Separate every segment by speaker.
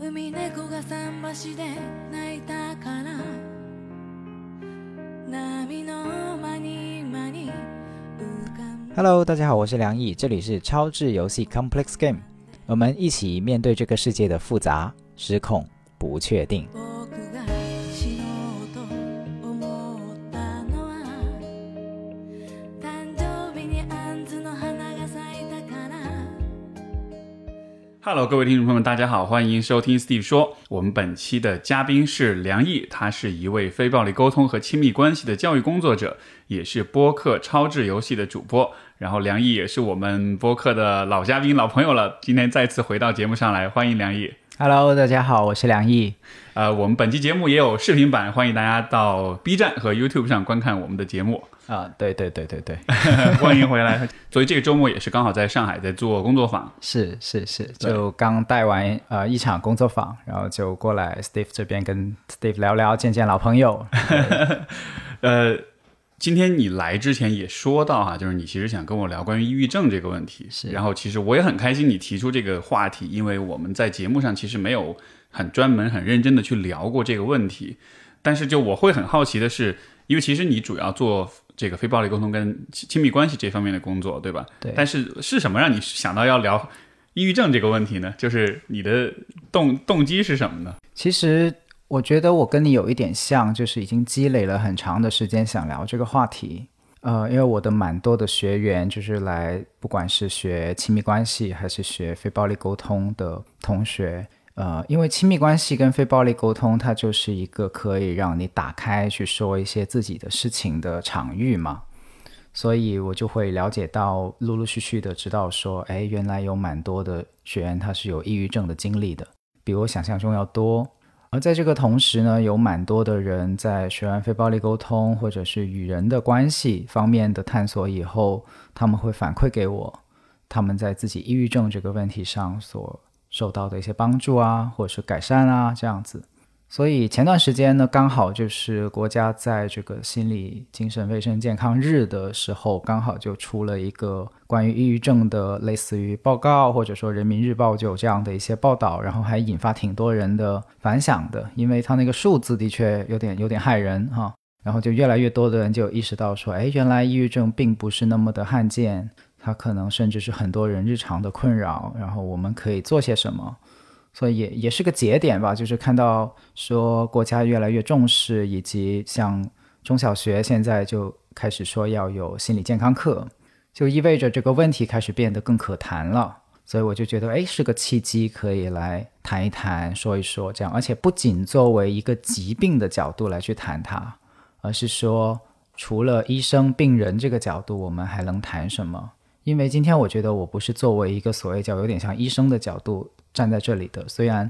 Speaker 1: 海猫が桟橋で泣いたから波の間に間に浮かん
Speaker 2: Hello，大家好，我是梁毅，这里是超智游戏 Complex Game，我们一起面对这个世界的复杂、失控、不确定。
Speaker 1: 僕が死のうと思ったのは誕生日にアンズの花が咲いたから
Speaker 3: Hello，各位听众朋友们，大家好，欢迎收听 Steve 说。我们本期的嘉宾是梁毅，他是一位非暴力沟通和亲密关系的教育工作者，也是播客超智游戏的主播。然后梁毅也是我们播客的老嘉宾、老朋友了，今天再次回到节目上来，欢迎梁毅。
Speaker 2: Hello，大家好，我是梁毅。
Speaker 3: 呃，我们本期节目也有视频版，欢迎大家到 B 站和 YouTube 上观看我们的节目。呃
Speaker 2: 啊、对对对对对，
Speaker 3: 欢迎回来。所以这个周末也是刚好在上海在做工作坊。
Speaker 2: 是是是，就刚带完呃一场工作坊，然后就过来 Steve 这边跟 Steve 聊聊，见见老朋友。
Speaker 3: 呃，今天你来之前也说到哈、就是你其实想跟我聊关于抑郁症这个问题。
Speaker 2: 是
Speaker 3: 然后其实我也很开心你提出这个话题，因为我们在节目上其实没有很专门、很认真的去聊过这个问题。但是就我会很好奇的是，因为其实你主要做这个非暴力沟通跟亲亲密关系这方面的工作，对吧？
Speaker 2: 对
Speaker 3: 但是是什么让你想到要聊抑郁症这个问题呢？就是你的动动机是什么呢？
Speaker 2: 其实我觉得我跟你有一点像，就是已经积累了很长的时间想聊这个话题。呃，因为我的蛮多的学员就是来，不管是学亲密关系还是学非暴力沟通的同学，呃，因为亲密关系跟非暴力沟通，它就是一个可以让你打开去说一些自己的事情的场域嘛。所以我就会了解到，陆陆续续的知道说，哎，原来有蛮多的学员他是有抑郁症的经历的，比我想象中要多。而在这个同时呢，有蛮多的人在学完非暴力沟通或者是与人的关系方面的探索以后，他们会反馈给我，他们在自己抑郁症这个问题上所受到的一些帮助啊，或者是改善啊，这样子。所以前段时间呢，刚好就是国家在这个心理精神卫生健康日的时候，刚好就出了一个关于抑郁症的类似于报告，或者说人民日报就有这样的一些报道，然后还引发挺多人的反响的，因为它那个数字的确有点有点害人哈、然后就越来越多的人就有意识到说，哎，原来抑郁症并不是那么的罕见，它可能甚至是很多人日常的困扰，然后我们可以做些什么。所以也也是个节点吧，就是看到说国家越来越重视，以及像中小学现在就开始说要有心理健康课，就意味着这个问题开始变得更可谈了。所以我就觉得，哎，是个契机，可以来谈一谈、说一说这样，而且不仅作为一个疾病的角度来去谈它，而是说除了医生、病人这个角度，我们还能谈什么？因为今天我觉得我不是作为一个所谓叫有点像医生的角度站在这里的，虽然，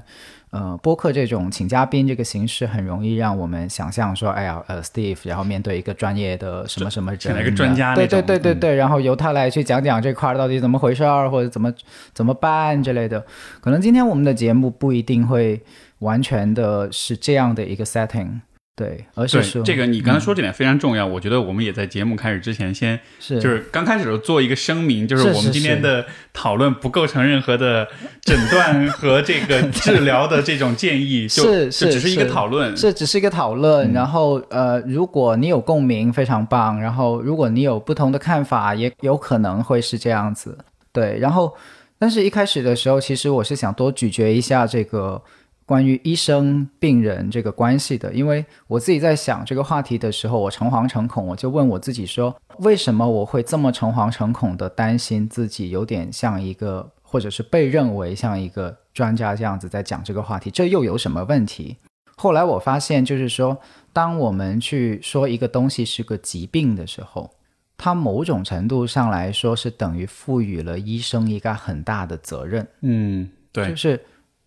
Speaker 2: 呃，播客这种请嘉宾这个形式很容易让我们想象说，哎呀，呃，Steve，然后面对一个专业的什么什么人，
Speaker 3: 请来一个专家
Speaker 2: 对
Speaker 3: 那种
Speaker 2: 对对对
Speaker 3: 嗯
Speaker 2: 对，然后由他来去讲讲这块儿到底怎么回事儿，或者怎么怎么办之类的。可能今天我们的节目不一定会完全的是这样的一个 setting，对，而是嗯说
Speaker 3: 对，这个你刚才说这点非常重要，我觉得我们也在节目开始之前先
Speaker 2: 是
Speaker 3: 就是刚开始的时候做一个声明，就是我
Speaker 2: 是是
Speaker 3: 们今天的讨论不构成任何的诊断和这个治疗的这种 建议，就是就是只是一个讨论。
Speaker 2: 这只是一个讨论，
Speaker 3: 嗯
Speaker 2: 然后呃，如果你有共鸣，非常棒。然后如果你有不同的看法，也有可能会是这样子。对，然后但是一开始的时候，其实我是想多咀嚼一下这个关于医生病人这个关系的，因为我自己在想这个话题的时候，我诚惶诚恐，我就问我自己说，为什么我会这么诚惶诚恐的担心自己有点像一个，或者是被认为像一个专家这样子在讲这个话题，这又有什么问题？后来我发现，就是说，当我们去说一个东西是个疾病的时候，它某种程度上来说是等于赋予了医生一个很大的责任。
Speaker 3: 嗯，
Speaker 2: 就
Speaker 3: 对，
Speaker 2: 是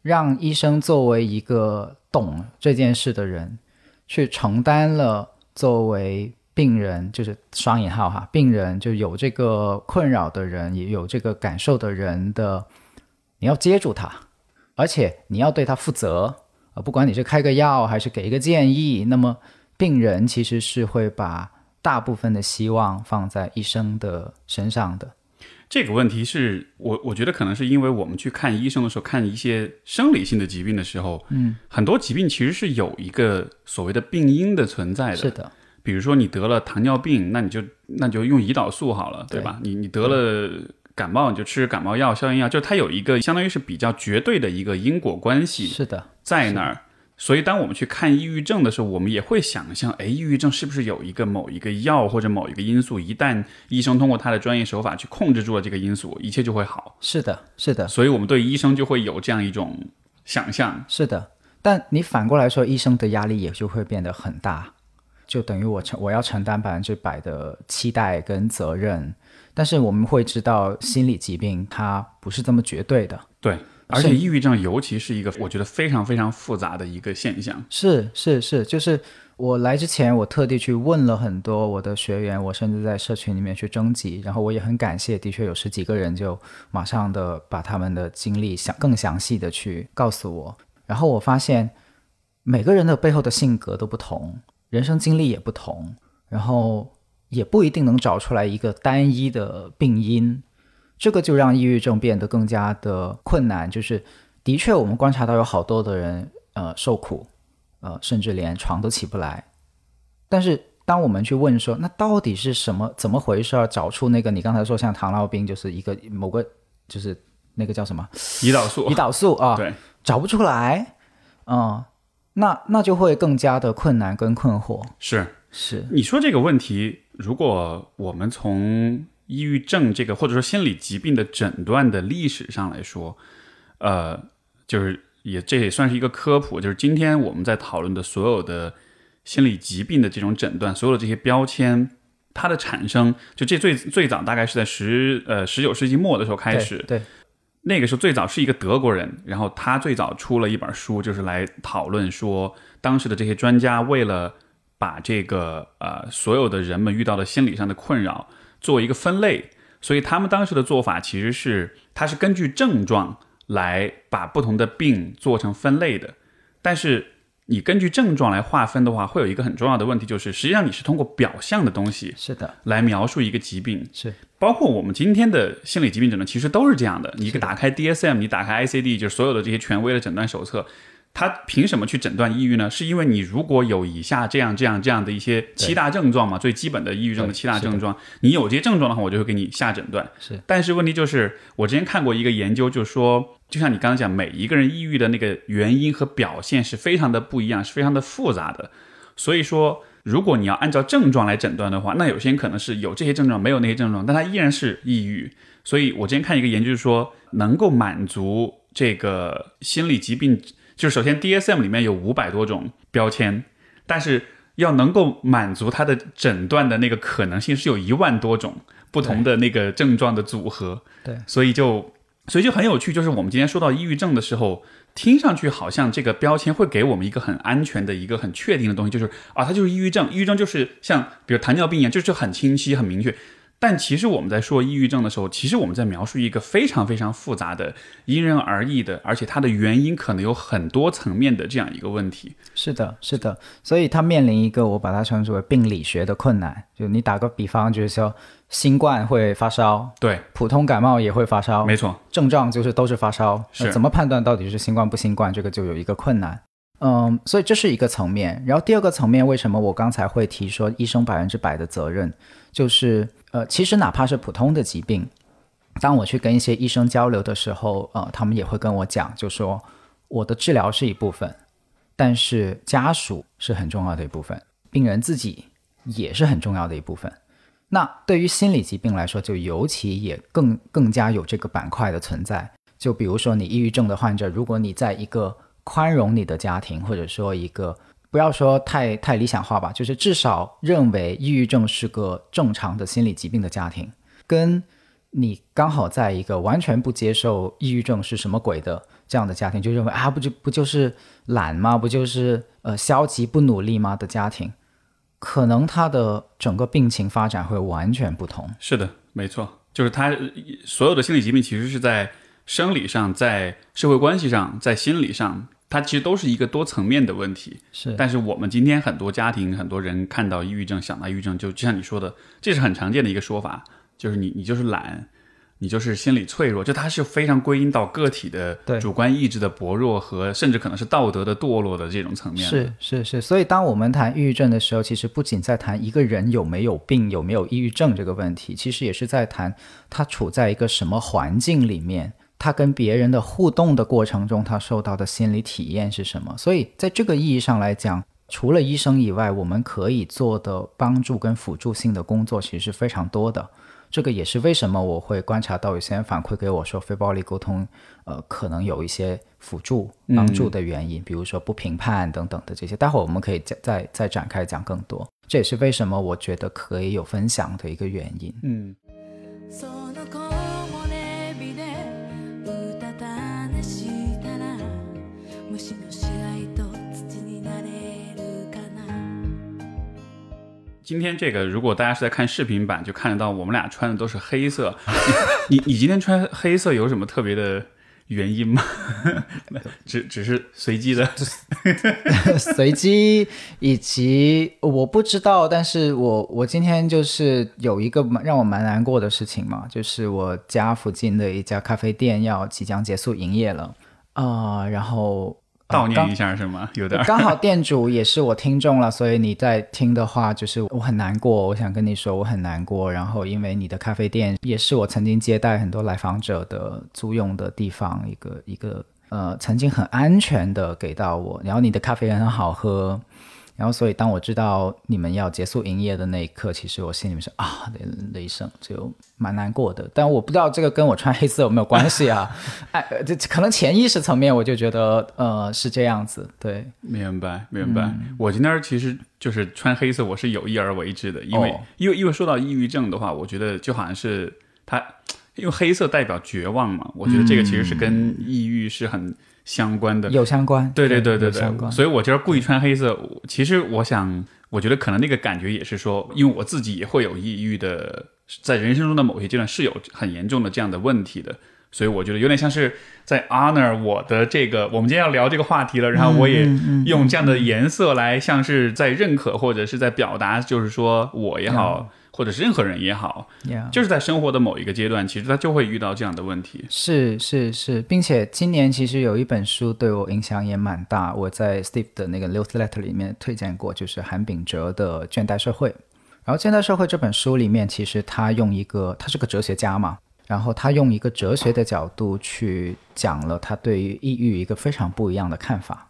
Speaker 2: 让医生作为一个懂这件事的人，去承担了作为病人，就是双引号哈，病人就有这个困扰的人，也有这个感受的人的，你要接住他，而且你要对他负责，呃，不管你是开个药还是给一个建议，那么病人其实是会把大部分的希望放在医生的身上的。
Speaker 3: 这个问题是我我觉得可能是因为我们去看医生的时候，看一些生理性的疾病的时候，
Speaker 2: 嗯，
Speaker 3: 很多疾病其实是有一个所谓的病因的存在的。
Speaker 2: 是的，
Speaker 3: 比如说你得了糖尿病，那你就那你就用胰岛素好了，对吧？你你得了感冒，你就吃感冒药、消炎药，就是它有一个相当于是比较绝对的一个因果关系
Speaker 2: 是的，
Speaker 3: 在那儿。所以，当我们去看抑郁症的时候，我们也会想象，哎，抑郁症是不是有一个某一个药或者某一个因素？一旦医生通过他的专业手法去控制住了这个因素，一切就会好。
Speaker 2: 是的，是的，
Speaker 3: 所以，我们对医生就会有这样一种想象。
Speaker 2: 是的。但你反过来说，医生的压力也就会变得很大，就等于我承我要承担百分之百的期待跟责任。但是我们会知道，心理疾病它不是这么绝对的，
Speaker 3: 对，而且抑郁症尤其是一个我觉得非常非常复杂的一个现象。
Speaker 2: 是是是，就是我来之前，我特地去问了很多我的学员，我甚至在社群里面去征集，然后我也很感谢，的确有十几个人就马上的把他们的经历详更详细的去告诉我，然后我发现每个人的背后的性格都不同，人生经历也不同，然后也不一定能找出来一个单一的病因，这个就让抑郁症变得更加的困难，就是。的确，我们观察到有好多的人，呃，受苦，呃，甚至连床都起不来。但是当我们去问说，那到底是什么怎么回事儿，找出那个你刚才说像糖尿病就是一个某个就是那个叫什么
Speaker 3: 胰岛素，
Speaker 2: 胰岛素啊，
Speaker 3: 对，
Speaker 2: 找不出来，嗯，那那就会更加的困难跟困惑。
Speaker 3: 是
Speaker 2: 是
Speaker 3: 你说这个问题，如果我们从抑郁症这个或者说心理疾病的诊断的历史上来说，呃，就是也这也算是一个科普，就是今天我们在讨论的所有的心理疾病的这种诊断，所有的这些标签。它的产生，就这最最早大概是在十呃十九世纪末的时候开始，
Speaker 2: 对对
Speaker 3: 那个时候最早是一个德国人，然后他最早出了一本书，就是来讨论说当时的这些专家为了把这个呃所有的人们遇到的心理上的困扰做一个分类，所以他们当时的做法其实是它是根据症状来把不同的病做成分类的，但是。你根据症状来划分的话，会有一个很重要的问题，就是实际上你是通过表象的东西
Speaker 2: 是的，
Speaker 3: 来描述一个疾病，
Speaker 2: 是
Speaker 3: 包括我们今天的心理疾病诊断，其实都是这样的。你打开 DSM，你打开 ICD，就是所有的这些权威的诊断手册，它凭什么去诊断抑郁呢？是因为你如果有以下这样、这样、这样的一些七大症状嘛，最基本的抑郁症的七大症状，你有这些症状的话，我就会给你下诊断。
Speaker 2: 是，
Speaker 3: 但是问题就是，我之前看过一个研究，就说，就像你刚刚讲，每一个人抑郁的那个原因和表现是非常的不一样，是非常的复杂的。所以说，如果你要按照症状来诊断的话，那有些人可能是有这些症状，没有那些症状，但他依然是抑郁。所以我之前看一个研究是说，能够满足这个心理疾病，就是首先 DSM 里面有五百多种标签，但是要能够满足他的诊断的那个可能性是有一万多种不同的那个症状的组合。
Speaker 2: 对
Speaker 3: 所以就所以就很有趣，就是我们今天说到抑郁症的时候，听上去好像这个标签会给我们一个很安全的一个很确定的东西，就是啊，它就是抑郁症，抑郁症就是像比如糖尿病一样，就是很清晰、很明确。但其实我们在说抑郁症的时候，其实我们在描述一个非常非常复杂的、因人而异的，而且它的原因可能有很多层面的这样一个问题。
Speaker 2: 是的，是的，所以它面临一个我把它称之为病理学的困难。就你打个比方，就是说新冠会发烧，
Speaker 3: 对，
Speaker 2: 普通感冒也会发烧，
Speaker 3: 没错，
Speaker 2: 症状就是都是发烧，
Speaker 3: 是
Speaker 2: 那怎么判断到底是新冠不新冠？这个就有一个困难。嗯，所以这是一个层面。然后第二个层面，为什么我刚才会提说医生百分之百的责任？就是呃，其实哪怕是普通的疾病，当我去跟一些医生交流的时候，呃，他们也会跟我讲，就说我的治疗是一部分，但是家属是很重要的一部分，病人自己也是很重要的一部分。那对于心理疾病来说，就尤其也更更加有这个板块的存在。就比如说你抑郁症的患者，如果你在一个宽容你的家庭，或者说一个不要说太太理想化吧，就是至少认为抑郁症是个正常的心理疾病的家庭，跟你刚好在一个完全不接受抑郁症是什么鬼的这样的家庭，就认为啊不就不就是懒吗？不就是呃消极不努力吗的家庭，可能他的整个病情发展会完全不同。
Speaker 3: 是的，没错，就是它呃所有的心理疾病其实是在生理上、在社会关系上、在心理上，它其实都是一个多层面的问题。
Speaker 2: 是
Speaker 3: 但是我们今天很多家庭、很多人看到抑郁症，想到抑郁症，就就像你说的，这是很常见的一个说法，就是你你就是懒，你就是心理脆弱，就它是非常归因到个体的
Speaker 2: 对
Speaker 3: 主观意志的薄弱和甚至可能是道德的堕落的这种层面。
Speaker 2: 是是是，所以当我们谈抑郁症的时候，其实不仅在谈一个人有没有病、有没有抑郁症这个问题，其实也是在谈他处在一个什么环境里面，他跟别人的互动的过程中，他受到的心理体验是什么。所以在这个意义上来讲，除了医生以外，我们可以做的帮助跟辅助性的工作其实是非常多的。这个也是为什么我会观察到有些人反馈给我说非暴力沟通，呃，可能有一些辅助帮助的原因，比如说不评判等等的这些。待会儿我们可以再再再展开讲更多。这也是为什么我觉得可以有分享的一个原因。
Speaker 3: 嗯，
Speaker 1: その木漏れ日でうたた寝したら虫の死骸と土になれるかな
Speaker 3: 今天这个如果大家是在看视频版，就看得到我们俩穿的都是黑色。 你你你今天穿黑色有什么特别的原因吗？ 只只是随机的。
Speaker 2: 随机以及呃我不知道，但是我我今天就是有一个蛮让我蛮难过的事情嘛，就是我家附近的一家咖啡店要即将结束营业了啊、然后呃
Speaker 3: 悼念
Speaker 2: 刚
Speaker 3: 一下是吗？有点儿
Speaker 2: 刚好店主也是我听众了，所以你在听的话，就是我很难过，我想跟你说我很难过。然后因为你的咖啡店也是我曾经接待很多来访者的租用的地方，一个一个呃曾经很安全的给到我，然后你的咖啡也很好喝。然后，所以当我知道你们要结束营业的那一刻，其实我心里面是啊的的一声，就蛮难过的。但我不知道这个跟我穿黑色有没有关系啊？哎，呃这这可能潜意识层面我就觉得呃是这样子，对。
Speaker 3: 明白，明白。我今天其实就是穿黑色，我是有意而为之的，因为、
Speaker 2: 哦
Speaker 3: 因为因为说到抑郁症的话，我觉得就好像是它，因为黑色代表绝望嘛，我觉得这个其实是跟抑郁是很相关的。
Speaker 2: 有相关，
Speaker 3: 对对对对
Speaker 2: 有相
Speaker 3: 对，
Speaker 2: 关，
Speaker 3: 所以我今儿故意穿黑色。我其实我想，我觉得可能那个感觉也是说，因为我自己也会有抑郁的，在人生中的某些阶段是有很严重的这样的问题的。所以我觉得有点像是在 honor 我的这个，我们今天要聊这个话题了，然后
Speaker 2: 嗯
Speaker 3: 我也用这样的颜色来，像是在认可或者是在表达，就是说我也好，或者是任何人也好，
Speaker 2: Yeah
Speaker 3: 就是在生活的某一个阶段，其实他就会遇到这样的问题。
Speaker 2: 是是是，并且今年其实有一本书对我影响也蛮大，我在 Steve 的那个 News Letter 里面推荐过，就是韩炳哲的《倦怠社会》。然后《倦怠社会》这本书里面，其实他用一个，他是个哲学家嘛，然后他用一个哲学的角度去讲了他对于抑郁一个非常不一样的看法，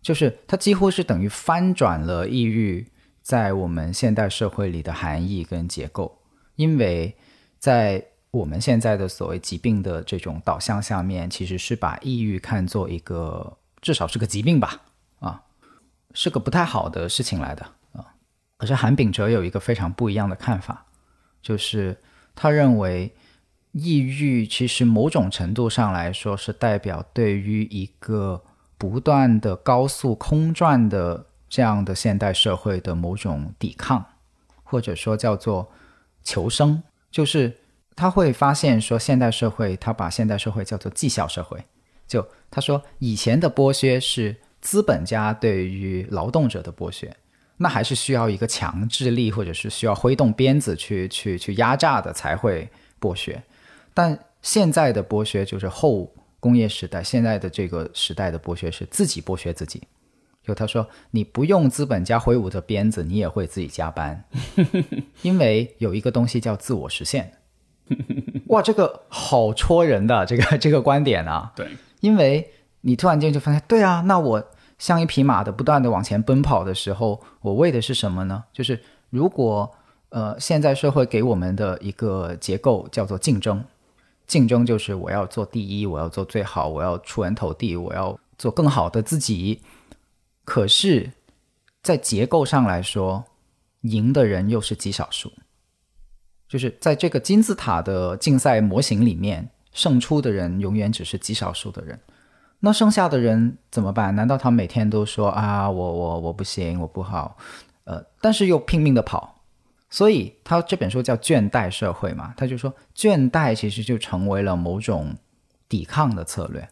Speaker 2: 就是他几乎是等于翻转了抑郁在我们现代社会里的含义跟结构，因为在我们现在的所谓疾病的这种导向下面，其实是把抑郁看作一个至少是个疾病吧，啊，是个不太好的事情来的啊。可是韩炳哲有一个非常不一样的看法，就是他认为抑郁其实某种程度上来说是代表对于一个不断的高速空转的这样的现代社会的某种抵抗，或者说叫做求生，就是他会发现说现代社会，他把现代社会叫做绩效社会。就他说以前的剥削是资本家对于劳动者的剥削，那还是需要一个强制力或者是需要挥动鞭子去去去压榨的才会剥削，但现在的剥削就是后工业时代，现在的这个时代的剥削是自己剥削自己。就他说，你不用资本家挥舞的鞭子，你也会自己加班，因为有一个东西叫自我实现。 哇，这个好戳人的这个这 个观点啊！
Speaker 3: 对，
Speaker 2: 因为你突然间就发现，对啊，那我像一匹马的不断的往前奔跑的时候，我为的是什么呢？就是如果呃，现在社会给我们的一个结构叫做竞争，竞争就是我要做第一，我要做最好，我要出人头地，我要做更好的自己。可是，在结构上来说，赢的人又是极少数。就是在这个金字塔的竞赛模型里面，胜出的人永远只是极少数的人。那剩下的人怎么办？难道他每天都说啊，我我我不行，我不好，呃，但是又拼命的跑？所以他这本书叫《倦怠社会》嘛，他就说倦怠其实就成为了某种抵抗的策略。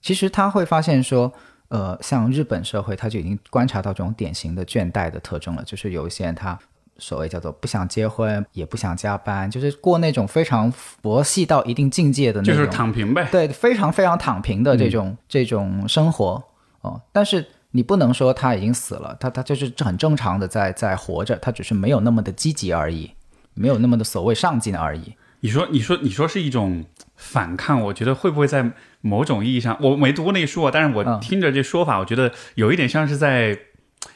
Speaker 2: 其实他会发现说，呃，像日本社会，他就已经观察到这种典型的倦怠的特征了，就是有一些人他所谓叫做不想结婚，也不想加班，就是过那种非常佛系到一定境界的那
Speaker 3: 就
Speaker 2: 种，
Speaker 3: 是躺平呗。
Speaker 2: 对，非常非常躺平的这种、这种生活哦。但是你不能说他已经死了，他他就是很正常的在在活着，他只是没有那么的积极而已，没有那么的所谓上进而已。
Speaker 3: 你说，你说，你说是一种反抗，我觉得会不会在某种意义上，我没读过那个书啊，但是我
Speaker 2: 嗯
Speaker 3: 听着这说法，我觉得有一点像是在，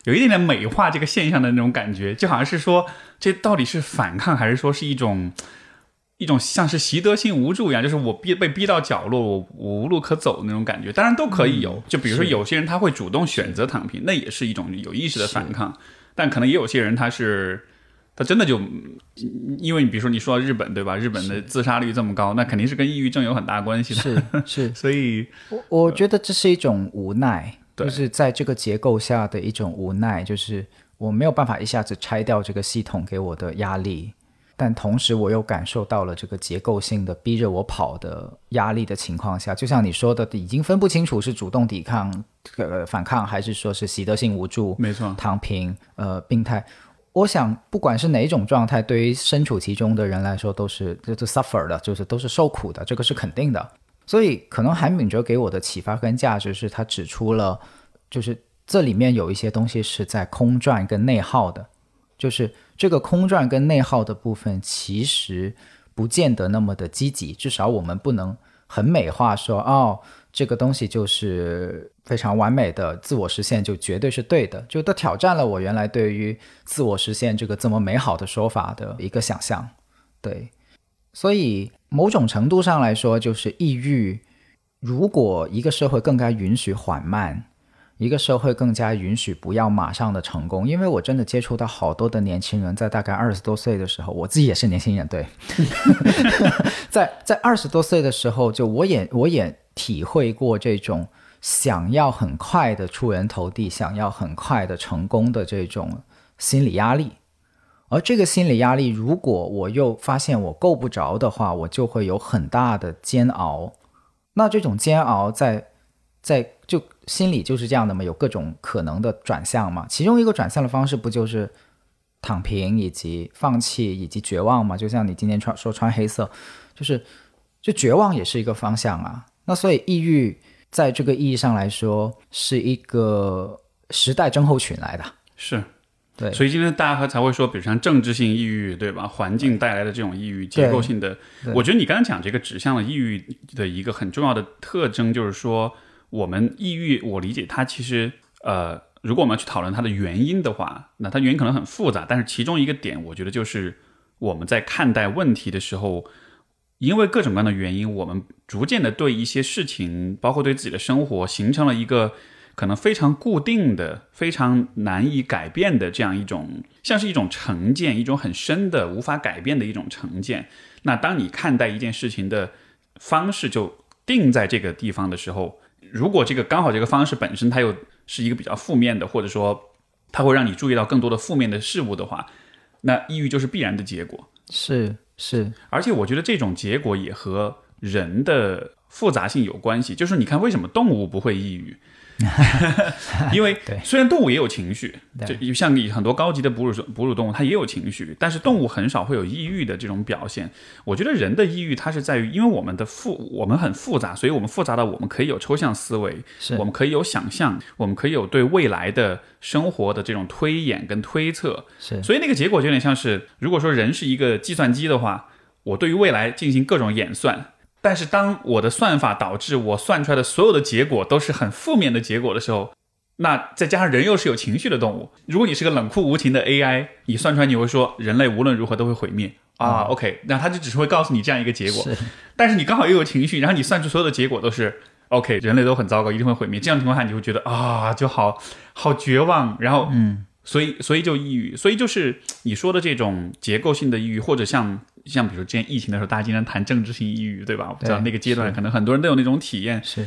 Speaker 3: 有一点点美化这个现象的那种感觉，就好像是说，这到底是反抗，还是说是一种一种像是习得性无助一样，就是我逼被逼到角落，我我无路可走的那种感觉。当然都可以有，就比如说
Speaker 2: 嗯是
Speaker 3: 有些人他会主动选择躺平，那也是一种有意识的反抗，但可能也有些人他是。他真的就因为你比如说你说到日本对吧？日本的自杀率这么高，那肯定是跟抑郁症有很大关系的。
Speaker 2: 是是，
Speaker 3: 所以
Speaker 2: 我我觉得这是一种无奈，
Speaker 3: 对
Speaker 2: 就是在这个结构下的一种无奈，就是我没有办法一下子拆掉这个系统给我的压力，但同时我又感受到了这个结构性的逼着我跑的压力的情况下，就像你说的，已经分不清楚是主动抵抗、呃反抗，还是说是习得性无助、
Speaker 3: 没错，
Speaker 2: 躺平、呃病态。我想，不管是哪一种状态，对于身处其中的人来说，都是就是 suffer 的，就是都是受苦的，这个是肯定的。所以，可能韩敏哲给我的启发跟价值是，他指出了，就是这里面有一些东西是在空转跟内耗的，就是这个空转跟内耗的部分，其实不见得那么的积极，至少我们不能很美化说，哦，这个东西就是非常完美的自我实现，就绝对是对的，就都挑战了我原来对于自我实现这个这么美好的说法的一个想象。对，所以某种程度上来说，就是抑郁。如果一个社会更该允许缓慢，一个社会更加允许不要马上的成功，因为我真的接触到好多的年轻人，在大概二十多岁的时候，我自己也是年轻人，对，在在二十多岁的时候，就我也 我也体会过这种想要很快的出人头地、想要很快的成功的这种心理压力。而这个心理压力，如果我又发现我够不着的话，我就会有很大的煎熬。那这种煎熬在在就心里就是这样的嘛，有各种可能的转向嘛。其中一个转向的方式不就是躺平，以及放弃，以及绝望嘛？就像你今天穿说穿黑色，就是就绝望也是一个方向啊。那所以抑郁在这个意义上来说是一个时代症候群来的，
Speaker 3: 是。
Speaker 2: 对
Speaker 3: 所以今天大家才会说，比如像政治性抑郁，对吧？环境带来的这种抑郁，结构性的，
Speaker 2: 对
Speaker 3: 我觉得你刚才讲这个指向了抑郁的一个很重要的特征，就是说我们抑郁，我理解它其实呃，如果我们要去讨论它的原因的话，那它原因可能很复杂，但是其中一个点，我觉得就是我们在看待问题的时候，因为各种各样的原因，我们逐渐的对一些事情，包括对自己的生活，形成了一个可能非常固定的、非常难以改变的这样一种，像是一种成见，一种很深的、无法改变的一种成见。那当你看待一件事情的方式就定在这个地方的时候，如果这个刚好这个方式本身它又是一个比较负面的，或者说它会让你注意到更多的负面的事物的话，那抑郁就是必然的结果。
Speaker 2: 是是，
Speaker 3: 而且我觉得这种结果也和人的复杂性有关系。就是你看，为什么动物不会抑 郁？因为
Speaker 2: 对
Speaker 3: 虽然动物也有情绪，
Speaker 2: 对
Speaker 3: 就像你很多高级的哺乳哺乳动物，它也有情绪，但是动物很少会有抑郁的这种表现。我觉得人的抑郁，它是在于，因为我们的复我们很复杂，所以我们复杂到我们可以有抽象思维，
Speaker 2: 是
Speaker 3: 我们可以有想象，我们可以有对未来的生活的这种推演跟推测。
Speaker 2: 是
Speaker 3: 所以那个结果就有点像是，如果说人是一个计算机的话，我对于未来进行各种演算，但是当我的算法导致我算出来的所有的结果都是很负面的结果的时候，那再加上人又是有情绪的动物，如果你是个冷酷无情的 AI，你算出来你会说人类无论如何都会毁灭啊、o k 那它就只是会告诉你这样一个结果。
Speaker 2: 是
Speaker 3: 但是你刚好又有情绪，然后你算出所有的结果都是 OK，人类都很糟糕，一定会毁灭。这样的情况下，你会觉得啊，就好好绝望，然后嗯，所以所以就抑郁，所以就是你说的这种结构性的抑郁，或者像像比如之前疫情的时候，大家经常谈政治性抑郁，对吧？我不知道
Speaker 2: 对
Speaker 3: 那个阶段
Speaker 2: 是
Speaker 3: 可能很多人都有那种体验，
Speaker 2: 是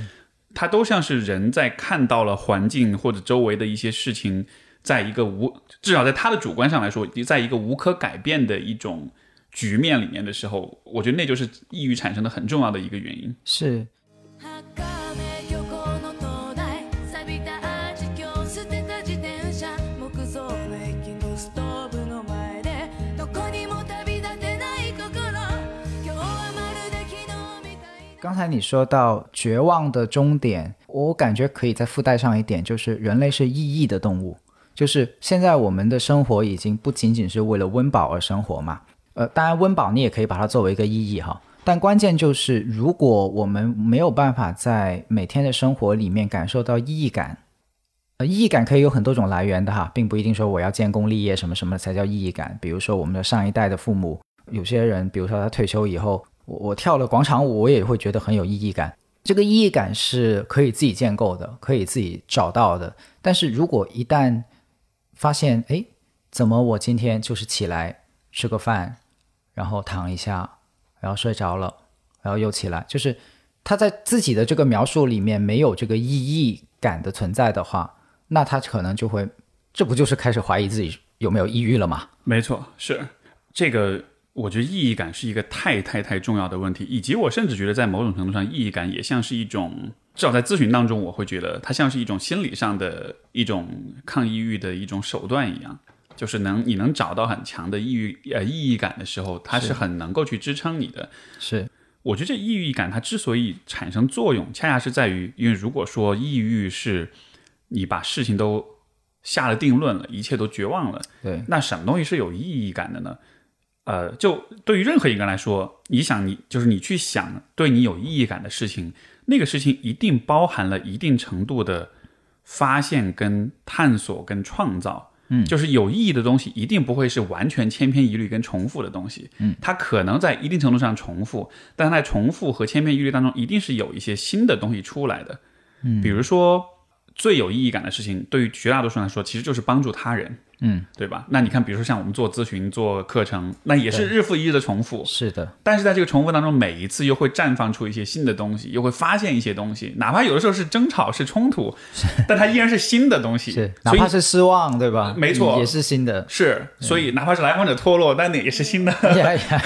Speaker 3: 它都像是人在看到了环境或者周围的一些事情，在一个无至少在他的主观上来说，在一个无可改变的一种局面里面的时候，我觉得那就是抑郁产生的很重要的一个原因。
Speaker 2: 是，
Speaker 1: はかめ漁港の灯台錆びたアーチ今日捨てた自転車木造の駅のストーブの前で
Speaker 2: 才你说到绝望的终点，我感觉可以再附带上一点，就是人类是意义的动物，就是现在我们的生活已经不仅仅是为了温饱而生活嘛。呃，当然温饱你也可以把它作为一个意义哈。但关键就是，如果我们没有办法在每天的生活里面感受到意义感，呃，意义感可以有很多种来源的哈，并不一定说我要建功立业什么什么才叫意义感。比如说我们的上一代的父母，有些人，比如说他退休以后，我我跳了广场舞，我也会觉得很有意义感。这个意义感是可以自己建构的，可以自己找到的。但是如果一旦发现，哎，怎么我今天就是起来吃个饭，然后躺一下，然后睡着了，然后又起来，就是他在自己的这个描述里面没有这个意义感的存在的话，那他可能就会，这不就是开始怀疑自己有没有抑郁了吗？
Speaker 3: 没错，是这个。我觉得意义感是一个太太太重要的问题，以及我甚至觉得在某种程度上，意义感也像是一种，至少在咨询当中，我会觉得它像是一种心理上的一种抗抑郁的一种手段一样，就是能你能找到很强的抑郁呃意义感的时候，它是很能够去支撑你的。
Speaker 2: 是
Speaker 3: 我觉得这抑郁感它之所以产生作用，恰恰是在于，因为如果说抑郁是你把事情都下了定论了，一切都绝望了，
Speaker 2: 对，
Speaker 3: 那什么东西是有意义感的呢？呃，就对于任何一个人来说，你想你就是你去想对你有意义感的事情，那个事情一定包含了一定程度的发现、跟探索、跟创造。嗯，就是有意义的东西一定不会是完全千篇一律跟重复的东西。嗯，它可能在一定程度上重复，但它在重复和千篇一律当中，一定是有一些新的东西出来的。嗯，比如说最有意义感的事情，对于绝大多数人来说，其实就是帮助他人。
Speaker 2: 嗯，
Speaker 3: 对吧？那你看，比如说像我们做咨询、做课程，那也是日复一日的重复，
Speaker 2: 是的，
Speaker 3: 但是在这个重复当中，每一次又会绽放出一些新的东西，又会发现一些东西，哪怕有的时候是争吵、是冲突，但它依然是新的东西。
Speaker 2: 是，哪
Speaker 3: 所以呃
Speaker 2: 怕是失望，对吧？
Speaker 3: 没错
Speaker 2: 也是新的。
Speaker 3: 是，所以哪怕是来访者脱落，但那也是新的。
Speaker 2: 呀呀，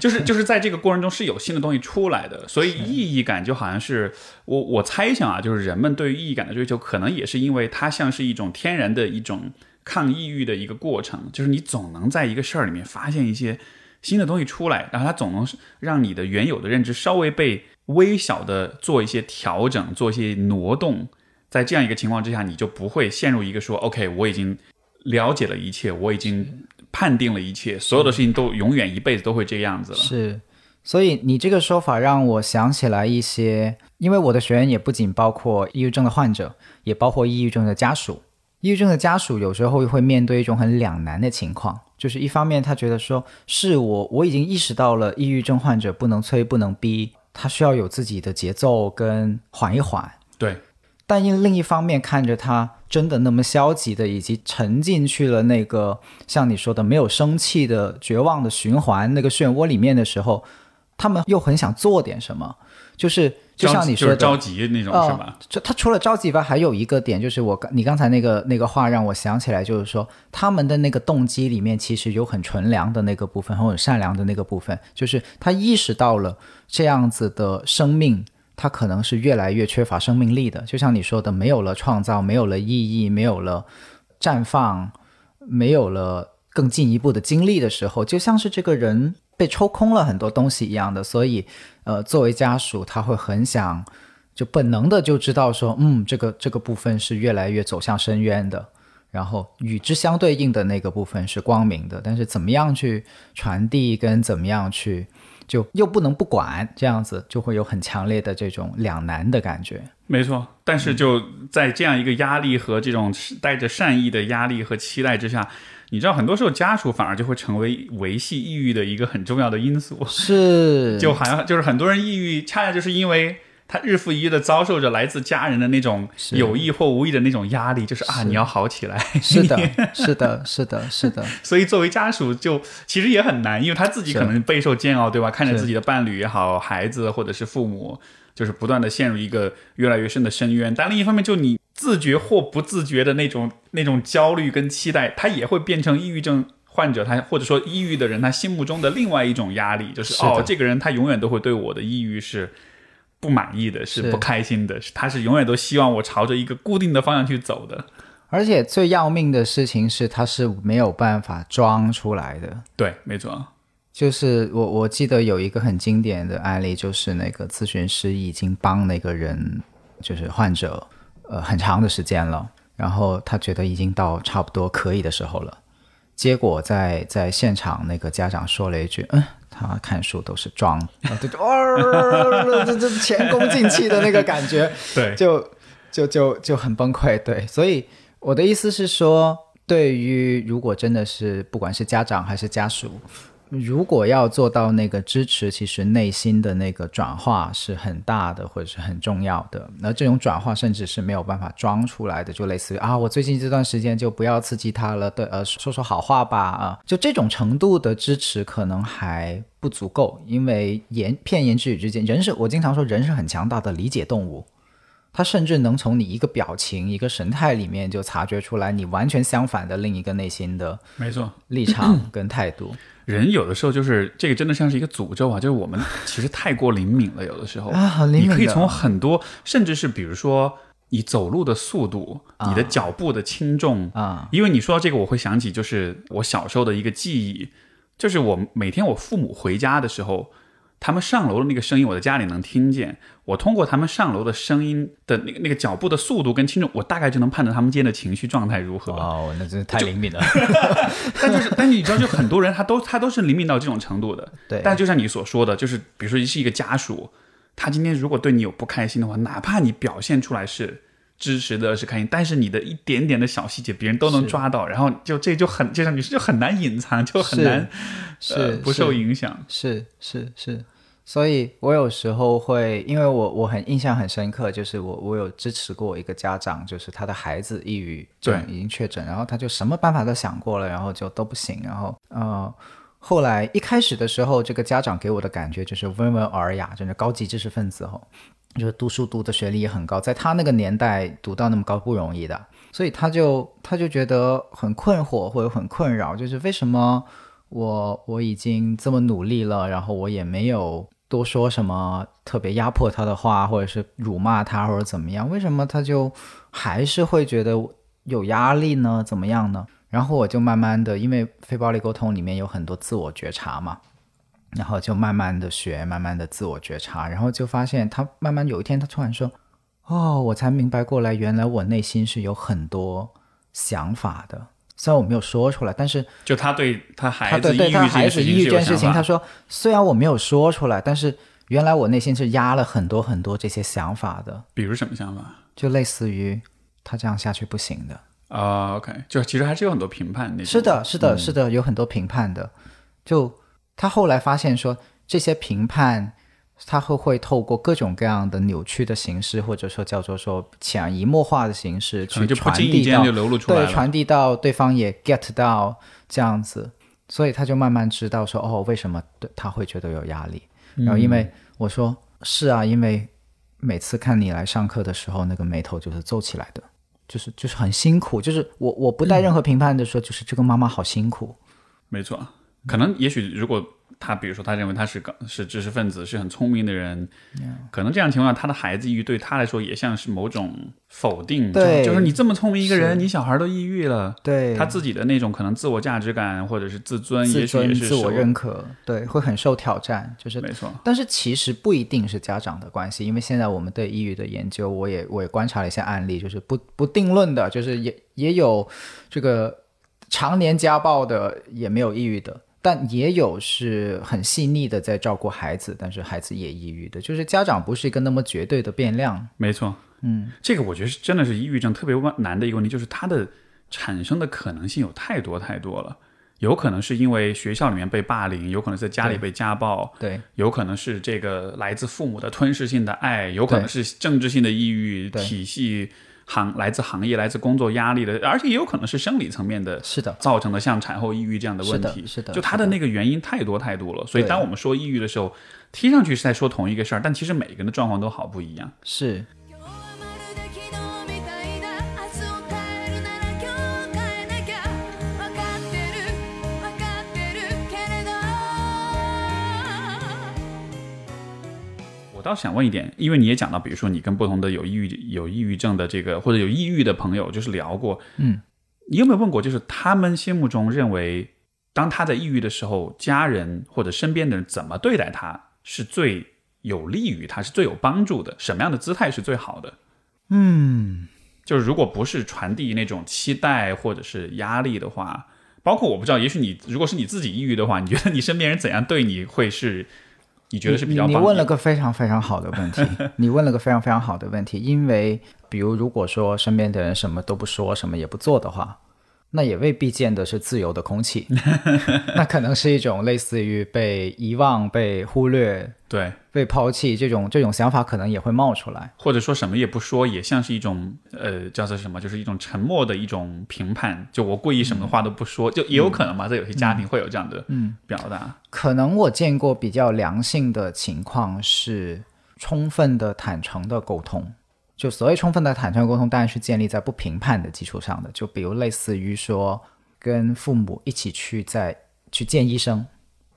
Speaker 3: 就是就是在这个过程中是有新的东西出来的，所以意义感就好像是我我猜想啊，就是人们对于意义感的追求，可能也是因为它像是一种天然的一种抗抑郁的一个过程，就是你总能在一个事儿里面发现一些新的东西出来，然后它总能让你的原有的认知稍微被微小的做一些调整，做一些挪动，在这样一个情况之下，你就不会陷入一个说 OK 我已经了解了一切，我已经。判定了一切，所有的事情都永远一辈子都会这样子了。
Speaker 2: 是。所以你这个说法让我想起来一些，因为我的学员也不仅包括抑郁症的患者，也包括抑郁症的家属。抑郁症的家属有时候会面对一种很两难的情况，就是一方面他觉得说是我我已经意识到了抑郁症患者不能催不能逼，他需要有自己的节奏跟缓一缓，
Speaker 3: 对，
Speaker 2: 但因另一方面看着他真的那么消极的，以及沉进去了那个像你说的没有生气的绝望的循环那个漩涡里面的时候，他们又很想做点什么，就是就像你说
Speaker 3: 是
Speaker 2: 的，
Speaker 3: 着急那种
Speaker 2: 啊，
Speaker 3: 是吧？
Speaker 2: 就他除了着急吧，还有一个点就是我刚你刚才那个那个话让我想起来，就是说他们的那个动机里面其实有很纯良的那个部分，很有善良的那个部分，就是他意识到了这样子的生命。他可能是越来越缺乏生命力的，就像你说的，没有了创造，没有了意义，没有了绽放，没有了更进一步的经历的时候，就像是这个人被抽空了很多东西一样的。所以，呃，作为家属，他会很想就本能的就知道说，嗯，这个这个部分是越来越走向深渊的，然后与之相对应的那个部分是光明的，但是怎么样去传递跟怎么样去，就又不能不管，这样子就会有很强烈的这种两难的感觉。
Speaker 3: 没错。但是就在这样一个压力和这种带着善意的压力和期待之下，你知道，很多时候家属反而就会成为维系抑郁的一个很重要的因素。
Speaker 2: 是，
Speaker 3: 就好像就是很多人抑郁，恰恰就是因为。他日复一日的遭受着来自家人的那种
Speaker 2: 是
Speaker 3: 有意或无意的那种压力，就是啊，你要好起来。
Speaker 2: 是的，是的，是的，是的，
Speaker 3: 所以作为家属就其实也很难，因为他自己
Speaker 2: 是
Speaker 3: 可能备受煎熬，对吧？看着
Speaker 2: 是
Speaker 3: 自己的伴侣也好，孩子或者是父母，就是不断的陷入一个越来越深的深渊。但另一方面，就你自觉或不自觉的那种那种焦虑跟期待，它也会变成抑郁症。患者他或者说抑郁的人，他心目中的另外一种压力，就是
Speaker 2: 是的
Speaker 3: 哦，这个人他永远都会对我的抑郁是不满意的，是
Speaker 2: 是
Speaker 3: 不开心的，是他是永远都希望我朝着一个固定的方向去走的。
Speaker 2: 而且最要命的事情是，他是没有办法装出来的。
Speaker 3: 对，没错，
Speaker 2: 就是我我记得有一个很经典的案例，就是那个咨询师已经帮那个人，就是患者，呃，很长的时间了，然后他觉得已经到差不多可以的时候了，结果在在现场那个家长说了一句，嗯。他看书都是装，然后就哦，这这前功尽弃的那个感觉，
Speaker 3: 对，
Speaker 2: 就就就就很崩溃。对，所以我的意思是说，对于如果真的是不管是家长还是家属，如果要做到那个支持，其实内心的那个转化是很大的，或者是很重要的。那这种转化甚至是没有办法装出来的，就类似于啊，我最近这段时间就不要刺激他了，对，呃，说说好话吧，啊，就这种程度的支持可能还不足够，因为言片言只语之间，人是我经常说人是很强大的理解动物，他甚至能从你一个表情、一个神态里面就察觉出来你完全相反的另一个内心的
Speaker 3: 没错。
Speaker 2: 立 场跟态度。
Speaker 3: 人有的时候就是这个，真的像是一个诅咒啊！就是 我们其实太过灵敏了，有的时候
Speaker 2: 啊很灵敏
Speaker 3: 你
Speaker 2: 的
Speaker 3: 可以从很多，甚至是比如说你走路的速度、你的脚步的轻重
Speaker 2: 啊，
Speaker 3: 因为你说到这个，我会想起就是我小时候的一个记忆，就是我每天我父母回家的时候，他们上楼的那个声音，我在家里能听见。我通过他们上楼的声音的那个那个脚步的速度跟轻重，我大概就能判断他们今天的情绪状态如何。
Speaker 2: 哦，那真是太灵敏了。
Speaker 3: 但就是，但你知道，就很多人他都他都是灵敏到这种程度的。
Speaker 2: 对
Speaker 3: 但就像你所说的，就是比如说是一个家属，他今天如果对你有不开心的话，哪怕你表现出来是支持的，是开心，但是你的一点点的小细节，别人都能抓到，然后就这就很就像你说，就很难隐藏，就很难
Speaker 2: 是、
Speaker 3: 呃不受
Speaker 2: 是
Speaker 3: 影响。
Speaker 2: 是是是，所以我有时候会，因为我我很印象很深刻，就是我我有支持过一个家长，就是他的孩子抑郁症
Speaker 3: 对
Speaker 2: 已经确诊，然后他就什么办法都想过了，然后就都不行，然后呃。后来一开始的时候，这个家长给我的感觉就是温文尔雅，真的高级知识分子哦，就是读书读的学历也很高，在他那个年代读到那么高不容易的，所以他就他就觉得很困惑或者很困扰，就是为什么我我已经这么努力了，然后我也没有多说什么特别压迫他的话，或者是辱骂他或者怎么样，为什么他就还是会觉得有压力呢？怎么样呢？然后我就慢慢的，因为非暴力沟通里面有很多自我觉察嘛，然后就慢慢的学，慢慢的自我觉察，然后就发现他慢慢有一天，他突然说：“哦，我才明白过来，原来我内心是有很多想法的。虽然我没有说出来，但是
Speaker 3: 就他对他孩
Speaker 2: 他
Speaker 3: 子
Speaker 2: 对
Speaker 3: 抑
Speaker 2: 对
Speaker 3: 郁
Speaker 2: 他孩
Speaker 3: 这
Speaker 2: 子抑郁这
Speaker 3: 件
Speaker 2: 件事情，
Speaker 3: 他
Speaker 2: 他说虽然我没有说出来，但是原来我内心是压了很多很多这些想法的，
Speaker 3: 比如什么想法？
Speaker 2: 就类似于他这样下去不行的。
Speaker 3: 啊、o k 就其实还是有很多评判那种
Speaker 2: 是的，是
Speaker 3: 嗯
Speaker 2: 的，是的，有很多评判的。就他后来发现说，这些评判他会会透过各种各样的扭曲的形式，或者说叫做说潜移默化的形式
Speaker 3: 可
Speaker 2: 去
Speaker 3: 能就不
Speaker 2: 传
Speaker 3: 经意
Speaker 2: 递
Speaker 3: 间
Speaker 2: 到
Speaker 3: 就流露出来了。
Speaker 2: 对，传递到对方也 get 到这样子，所以他就慢慢知道说，哦，为什么对他会觉得有压力。
Speaker 3: 嗯
Speaker 2: 然后因为我说是啊，因为每次看你来上课的时候，那个眉头就是皱起来的，就是就是很辛苦，就是我我不带任何评判的说，就是这个妈妈好辛苦，
Speaker 3: 嗯没
Speaker 2: 嗯
Speaker 3: 错，可能也许如果他比如说他认为他是个是知识分子，是很聪明的人
Speaker 2: 嗯
Speaker 3: 可能这样情况下，他的孩子抑郁对他来说也像是某种否定，
Speaker 2: 对
Speaker 3: 就就是你这么聪明一个人，
Speaker 2: 是
Speaker 3: 你小孩都抑郁了，
Speaker 2: 对
Speaker 3: 他自己的那种可能自我价值感或者是自尊，
Speaker 2: 自
Speaker 3: 也许也
Speaker 2: 尊、
Speaker 3: 是
Speaker 2: 自我
Speaker 3: 受
Speaker 2: 认可，对，会很受挑战，就是
Speaker 3: 没错，
Speaker 2: 但是其实不一定是家长的关系，因为现在我们对抑郁的研究，我也我也观察了一些案例，就是不不定论的，就是也也有这个常年家暴的，也没有抑郁的，但也有是很细腻的在照顾孩子，但是孩子也抑郁的，就是家长不是一个那么绝对的变量。
Speaker 3: 没错，嗯，这个我觉得是真的是抑郁症特别难的一个问题，就是它的产生的可能性有太多太多了，有可能是因为学校里面被霸凌，有可能是在家里被家暴，
Speaker 2: 对
Speaker 3: 有可能是这个来自父母的吞噬性的爱，有可能是政治性的抑郁
Speaker 2: 对
Speaker 3: 体系。行来自行业、来自工作压力的，而且也有可能是生理层面的，
Speaker 2: 是的
Speaker 3: 造成的像产后抑郁这样的问题，
Speaker 2: 是的是的
Speaker 3: 就它
Speaker 2: 是
Speaker 3: 的
Speaker 2: 的
Speaker 3: 那个原因太多太多了。所以，
Speaker 2: 对
Speaker 3: 当我们说抑郁的时候，听上去是在说同一个事儿，但其实每个人的状况都好不一样。
Speaker 2: 是，
Speaker 1: 今日はまるで昨日みたいだ明日を変えるなら今日変えなきゃ分かってる分かってるけれど
Speaker 3: 我倒想问一点，因为你也讲到，比如说你跟不同的有抑郁、有抑郁症的这个或者有抑郁的朋友，就是聊过，
Speaker 2: 嗯，
Speaker 3: 你有没有问过，就是他们心目中认为当他在抑郁的时候，家人或者身边的人怎么对待他，是最有利于他，是最有帮助的。什么样的姿态是最好的？
Speaker 2: 嗯，
Speaker 3: 就是如果不是传递那种期待或者是压力的话，包括我不知道，也许你如果是你自己抑郁的话，你觉得你身边人怎样对你会是你觉得是比较
Speaker 2: 你
Speaker 3: 帮
Speaker 2: 问
Speaker 3: 你
Speaker 2: 了个非常非常好的问 题，你问了个非常非常好的问题，因为比如如果说身边的人什么都不说，什么也不做的话，那也未必见得是自由的空 气，那可能是一种类似于被遗忘、被忽略、
Speaker 3: 对，
Speaker 2: 被抛弃这种这种想法，可能也会冒出来。
Speaker 3: 或者说什么也不说，也像是一种呃叫做什么，就是一种沉默的一种评判。就我故意什么话都不说，
Speaker 2: 嗯
Speaker 3: 就也有可能嘛，在有些家庭会有这样的表达。
Speaker 2: 可能我见过比较良性的情况是充分的坦诚的沟通。就所谓充分的坦诚沟通，当然是建立在不评判的基础上的。就比如类似于说，跟父母一起去在去见医生，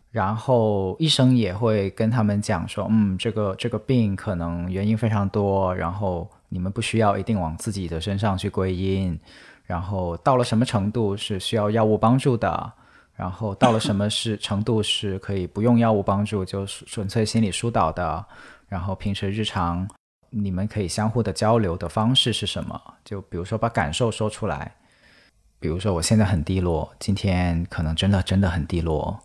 Speaker 2: 然后医生也会跟他们讲说，嗯，这个这个病可能原因非常多，然后你们不需要一定往自己的身上去归因，然后到了什么程度是需要药物帮助的，然后到了什么是程度是可以不用药物帮助，就是纯粹心理疏导的，然后平时日常你们可以相互的交流的方式是什么？就比如说把感受说出来，比如说我现在很低落，今天可能真的真的很低落。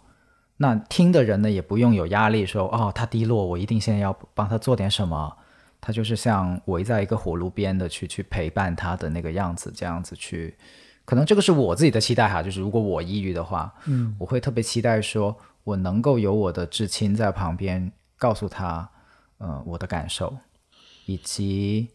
Speaker 2: 那听的人呢，也不用有压力说，哦，他低落，我一定现在要帮他做点什么。他就是像围在一个火炉边的去去陪伴他的那个样子，这样子去，可能这个是我自己的期待哈，就是如果我抑郁的话，嗯，我会特别期待说，我能够有我的至亲在旁边，告诉他，呃，我的感受，以及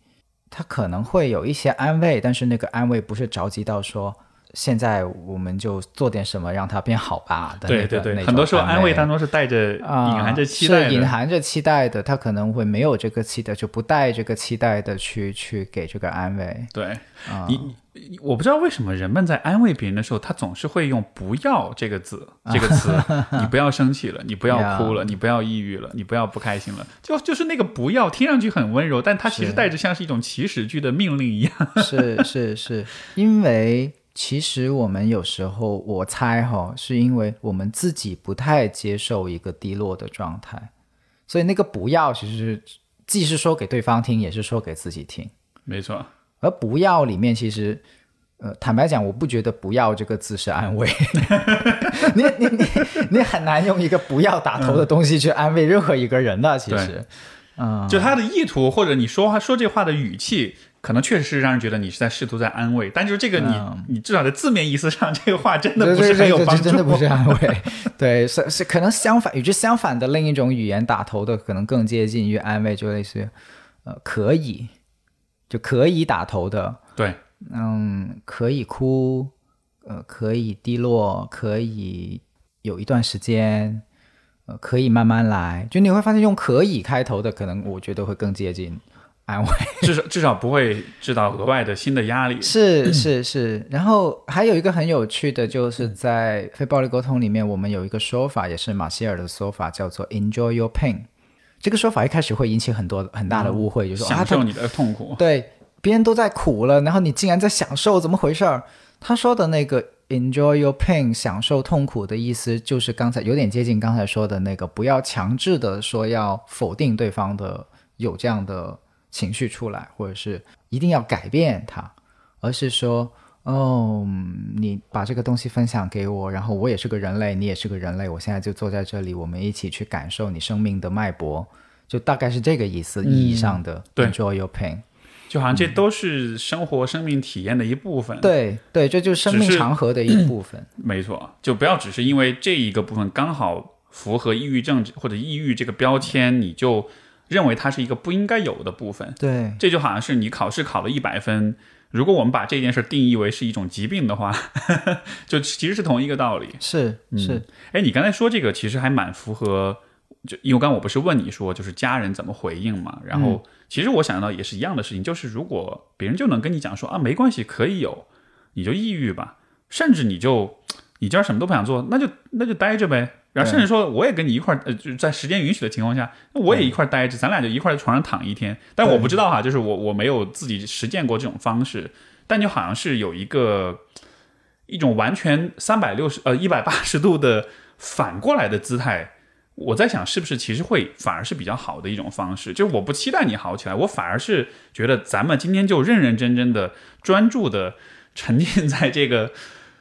Speaker 2: 他可能会有一些安慰，但是那个安慰不是着急到说现在我们就做点什么让他变好吧的那
Speaker 3: 对
Speaker 2: 个
Speaker 3: 对
Speaker 2: 那
Speaker 3: 对，
Speaker 2: 种
Speaker 3: 很多时候安慰
Speaker 2: 慰
Speaker 3: 当中是带着
Speaker 2: 啊，
Speaker 3: 隐含着期待
Speaker 2: 是
Speaker 3: 的
Speaker 2: 隐。含着期待的，他可能会没有这个期待，就不带这个期待的去去给这个安慰。
Speaker 3: 对，
Speaker 2: 啊
Speaker 3: 你你我不知道为什么人们在安慰别人的时候，他总是会用“不要”这个字，
Speaker 2: 啊
Speaker 3: 这个 词，你不要生气了，你不要哭了，你不要抑郁了，你不要不开心了，就就是那个“不要”，听上去很温柔，但它其实
Speaker 2: 是
Speaker 3: 带着像是一种祈使句的命令一样。
Speaker 2: 是是是，因为其实我们有时候我猜哈、是因为我们自己不太接受一个低落的状态，所以那个不要其实是既是说给对方听，也是说给自己听。
Speaker 3: 没错，
Speaker 2: 而不要里面其实，呃，坦白讲，我不觉得不要这个字是安 慰。你你你你很难用一个不要打头的东西去安慰任何一个人的，其实。啊
Speaker 3: 就他的意图或者你说话说这话的语气，可能确实是让人觉得你是在试图在安慰，但就是这个你、你至少在字面意思上，这个话真的
Speaker 2: 对
Speaker 3: 不
Speaker 2: 嗯对
Speaker 3: 是很
Speaker 2: 对
Speaker 3: 有
Speaker 2: 对，
Speaker 3: 帮
Speaker 2: 这
Speaker 3: 助，
Speaker 2: 真的不是安 慰，对，是是可能相反，与之相反的另一种语言打头的，可能更接近于安慰，就类似于，呃，可以，就可以打头的，
Speaker 3: 对，
Speaker 2: 嗯，可以哭，呃，可以低落，可以有一段时间，呃，可以慢慢来。就你会发现，用“可以”开头的，可能我觉得会更接近安 慰。
Speaker 3: 至少至少不会制造额外的新的压力。
Speaker 2: 是是是。然后还有一个很有趣的，
Speaker 3: 嗯
Speaker 2: 就是在非暴力沟通里面，我们有一个说法，也是马歇尔的说法，叫做 “enjoy your pain”。这个说法一开始会引起很多很大的误会，就说啊，
Speaker 3: 哦享
Speaker 2: 他
Speaker 3: 受你的 痛苦，
Speaker 2: 对，别人都在苦了，然后你竟然在享受，怎么回事儿？他说的那个 enjoy your pain，享受痛苦的意思，就是刚才有点接近刚才说的那个，不要强制的说要否定对方的有这样的情绪出来，或者是一定要改变它，而是说。哦，嗯你把这个东西分享给我，然后我也是个人类，你也是个人类，我现在就坐在这里，我们一起去感受你生命的脉搏，就大概是这个意思，意义上的
Speaker 3: 对
Speaker 2: enjoy your pain。
Speaker 3: 就好像这都是生活、生命体验的一部分。，
Speaker 2: 对对，这就是生命
Speaker 3: 只是
Speaker 2: 长河的一部分。
Speaker 3: 没错，就不要只是因为这一个部分刚好符合抑郁症或者抑郁这个标签，你就认为它是一个不应该有的部 分。
Speaker 2: 对
Speaker 3: 这就好像是你考试考了一百分，如果我们把这件事定义为是一种疾病的话， 就其实是同一个道理。
Speaker 2: 是是，
Speaker 3: 哎，你刚才说这个其实还蛮符合，就因为刚刚我不是问你说就是家人怎么回应嘛，然后其实我想到也是一样的事情，就是如果别人就能跟你讲说啊没关系可以有，你就抑郁吧，甚至你就你今儿什么都不想做，那就那就待着呗。然后甚至说，我也跟你一块儿，呃，就是在时间允许的情况下，那我也一块儿待着，咱俩就一块儿在床上躺一天。但我不知道哈，就是我我没有自己实践过这种方式，但就好像是有一个一种完全三百六十呃一百八十度的反过来的姿态，我在想是不是其实会反而是比较好的一种方式。就是我不期待你好起来，我反而是觉得咱们今天就认认真真的、专注的沉浸在这个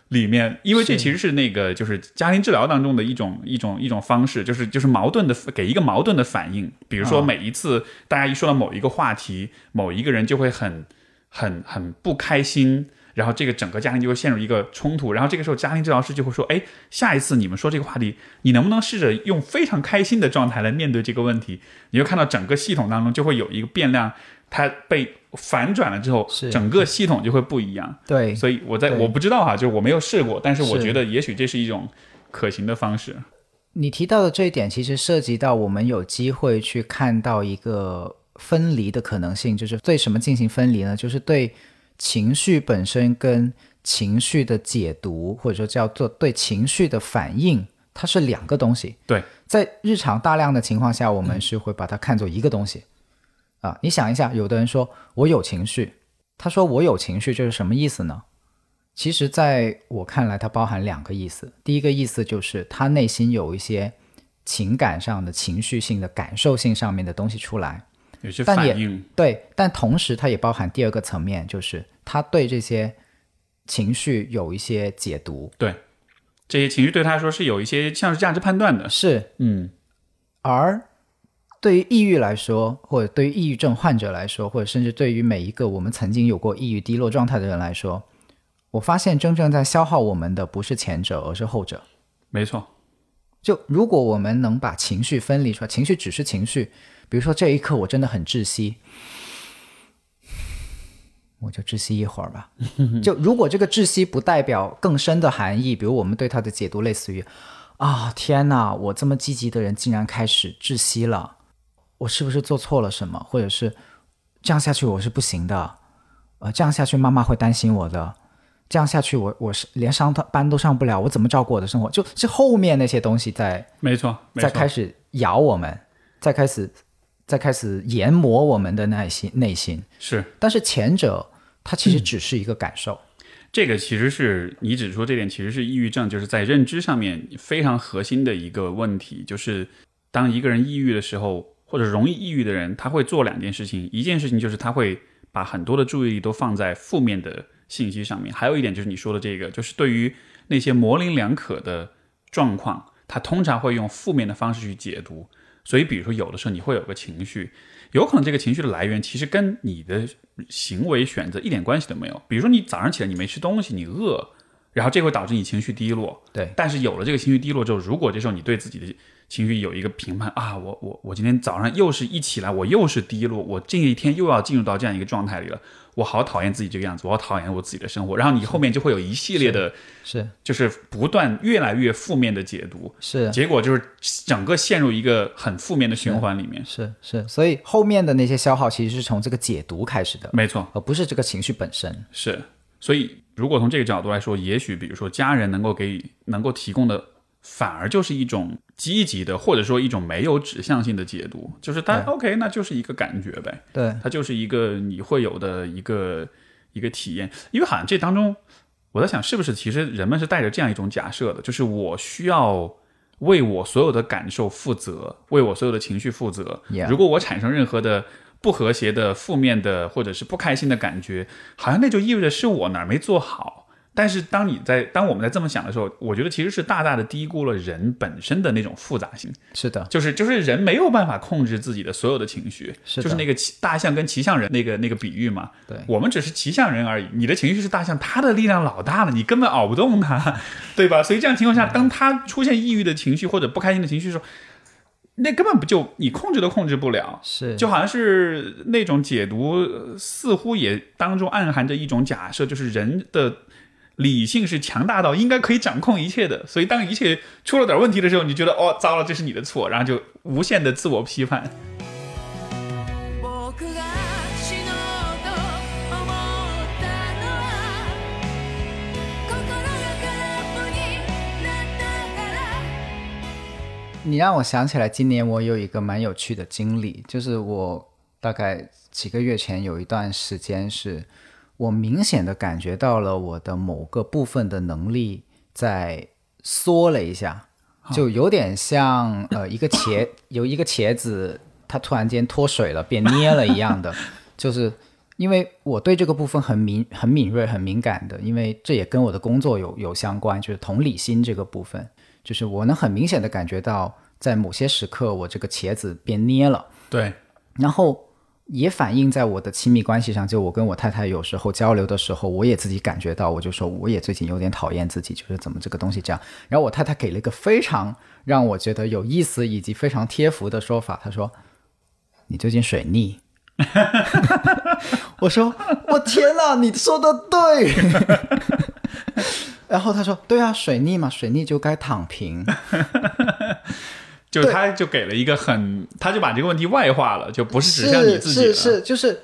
Speaker 3: 里面，因为这
Speaker 2: 是
Speaker 3: 其实是那个就是家庭治疗当中的一种一种一种方式，就是就是矛盾的给一个矛盾的反应。比如说
Speaker 2: 啊
Speaker 3: 每一次大家一说到某一个话题，某一个人就会很很很不开心。然后这个整个家庭就会陷入一个冲突，然后这个时候家庭治疗师就会说：“哎，下一次你们说这个话题，你能不能试着用非常开心的状态来面对这个问题？”你会看到整个系统当中就会有一个变量，它被反转了之后，
Speaker 2: 是
Speaker 3: 整个系统就会不一样。
Speaker 2: 对，
Speaker 3: 所以我在
Speaker 2: 对
Speaker 3: 我不知道哈、就是我没有试过，但是我
Speaker 2: 是
Speaker 3: 觉得也许这是一种可行的方式。
Speaker 2: 你提到的这一点，其实涉及到我们有机会去看到一个分离的可能性，就是对什么进行分离呢？就是对情绪本身跟情绪的解读，或者说叫做对情绪的反应，它是两个东西。
Speaker 3: 对，
Speaker 2: 在日常大量的情况下，我们是会把它看作一个东西。啊，你想一下，有的人说我有情绪，他说我有情绪，这是什么意思呢？其实，在我看来，它包含两个意思。第一个意思就是他内心有一些情感上的、情绪性的、感受性上面的东西出来，
Speaker 3: 有些
Speaker 2: 但
Speaker 3: 反
Speaker 2: 也
Speaker 3: 应，
Speaker 2: 对，但同时它也包含第二个层面，就是他对这些情绪有一些解读，
Speaker 3: 对这些情绪对他来说是有一些像是价值判断的。
Speaker 2: 是
Speaker 3: 嗯，
Speaker 2: 而对于抑郁来说，或者对于抑郁症患者来说，或者甚至对于每一个我们曾经有过抑郁低落状态的人来说，我发现真正在消耗我们的不是前者，而是后者。
Speaker 3: 没错，
Speaker 2: 就如果我们能把情绪分离出来，情绪只是情绪，比如说这一刻我真的很窒息，我就窒息一会儿吧。就如果这个窒息不代表更深的含义，比如我们对它的解读类似于啊、天哪，我这么积极的人竟然开始窒息了，我是不是做错了什么？或者是这样下去我是不行的，呃，这样下去妈妈会担心我的。这样下去我，我是连上班都上不了，我怎么照顾我的生活？就是后面那些东西在
Speaker 3: 没错，没
Speaker 2: 在
Speaker 3: 错。
Speaker 2: 开始咬我们，在开始在开始研磨我们的耐心内心。
Speaker 3: 是
Speaker 2: 但是前者它其实只是一个感受，
Speaker 3: 这个其实是你指出这点，其实是抑郁症就是在认知上面非常核心的一个问题，就是当一个人抑郁的时候，或者容易抑郁的人，他会做两件事情，一件事情就是他会把很多的注意力都放在负面的信息上面，还有一点就是你说的这个，就是对于那些模棱两可的状况，他通常会用负面的方式去解读。所以，比如说，有的时候你会有个情绪，有可能这个情绪的来源其实跟你的行为选择一点关系都没有。比如说，你早上起来你没吃东西，你饿，然后这会导致你情绪低落。
Speaker 2: 对
Speaker 3: 但是有了这个情绪低落之后，如果这时候你对自己的情绪有一个评判啊，我我我今天早上又是一起来，我又是低落，我这一天又要进入到这样一个状态里了，我好讨厌自己这个样子，我好讨厌我自己的生活。然后你后面就会有一系列的，
Speaker 2: 是
Speaker 3: 就是不断越来越负面的解读，
Speaker 2: 是
Speaker 3: 结果就是整个陷入一个很负面的循环里面。
Speaker 2: 是是，所以后面的那些消耗其实是从这个解读开始的，
Speaker 3: 没错，
Speaker 2: 而不是这个情绪本身。
Speaker 3: 是，所以如果从这个角度来说，也许比如说家人能够给予、能够提供的，反而就是一种积极的，或者说一种没有指向性的解读，就是他 OK，那就是一个感觉呗，
Speaker 2: 对，
Speaker 3: 它就是一个你会有的一个一个体验，因为好像这当中，我在想是不是其实人们是带着这样一种假设的，就是我需要。为我所有的感受负责，为我所有的情绪负责。
Speaker 2: Yeah
Speaker 3: 如果我产生任何的不和谐的、负面的或者是不开心的感觉，好像那就意味着是我哪儿没做好。但是当你在当我们在这么想的时候，我觉得其实是大大的低估了人本身的那种复杂性。
Speaker 2: 是的，
Speaker 3: 就是就是人没有办法控制自己的所有的情绪，
Speaker 2: 是的
Speaker 3: 就是那个骑大象跟骑象人那个那个比喻嘛。
Speaker 2: 对
Speaker 3: 我们只是骑象人而已，你的情绪是大象，它的力量老大了，你根本熬不动它， 对吧？所以这样情况下，当他出现抑郁的情绪或者不开心的情绪的时候，那根本不就你控制都控制不了。
Speaker 2: 是
Speaker 3: 就好像是那种解读，呃似乎也当中暗含着一种假设，就是人的理性是强大到应该可以掌控一切的。所以当一切出了点问题的时候，你觉得哦，糟了，这是你的错，然后就无限的自我批判。
Speaker 1: 僕が死のうと思ったのは心が空っぽになったから
Speaker 2: 你让我想起来，今年我有一个蛮有趣的经历，就是我大概几个月前有一段时间是，我明显的感觉到了我的某个部分的能力在缩了一下，就有点像呃一个茄有一个茄子，它突然间脱水了变捏了一样的， 就是因为我对这个部分很敏很敏锐很敏感的，因为这也跟我的工作有有相关，就是同理心这个部分，就是我能很明显的感觉到，在某些时刻我这个茄子变捏了。
Speaker 3: 对，
Speaker 2: 然后也反映在我的亲密关系上，就我跟我太太有时候交流的时候，我也自己感觉到，我就说我也最近有点讨厌自己，就是怎么这个东西这样。然后我太太给了一个非常让我觉得有意思以及非常贴服的说法，她说：“你最近水逆。” 我说：“我天哪，你说的对。” 然后她说：“对啊，水逆嘛，水逆就该躺平。”
Speaker 3: 就
Speaker 2: 对
Speaker 3: 他就给了一个很，他就把这个问题外化了，就不是指向你自己
Speaker 2: 是
Speaker 3: 了。
Speaker 2: 是，就是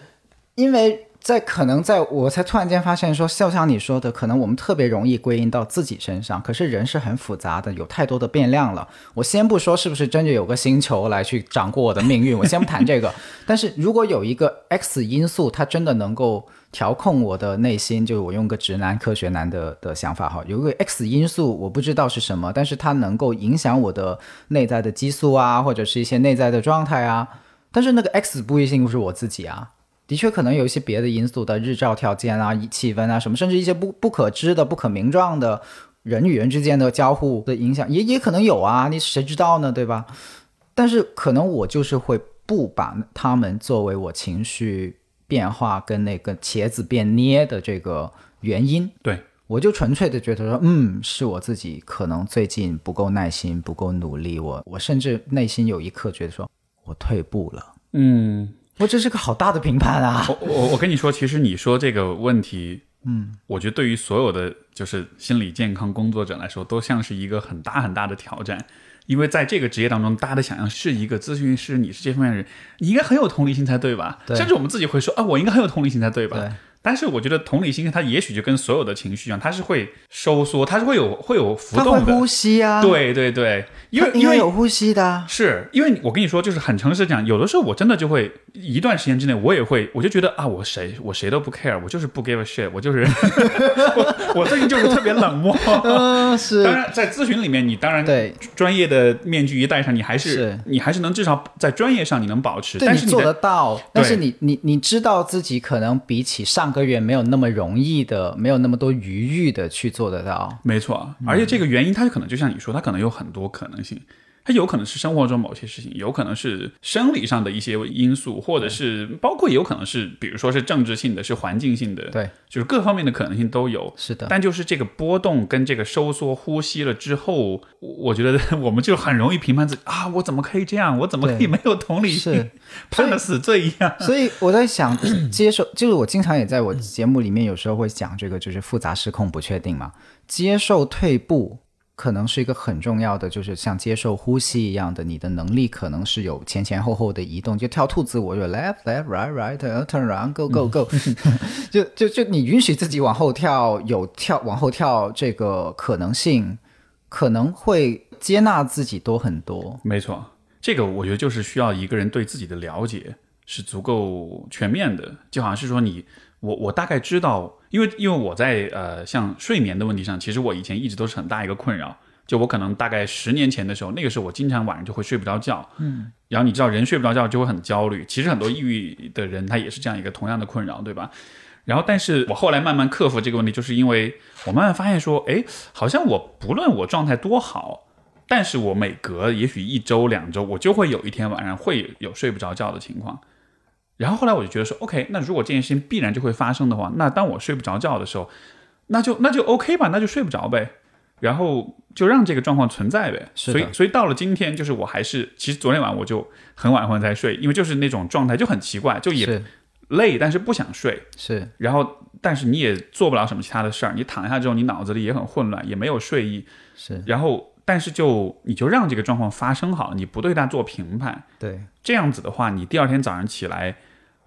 Speaker 2: 因为在可能在我才突然间发现说，就像你说的，可能我们特别容易归因到自己身上，可是人是很复杂的，有太多的变量了。我先不说是不是真的有个星球来去掌握我的命运，我先不谈这 个。但是如果有一个 X 因素，它真的能够调控我的内心，就是我用个直男科学男的的想法哈，有一个 X 因素我不知道是什么，但是它能够影响我的内在的激素啊，或者是一些内在的状态啊。但是那个 X 不一定是我自己啊，的确可能有一些别的因素的日照条件啊、气温啊什么，甚至一些不不可知的、不可名状的人与人之间的交互的影响，也也可能有啊，你谁知道呢，对吧？但是可能我就是会不把他们作为我情绪变化跟那个茄子变捏的这个原因，
Speaker 3: 对，
Speaker 2: 我就纯粹的觉得说，嗯，是我自己可能最近不够耐心、不够努力，我我甚至内心有一刻觉得说我退步了，
Speaker 3: 嗯，
Speaker 2: 我这是个好大的评判啊！
Speaker 3: 我我我跟你说，其实你说这个问题，嗯，我觉得对于所有的就是心理健康工作者来说，都像是一个很大很大的挑战。因为在这个职业当中，大家的想象是一个咨询师，你是这方面的人，你应该很有同理心才对吧？
Speaker 2: 对
Speaker 3: 甚至我们自己会说，啊，我应该很有同理心才对吧？
Speaker 2: 对
Speaker 3: 但是我觉得同理心，它也许就跟所有的情绪一样，它是会收缩，它是会有会有浮
Speaker 2: 他会
Speaker 3: 动的。
Speaker 2: 呼吸啊，，
Speaker 3: 对对对，因为
Speaker 2: 应
Speaker 3: 因
Speaker 2: 该
Speaker 3: 为
Speaker 2: 有呼吸的啊，
Speaker 3: 是因为我跟你说，就是很诚实地讲，有的时候我真的就会一段时间之内，我也会，我就觉得啊，我谁我谁都不 care，我就是不 give a shit，我就是 我我最近就是特别冷漠。
Speaker 2: 嗯，是
Speaker 3: 啊当然，在咨询里面，你当然
Speaker 2: 对
Speaker 3: 专业的面具一戴上，你还是
Speaker 2: 是
Speaker 3: 你还是能至少在专业上你能保持，
Speaker 2: 对
Speaker 3: 但
Speaker 2: 你
Speaker 3: 是你
Speaker 2: 做
Speaker 3: 的
Speaker 2: 得到，但是你你你知道自己可能比起上个月没有那么容易的，没有那么多余裕的去做得到。
Speaker 3: 没错，
Speaker 2: 嗯
Speaker 3: 而且这个原因，它可能就像你说，它可能有很多可能性，它有可能是生活中某些事情，有可能是生理上的一些因素，或者是包括有可能是，比如说是政治性的，是环境性的，
Speaker 2: 对，
Speaker 3: 就是各方面的可能性都有。
Speaker 2: 是的，
Speaker 3: 但就是这个波动跟这个收缩、呼吸了之后，我我觉得我们就很容易评判自己啊，我怎么可以这样？我怎么可以
Speaker 2: 对
Speaker 3: 没有同理心
Speaker 2: 是，
Speaker 3: 判了死罪一样？
Speaker 2: 所以我在想，接受就是我经常也在我节目里面有时候会讲这个，就是复杂失控不确定嘛。接受退步可能是一个很重要的，就是像接受呼吸一样的，你的能力可能是有前前后后的移动，就跳兔子舞，我就 left left right right turn around go go go，就就就你允许自己往后跳，有跳往后跳这个可能性，可能会接纳自己多很多。
Speaker 3: 没错，这个我觉得就是需要一个人对自己的了解是足够全面的，就好像是说你我我大概知道，因为因为我在呃像睡眠的问题上，其实我以前一直都是很大一个困扰。就我可能大概十年前的时候，那个时候我经常晚上就会睡不着觉，嗯，然后你知道人睡不着觉就会很焦虑，其实很多抑郁的人他也是这样一个同样的困扰，对吧？然后，但是我后来慢慢克服这个问题，就是因为我慢慢发现说，哎，好像我不论我状态多好，但是我每隔也许一周两周，我就会有一天晚上会有睡不着觉的情况。然后后来我就觉得说，OK，那如果这件事情必然就会发生的话，那当我睡不着觉的时候，那就那就 OK 吧，那就睡不着呗，然后就让这个状况存在呗。
Speaker 2: 是的
Speaker 3: 所以所以到了今天，就是我还是其实昨天晚上我就很晚很晚才睡，因为就是那种状态就很奇怪，就也
Speaker 2: 是
Speaker 3: 累，但是不想睡。
Speaker 2: 是，
Speaker 3: 然后但是你也做不了什么其他的事儿，你躺下之后，你脑子里也很混乱，也没有睡意，
Speaker 2: 是
Speaker 3: 然后但是就你就让这个状况发生好了，你不对它做评判，
Speaker 2: 对。
Speaker 3: 这样子的话，你第二天早上起来。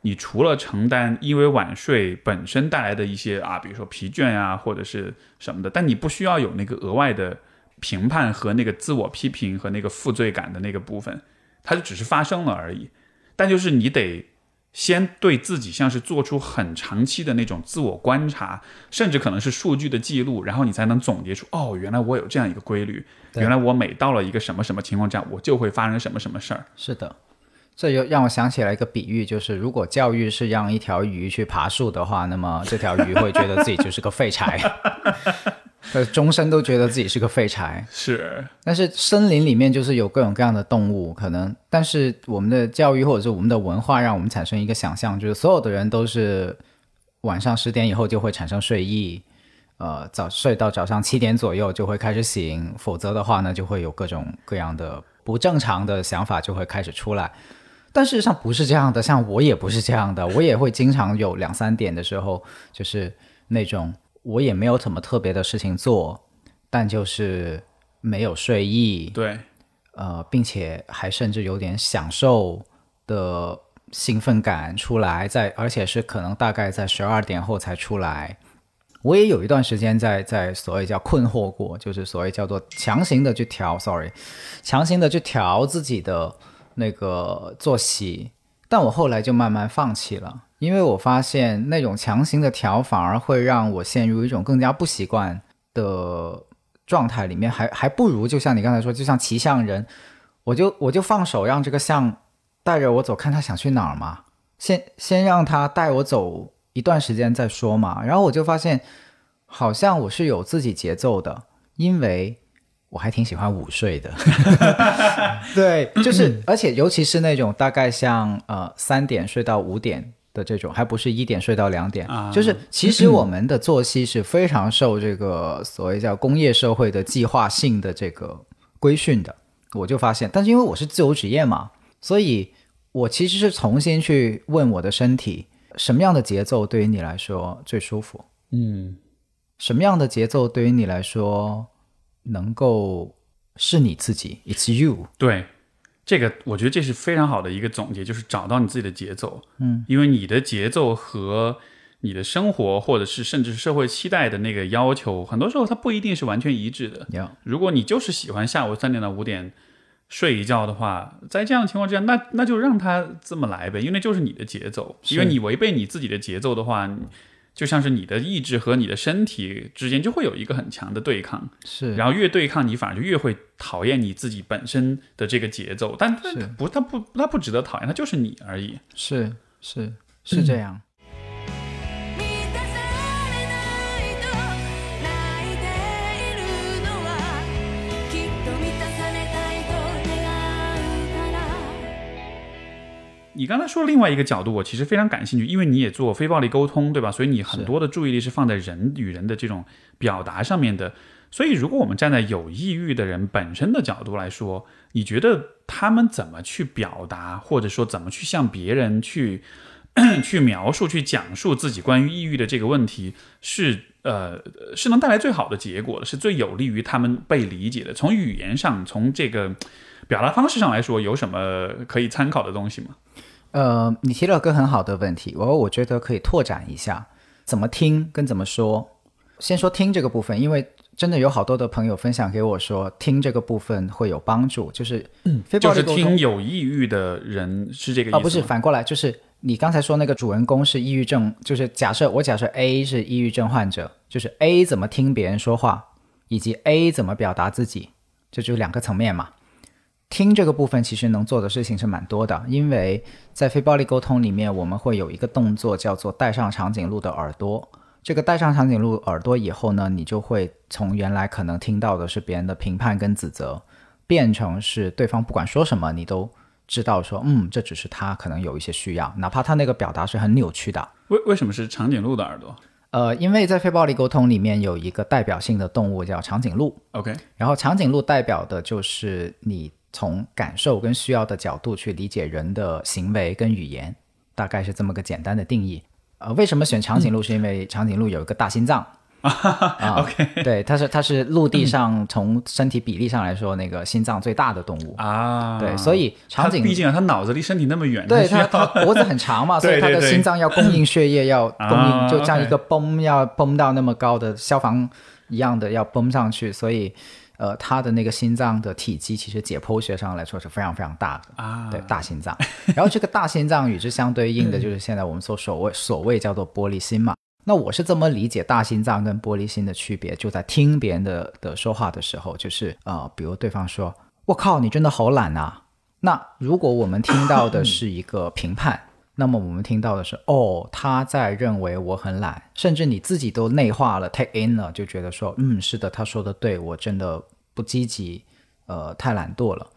Speaker 3: 你除了承担因为晚睡本身带来的一些啊，比如说疲倦啊，或者是什么的，但你不需要有那个额外的评判和那个自我批评和那个负罪感的那个部分，它就只是发生了而已。但就是你得先对自己像是做出很长期的那种自我观察，甚至可能是数据的记录，然后你才能总结出哦，原来我有这样一个规律，
Speaker 2: 对
Speaker 3: 原来我每到了一个什么什么情况下，我就会发生什么什么事儿。
Speaker 2: 是的，这又让我想起来一个比喻，就是如果教育是让一条鱼去爬树的话，那么这条鱼会觉得自己就是个废柴， 呃，终身都觉得自己是个废柴。
Speaker 3: 是，
Speaker 2: 但是森林里面就是有各种各样的动物，可能，但是我们的教育或者是我们的文化让我们产生一个想象，就是所有的人都是晚上十点以后就会产生睡意，呃，早睡到早上七点左右就会开始醒，否则的话呢，就会有各种各样的不正常的想法就会开始出来。但事实上不是这样的，像我也不是这样的，我也会经常有两三点的时候，就是那种我也没有什么特别的事情做，但就是没有睡意，
Speaker 3: 对，
Speaker 2: 呃，并且还甚至有点享受的兴奋感出来，在而且是可能大概在十二点后才出来。我也有一段时间在在所谓叫困惑过，就是所谓叫做强行的去调，sorry，强行的去调自己的那个作息，但我后来就慢慢放弃了，因为我发现那种强行的调反而会让我陷入一种更加不习惯的状态里面，还还不如就像你刚才说，就像骑象人，我就我就放手让这个象带着我走，看他想去哪儿嘛，先先让他带我走一段时间再说嘛。然后我就发现，好像我是有自己节奏的，因为我还挺喜欢午睡的。对，就是而且尤其是那种大概像呃三点睡到五点。的这种还不是一点睡到两点，
Speaker 3: 啊
Speaker 2: 就是其实我们的作息是非常受这个所谓叫工业社会的计划性的这个规训的。我就发现，但是因为我是自由职业嘛，所以我其实是重新去问我的身体，什么样的节奏对于你来说最舒服？
Speaker 3: 嗯，
Speaker 2: 什么样的节奏对于你来说能够是你自己？It's you。
Speaker 3: 对，这个我觉得这是非常好的一个总结，就是找到你自己的节奏。嗯，因为你的节奏和你的生活，或者是甚至是社会期待的那个要求，很多时候它不一定是完全一致的。
Speaker 2: Yeah，
Speaker 3: 如果你就是喜欢下午三点到五点睡一觉的话，在这样的情况之下，那那就让它这么来呗，因为那就是你的节奏。
Speaker 2: 是
Speaker 3: 因为你违背你自己的节奏的话，你就像是你的意志和你的身体之间就会有一个很强的对抗。
Speaker 2: 是，
Speaker 3: 然后越对抗，你反而就越会讨厌你自己本身的这个节奏。但它
Speaker 2: 是
Speaker 3: 不，它不，它不值得讨厌，它就是你而已。
Speaker 2: 是是是这样。
Speaker 1: 満たされないと泣いているのはきっと満たされたいと願うから
Speaker 3: 你刚才说另外一个角度，我其实非常感兴趣，因为你也做非暴力沟通，对吧？所以你很多的注意力是放在人与人的这种表达上面的。所以，如果我们站在有抑郁的人本身的角度来说，你觉得他们怎么去表达，或者说怎么去向别人去 去描述、去讲述自己关于抑郁的这个问题，是呃是能带来最好的结果的，是最有利于他们被理解的？从语言上，从这个表达方式上来说，有什么可以参考的东西吗？
Speaker 2: 呃，你提了个很好的问题，我我觉得可以拓展一下，怎么听跟怎么说。先说听这个部分，因为真的有好多的朋友分享给我说，听这个部分会有帮助，就是非暴
Speaker 3: 嗯就
Speaker 2: 力
Speaker 3: 是
Speaker 2: 沟通。
Speaker 3: 听有抑郁的人是这个意思
Speaker 2: 啊，
Speaker 3: 吗
Speaker 2: 不是，反过来就是你刚才说那个主人公是抑郁症，就是假设我假设 A 是抑郁症患者，就是 A 怎么听别人说话，以及 A 怎么表达自己，这就是两个层面嘛。听这个部分其实能做的事情是蛮多的，因为在非暴力沟通里面，我们会有一个动作叫做戴上长颈鹿的耳朵。这个戴上长颈鹿耳朵以后呢，你就会从原来可能听到的是别人的评判跟指责，变成是对方不管说什么，你都知道说，嗯，这只是他可能有一些需要，哪怕他那个表达是很扭曲的。
Speaker 3: 为为什么是长颈鹿的耳朵
Speaker 2: 呃，因为在非暴力沟通里面有一个代表性的动物叫长颈鹿，
Speaker 3: ？OK，
Speaker 2: 然后长颈鹿代表的就是你从感受跟需要的角度去理解人的行为跟语言，大概是这么个简单的定义。呃，为什么选长颈鹿？是因为长颈鹿有一个大心 脏。啊
Speaker 3: OK
Speaker 2: 对，它是它是陆地上从身体比例上来说，那个心脏最大的动物。
Speaker 3: 啊，
Speaker 2: 对，所以长颈
Speaker 3: 它
Speaker 2: 鹿
Speaker 3: 毕竟啊，他脑子离身体那么远，
Speaker 2: 对
Speaker 3: 它需
Speaker 2: 它，
Speaker 3: 要
Speaker 2: 它脖子很长 嘛，所以
Speaker 3: 对
Speaker 2: 它的
Speaker 3: 对对
Speaker 2: 心脏要供应血液，要供应，
Speaker 3: 啊
Speaker 2: 就像一
Speaker 3: OK
Speaker 2: 个泵要泵到那么高的消防一样的要泵上去，所以呃，他的那个心脏的体积，其实解剖学上来说是非常非常大的
Speaker 3: 啊
Speaker 2: 对，大心脏。 然后这个大心脏与之相对应的就是现在我们所所谓所谓叫做玻璃心嘛。那我是这么理解大心脏跟玻璃心的区别，就在听别人的的说话的时候，就是呃，比如对方说“我靠，你真的好懒啊”，那如果我们听到的是一个评判，那么我们听到的是哦，他在认为我很懒，甚至你自己都内化了 take in 了，就觉得说嗯，是的，他说的对，我真的不积极，呃，太懒惰了。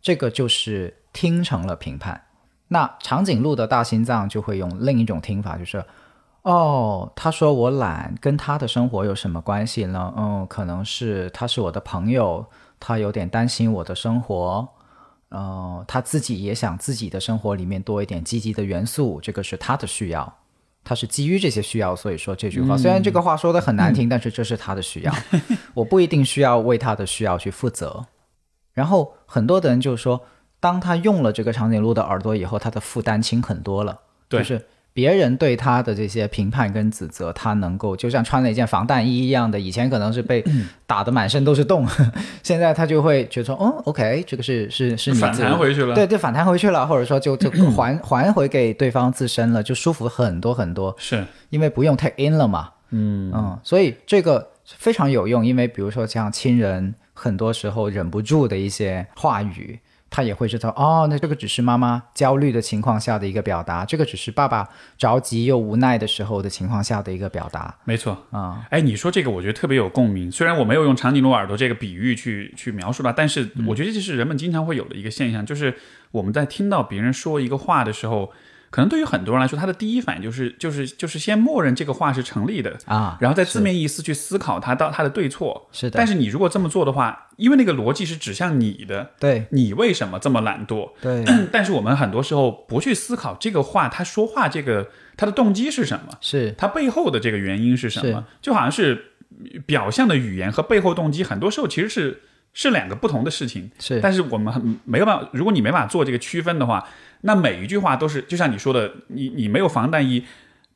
Speaker 2: 这个就是听成了评判。那长颈鹿的大心脏就会用另一种听法，就是哦，他说我懒，跟他的生活有什么关系呢？嗯，可能是他是我的朋友，他有点担心我的生活，呃，他自己也想自己的生活里面多一点积极的元素，这个是他的需要。他是基于这些需要，所以说这句话。
Speaker 3: 嗯
Speaker 2: 虽然这个话说的很难听，但是这是他的需要， 我不一定需要为他的需要去负责。然后很多的人就说，当他用了这个长颈鹿的耳朵以后，他的负担轻很多了。
Speaker 3: 对
Speaker 2: 就是别人对他的这些评判跟指责，他能够就像穿了一件防弹衣一样的，以前可能是 被打得满身都是洞， 现在他就会觉得说，哦，OK，这个是是是你
Speaker 3: 反
Speaker 2: 自己
Speaker 3: 弹回去了
Speaker 2: 对，就反弹回去了，或者说就就 还还回给对方自身了，就舒服很多很多。
Speaker 3: 是
Speaker 2: 因为不用 take in 了嘛。嗯所以这个非常有用，因为比如说像亲人，很多时候忍不住的一些话语，他也会知道哦，那这个只是妈妈焦虑的情况下的一个表达，这个只是爸爸着急又无奈的时候的情况下的一个表达。
Speaker 3: 没错
Speaker 2: 啊。
Speaker 3: 哎，你说这个，我觉得特别有共鸣。虽然我没有用长颈鹿耳朵这个比喻去去描述它，但是
Speaker 2: 嗯
Speaker 3: 我觉得这是人们经常会有的一个现象，就是我们在听到别人说一个话的时候，可能对于很多人来说，他的第一反应就是就是就是先默认这个话是成立的
Speaker 2: 啊
Speaker 3: 然后在字面意思去思考它到它的对错。
Speaker 2: 是的
Speaker 3: 但是你如果这么做的话，因为那个逻辑是指向你的，
Speaker 2: 对
Speaker 3: 你为什么这么懒惰？
Speaker 2: 对，
Speaker 3: 但是我们很多时候不去思考这个话，他说话这个他的动机是什么？
Speaker 2: 是
Speaker 3: 它背后的这个原因是什
Speaker 2: 是
Speaker 3: 么？就好像是表象的语言和背后动机，很多时候其实是是两个不同的事情。
Speaker 2: 是
Speaker 3: 但是我们很没有办法，如果你没办法做这个区分的话，那每一句话都是就像你说的，你你没有防弹衣。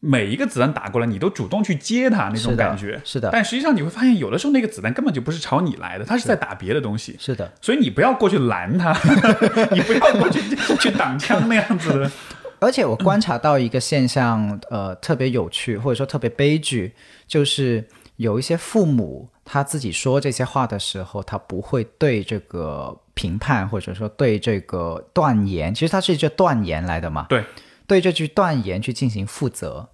Speaker 3: 每一个子弹打过来，你都主动去接它那
Speaker 2: 是
Speaker 3: 种
Speaker 2: 的
Speaker 3: 感觉，
Speaker 2: 是的
Speaker 3: 但实际上你会发现，有的时候那个子弹根本就不是朝你来的，它是在打别的东西。
Speaker 2: 是的。
Speaker 3: 所以你不要过去拦它， 你不要过去去挡枪那 样子的。
Speaker 2: 而且我观察到一个现象，呃，特别有趣，或者说特别悲剧，就是有一些父母他自己说这些话的时候，他不会对这个评判，或者说对这个断言，其实它是一句断言来的嘛，
Speaker 3: 对，
Speaker 2: 对这句断言去进行负责。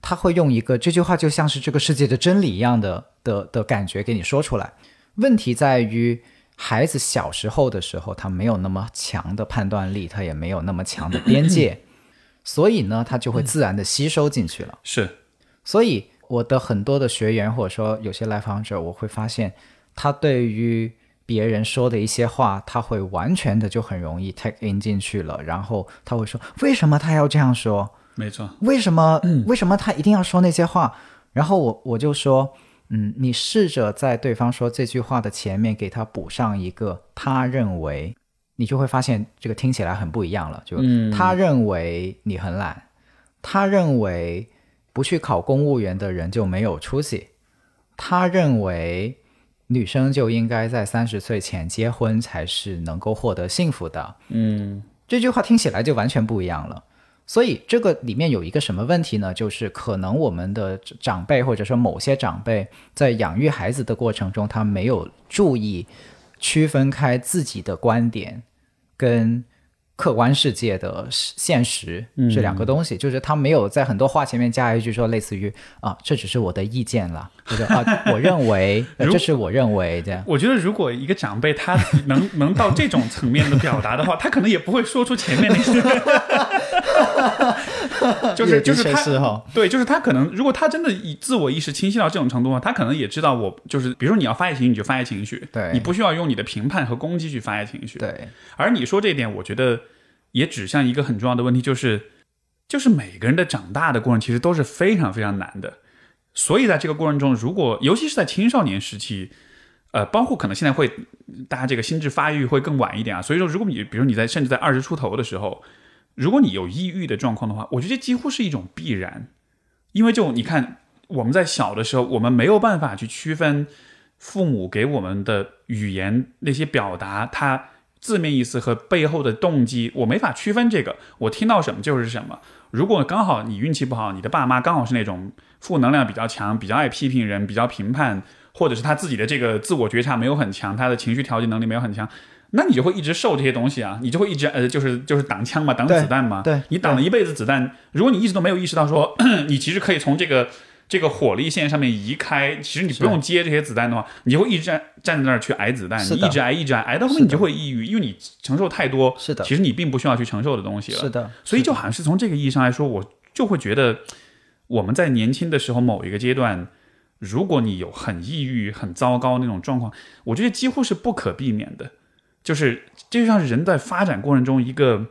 Speaker 2: 他会用一个这句话就像是这个世界的真理一样的的的感觉给你说出来。问题在于，孩子小时候的时候，他没有那么强的判断力，他也没有那么强的边界，所以呢，他就会自然的吸收进去了。
Speaker 3: 是
Speaker 2: 所以我的很多的学员或者说有些来访者，我会发现他对于别人说的一些话，他会完全的就很容易 take in 进去了，然后他会说为什么他要这样说？
Speaker 3: 没错，
Speaker 2: 为什么？为什么他一定要说那些话？然后我我就说，嗯，你试着在对方说这句话的前面给他补上一个他认为，你就会发现这个听起来很不一样了。就、
Speaker 3: 嗯
Speaker 2: 他认为你很懒，他认为不去考公务员的人就没有出息，他认为女生就应该在三十岁前结婚才是能够获得幸福的。
Speaker 3: 嗯，
Speaker 2: 这句话听起来就完全不一样了。所以这个里面有一个什么问题呢？就是可能我们的长辈或者说某些长辈在养育孩子的过程中，他没有注意区分开自己的观点跟客观世界的现实
Speaker 3: 嗯
Speaker 2: 这两个东西，就是他没有在很多话前面加一句说类似于啊，这只是我的意见啦，就是啊，我认为，呃
Speaker 3: 如
Speaker 2: 这是我认为这样。
Speaker 3: 我觉得，如果一个长辈他能 能到这种层面的表达的话，他可能也不会说出前面那 些，就是
Speaker 2: 也的
Speaker 3: 就是
Speaker 2: 确
Speaker 3: 他
Speaker 2: 是哈
Speaker 3: 对，就是他可能，如果他真的以自我意识清晰到这种程度的话，他可能也知道我就是，比如说你要发泄情绪，你就发泄情绪，
Speaker 2: 对
Speaker 3: 你不需要用你的评判和攻击去发泄情绪。，
Speaker 2: 对，
Speaker 3: 而你说这一点，我觉得也指向一个很重要的问题，就是就是每个人的长大的过程其实都是非常非常难的，所以在这个过程中，如果尤其是在青少年时期。呃，包括可能现在会，大家这个心智发育会更晚一点啊，所以说，如果你比如你在甚至在二十出头的时候，如果你有抑郁的状况的话，我觉得这几乎是一种必然，因为就你看我们在小的时候，我们没有办法去区分父母给我们的语言那些表达，它字面意思和背后的动机，我没法区分这个。我听到什么就是什么。如果刚好你运气不好，你的爸妈刚好是那种负能量比较强、比较爱批评人、比较评判，或者是他自己的这个自我觉察没有很强，他的情绪调节能力没有很强，那你就会一直受这些东西啊，你就会一直呃，就是就是挡枪嘛，挡
Speaker 2: 对
Speaker 3: 子弹嘛。
Speaker 2: 对
Speaker 3: 你挡了一辈子子弹，如果你一直都没有意识到说，你其实可以从这个这个火力线上面移开，其实你不用接这些子弹的话，你就会一直站站在那儿去挨子弹，
Speaker 2: 是
Speaker 3: 你
Speaker 2: 的
Speaker 3: 一直挨一直挨，挨到后面你就会抑郁，因为你承受太多，
Speaker 2: 是的
Speaker 3: 其实你并不需要去承受的东西了。
Speaker 2: 是的，
Speaker 3: 所以就好像是从这个意义上来说，我就会觉得我们在年轻的时候某一个阶段，如果你有很抑郁、很糟糕那种状况，我觉得几乎是不可避免的。就是这就像是人在发展过程中一个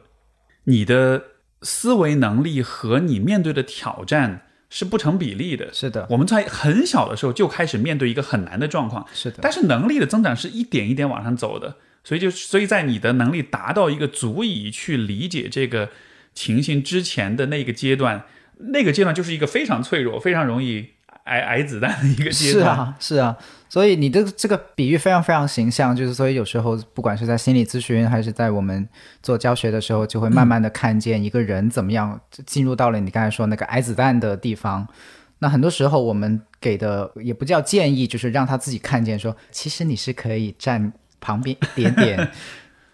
Speaker 3: 你的思维能力和你面对的挑战是不成比例的。
Speaker 2: 是的，
Speaker 3: 我们在很小的时候就开始面对一个很难的状况，
Speaker 2: 是的，
Speaker 3: 但是能力的增长是一点一点往上走的，所以就所以在你的能力达到一个足以去理解这个情形之前的那个阶段，那个阶段就是一个非常脆弱、非常容易挨挨子弹的一个阶
Speaker 2: 是
Speaker 3: 段。
Speaker 2: 啊，是啊，所以你的这个比喻非常非常形象，就是所以有时候不管是在心理咨询，还是在我们做教学的时候，就会慢慢的看见一个人怎么样进入到了你刚才说那个挨子弹的地方。那很多时候我们给的也不叫建议，就是让他自己看见说，其实你是可以站旁边一点点。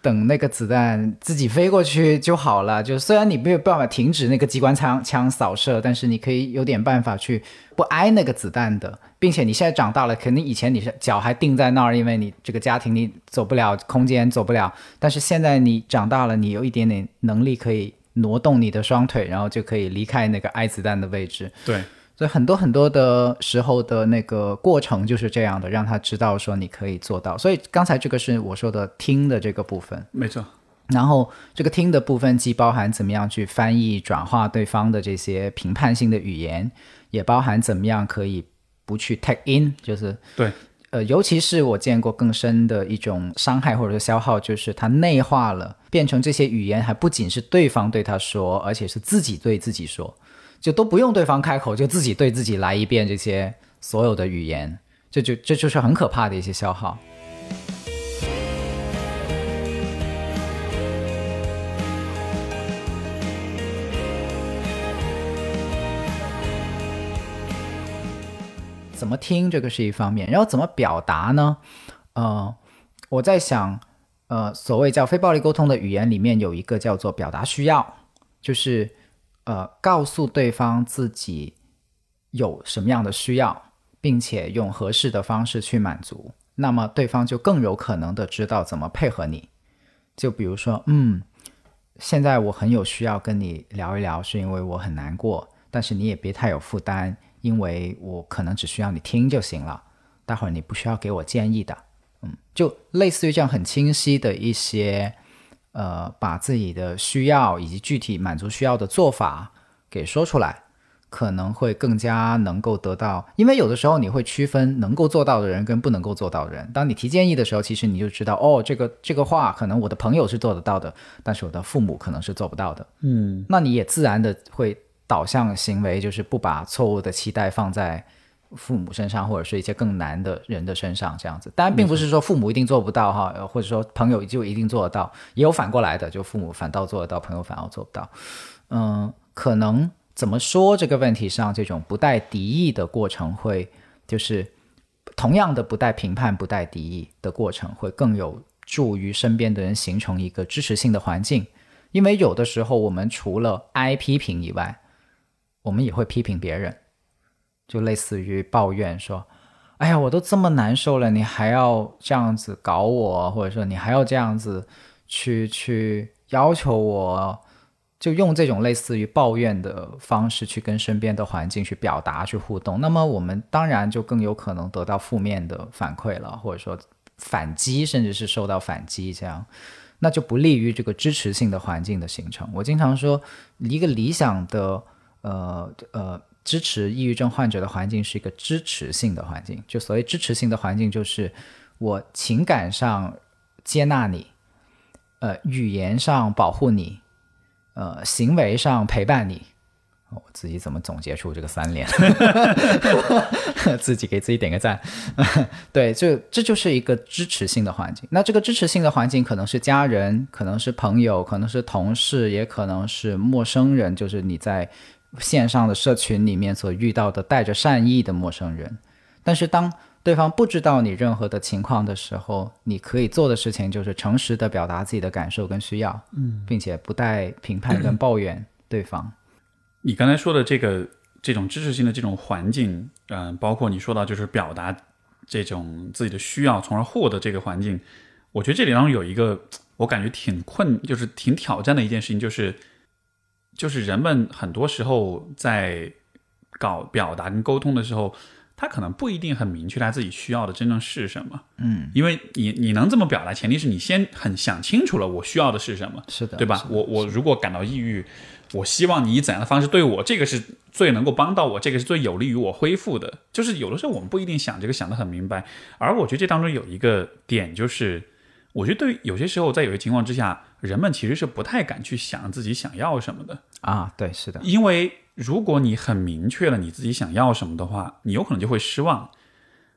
Speaker 2: 等那个子弹自己飞过去就好了。就虽然你没有办法停止那个机关枪枪扫射，但是你可以有点办法去不挨那个子弹的，并且你现在长大了，肯定以前你是脚还定在那儿，因为你这个家庭你走不了，空间走不了。但是现在你长大了，你有一点点能力可以挪动你的双腿，然后就可以离开那个挨子弹的位置。
Speaker 3: 对，
Speaker 2: 所以很多很多的时候的那个过程就是这样的，让他知道说你可以做到。所以刚才这个是我说的听的这个部分。
Speaker 3: 没错。
Speaker 2: 然后这个听的部分既包含怎么样去翻译、转化对方的这些评判性的语言，也包含怎么样可以不去 take in，就是
Speaker 3: 对，
Speaker 2: 呃，尤其是我见过更深的一种伤害或者是消耗，就是它内化了，变成这些语言还不仅是对方对他说，而且是自己对自己说，就都不用对方开口，就自己对自己来一遍这些所有的语言，这就这就是很可怕的一些消耗。怎么听这个是一方面，然后怎么表达呢？呃，我在想，呃，所谓叫非暴力沟通的语言里面有一个叫做表达需要，就是呃告诉对方自己有什么样的需要，并且用合适的方式去满足，那么对方就更有可能的知道怎么配合你。就比如说，嗯，现在我很有需要跟你聊一聊，是因为我很难过，但是你也别太有负担，因为我可能只需要你听就行了，待会儿你不需要给我建议的，嗯，就类似于这样很清晰的一些，呃，把自己的需要以及具体满足需要的做法给说出来。可能会更加能够得到，因为有的时候你会区分能够做到的人跟不能够做到的人。当你提建议的时候，其实你就知道，哦，这个这个话可能我的朋友是做得到的，但是我的父母可能是做不到的。
Speaker 3: 嗯，
Speaker 2: 那你也自然的会导向行为，就是不把错误的期待放在父母身上，或者是一些更难的人的身上，这样子。当然，并不是说父母一定做不到哈，呃或者说朋友就一定做得到，也有反过来的，就父母反倒做得到，朋友反而做不到。嗯，可能怎么说这个问题上，这种不带敌意的过程会，就是同样的不带评判、不带敌意的过程，会更有助于身边的人形成一个支持性的环境。因为有的时候我们除了挨批评以外，我们也会批评别人，就类似于抱怨说：“哎呀，我都这么难受了，你还要这样子搞我，或者说你还要这样子去去要求我。”就用这种类似于抱怨的方式去跟身边的环境去表达、去互动，那么我们当然就更有可能得到负面的反馈了，或者说反击，甚至是受到反击这样。那就不利于这个支持性的环境的形成。我经常说，一个理想的呃呃支持抑郁症患者的环境是一个支持性的环境。就所谓支持性的环境，就是我情感上接纳你，呃，语言上保护你，呃，行为上陪伴你，我自己怎么总结出这个三连？ 自己给自己点个赞。 对，就这就是一个支持性的环境。那这个支持性的环境可能是家人，可能是朋友，可能是同事，也可能是陌生人，就是你在线上的社群里面所遇到的带着善意的陌生人。但是当对方不知道你任何的情况的时候，你可以做的事情就是诚实的表达自己的感受跟需要，嗯，并且不带评判跟抱怨对方。
Speaker 3: 你刚才说的这个这种知识性的这种环境，嗯、包括你说到就是表达这种自己的需要，从而获得这个环境，我觉得这里当中有一个我感觉挺困，就是挺挑战的一件事情，就是就是人们很多时候在搞表达跟沟通的时候。他可能不一定很明确他自己需要的真正是什么，嗯，因为你你能这么表达，前提是你先很想清楚了我需要的是什么，
Speaker 2: 是的
Speaker 3: 对吧？我我如果感到抑郁，我希望你以怎样的方式对我，这个是最能够帮到我，这个是最有利于我恢复的。就是有的时候我们不一定想这个想得很明白，而我觉得这当中有一个点就是，我觉得对于有些时候在有些情况之下，人们其实是不太敢去想自己想要什么的，
Speaker 2: 啊，对，是的，
Speaker 3: 因为如果你很明确了你自己想要什么的话，你有可能就会失望，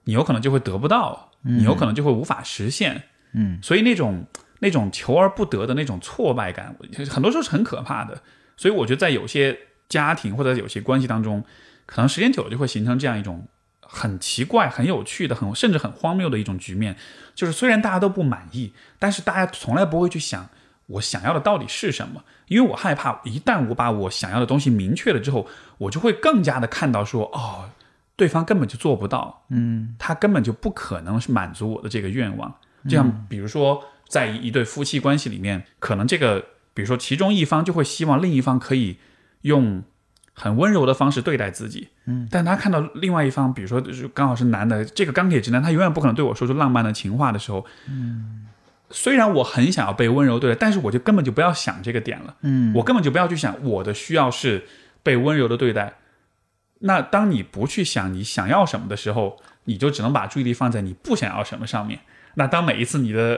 Speaker 3: 你有可能就会得不到，你有可能就会无法实现。
Speaker 2: 嗯，
Speaker 3: 所以那种那种求而不得的那种挫败感，我很多时候是很可怕的。所以我觉得在有些家庭或者有些关系当中，可能时间久了就会形成这样一种很奇怪、很有趣的、很甚至很荒谬的一种局面，就是虽然大家都不满意，但是大家从来不会去想我想要的到底是什么，因为我害怕一旦我把我想要的东西明确了之后，我就会更加的看到说，哦，对方根本就做不到，嗯，他根本就不可能是满足我的这个愿望。这样，比如说在一对夫妻关系里面，可能这个，比如说其中一方就会希望另一方可以用很温柔的方式对待自己，嗯，但他看到另外一方，比如说就是刚好是男的，这个钢铁直男，他永远不可能对我说出浪漫的情话的时候，嗯，虽然我很想要被温柔对待，但是我就根本就不要想这个点了，嗯，我根本就不要去想我的需要是被温柔的对待。那当你不去想你想要什么的时候，你就只能把注意力放在你不想要什么上面。那当每一次你的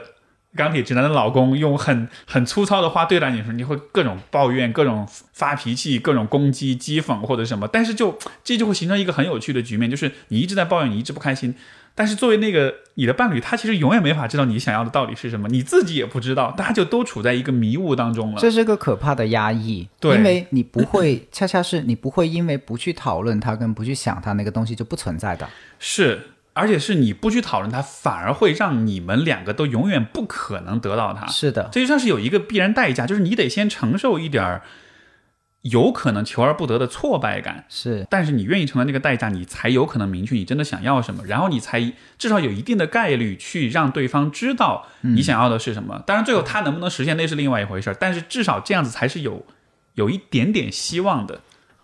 Speaker 3: 钢铁直男的老公用很很粗糙的话对待你的时候，你会各种抱怨、各种发脾气、各种攻击、讥讽或者什么，但是就这就会形成一个很有趣的局面，就是你一直在抱怨，你一直不开心，但是作为那个你的伴侣，他其实永远没法知道你想要的到底是什么，你自己也不知道，大家就都处在一个迷雾当中了。
Speaker 2: 这是个可怕的压抑，
Speaker 3: 对
Speaker 2: 因为你不 会，恰恰是你不会因为不去讨论它跟不去想它那个东西就不存在的。
Speaker 3: 是，而且是你不去讨论它，反而会让你们两个都永远不可能得到它。
Speaker 2: 是的，
Speaker 3: 这就像是有一个必然代价，就是你得先承受一点儿有可能求而不得的挫败感，
Speaker 2: 是
Speaker 3: 但是你愿意承担这个代价，你才有可能明确你真的想要什么，然后你才至少有一定的概率去让对方知道你想要的是什么。当然，最后他能不能实现那是另外一回事儿，但是至少这样子才是有有一点点希望的。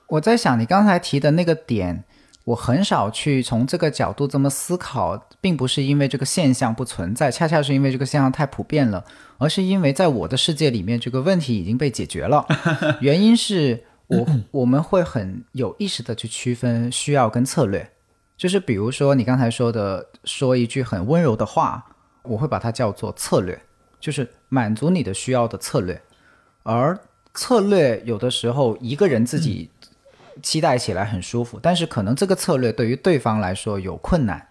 Speaker 2: 我在想你刚才提的那个点，我很少去从这个角度这么思考，并不是因为这个现象不存在，恰恰是因为这个现象太普遍了，而是因为在我的世界里面，这个问题已经被解决了。原因是我我们会很有意识的去区分需要跟策略，就是比如说你刚才说的，说一句很温柔的话，我会把它叫做策略，就是满足你的需要的策略，而。策略有的时候一个人自己期待起来很舒服，但是可能这个策略对于对方来说有困难。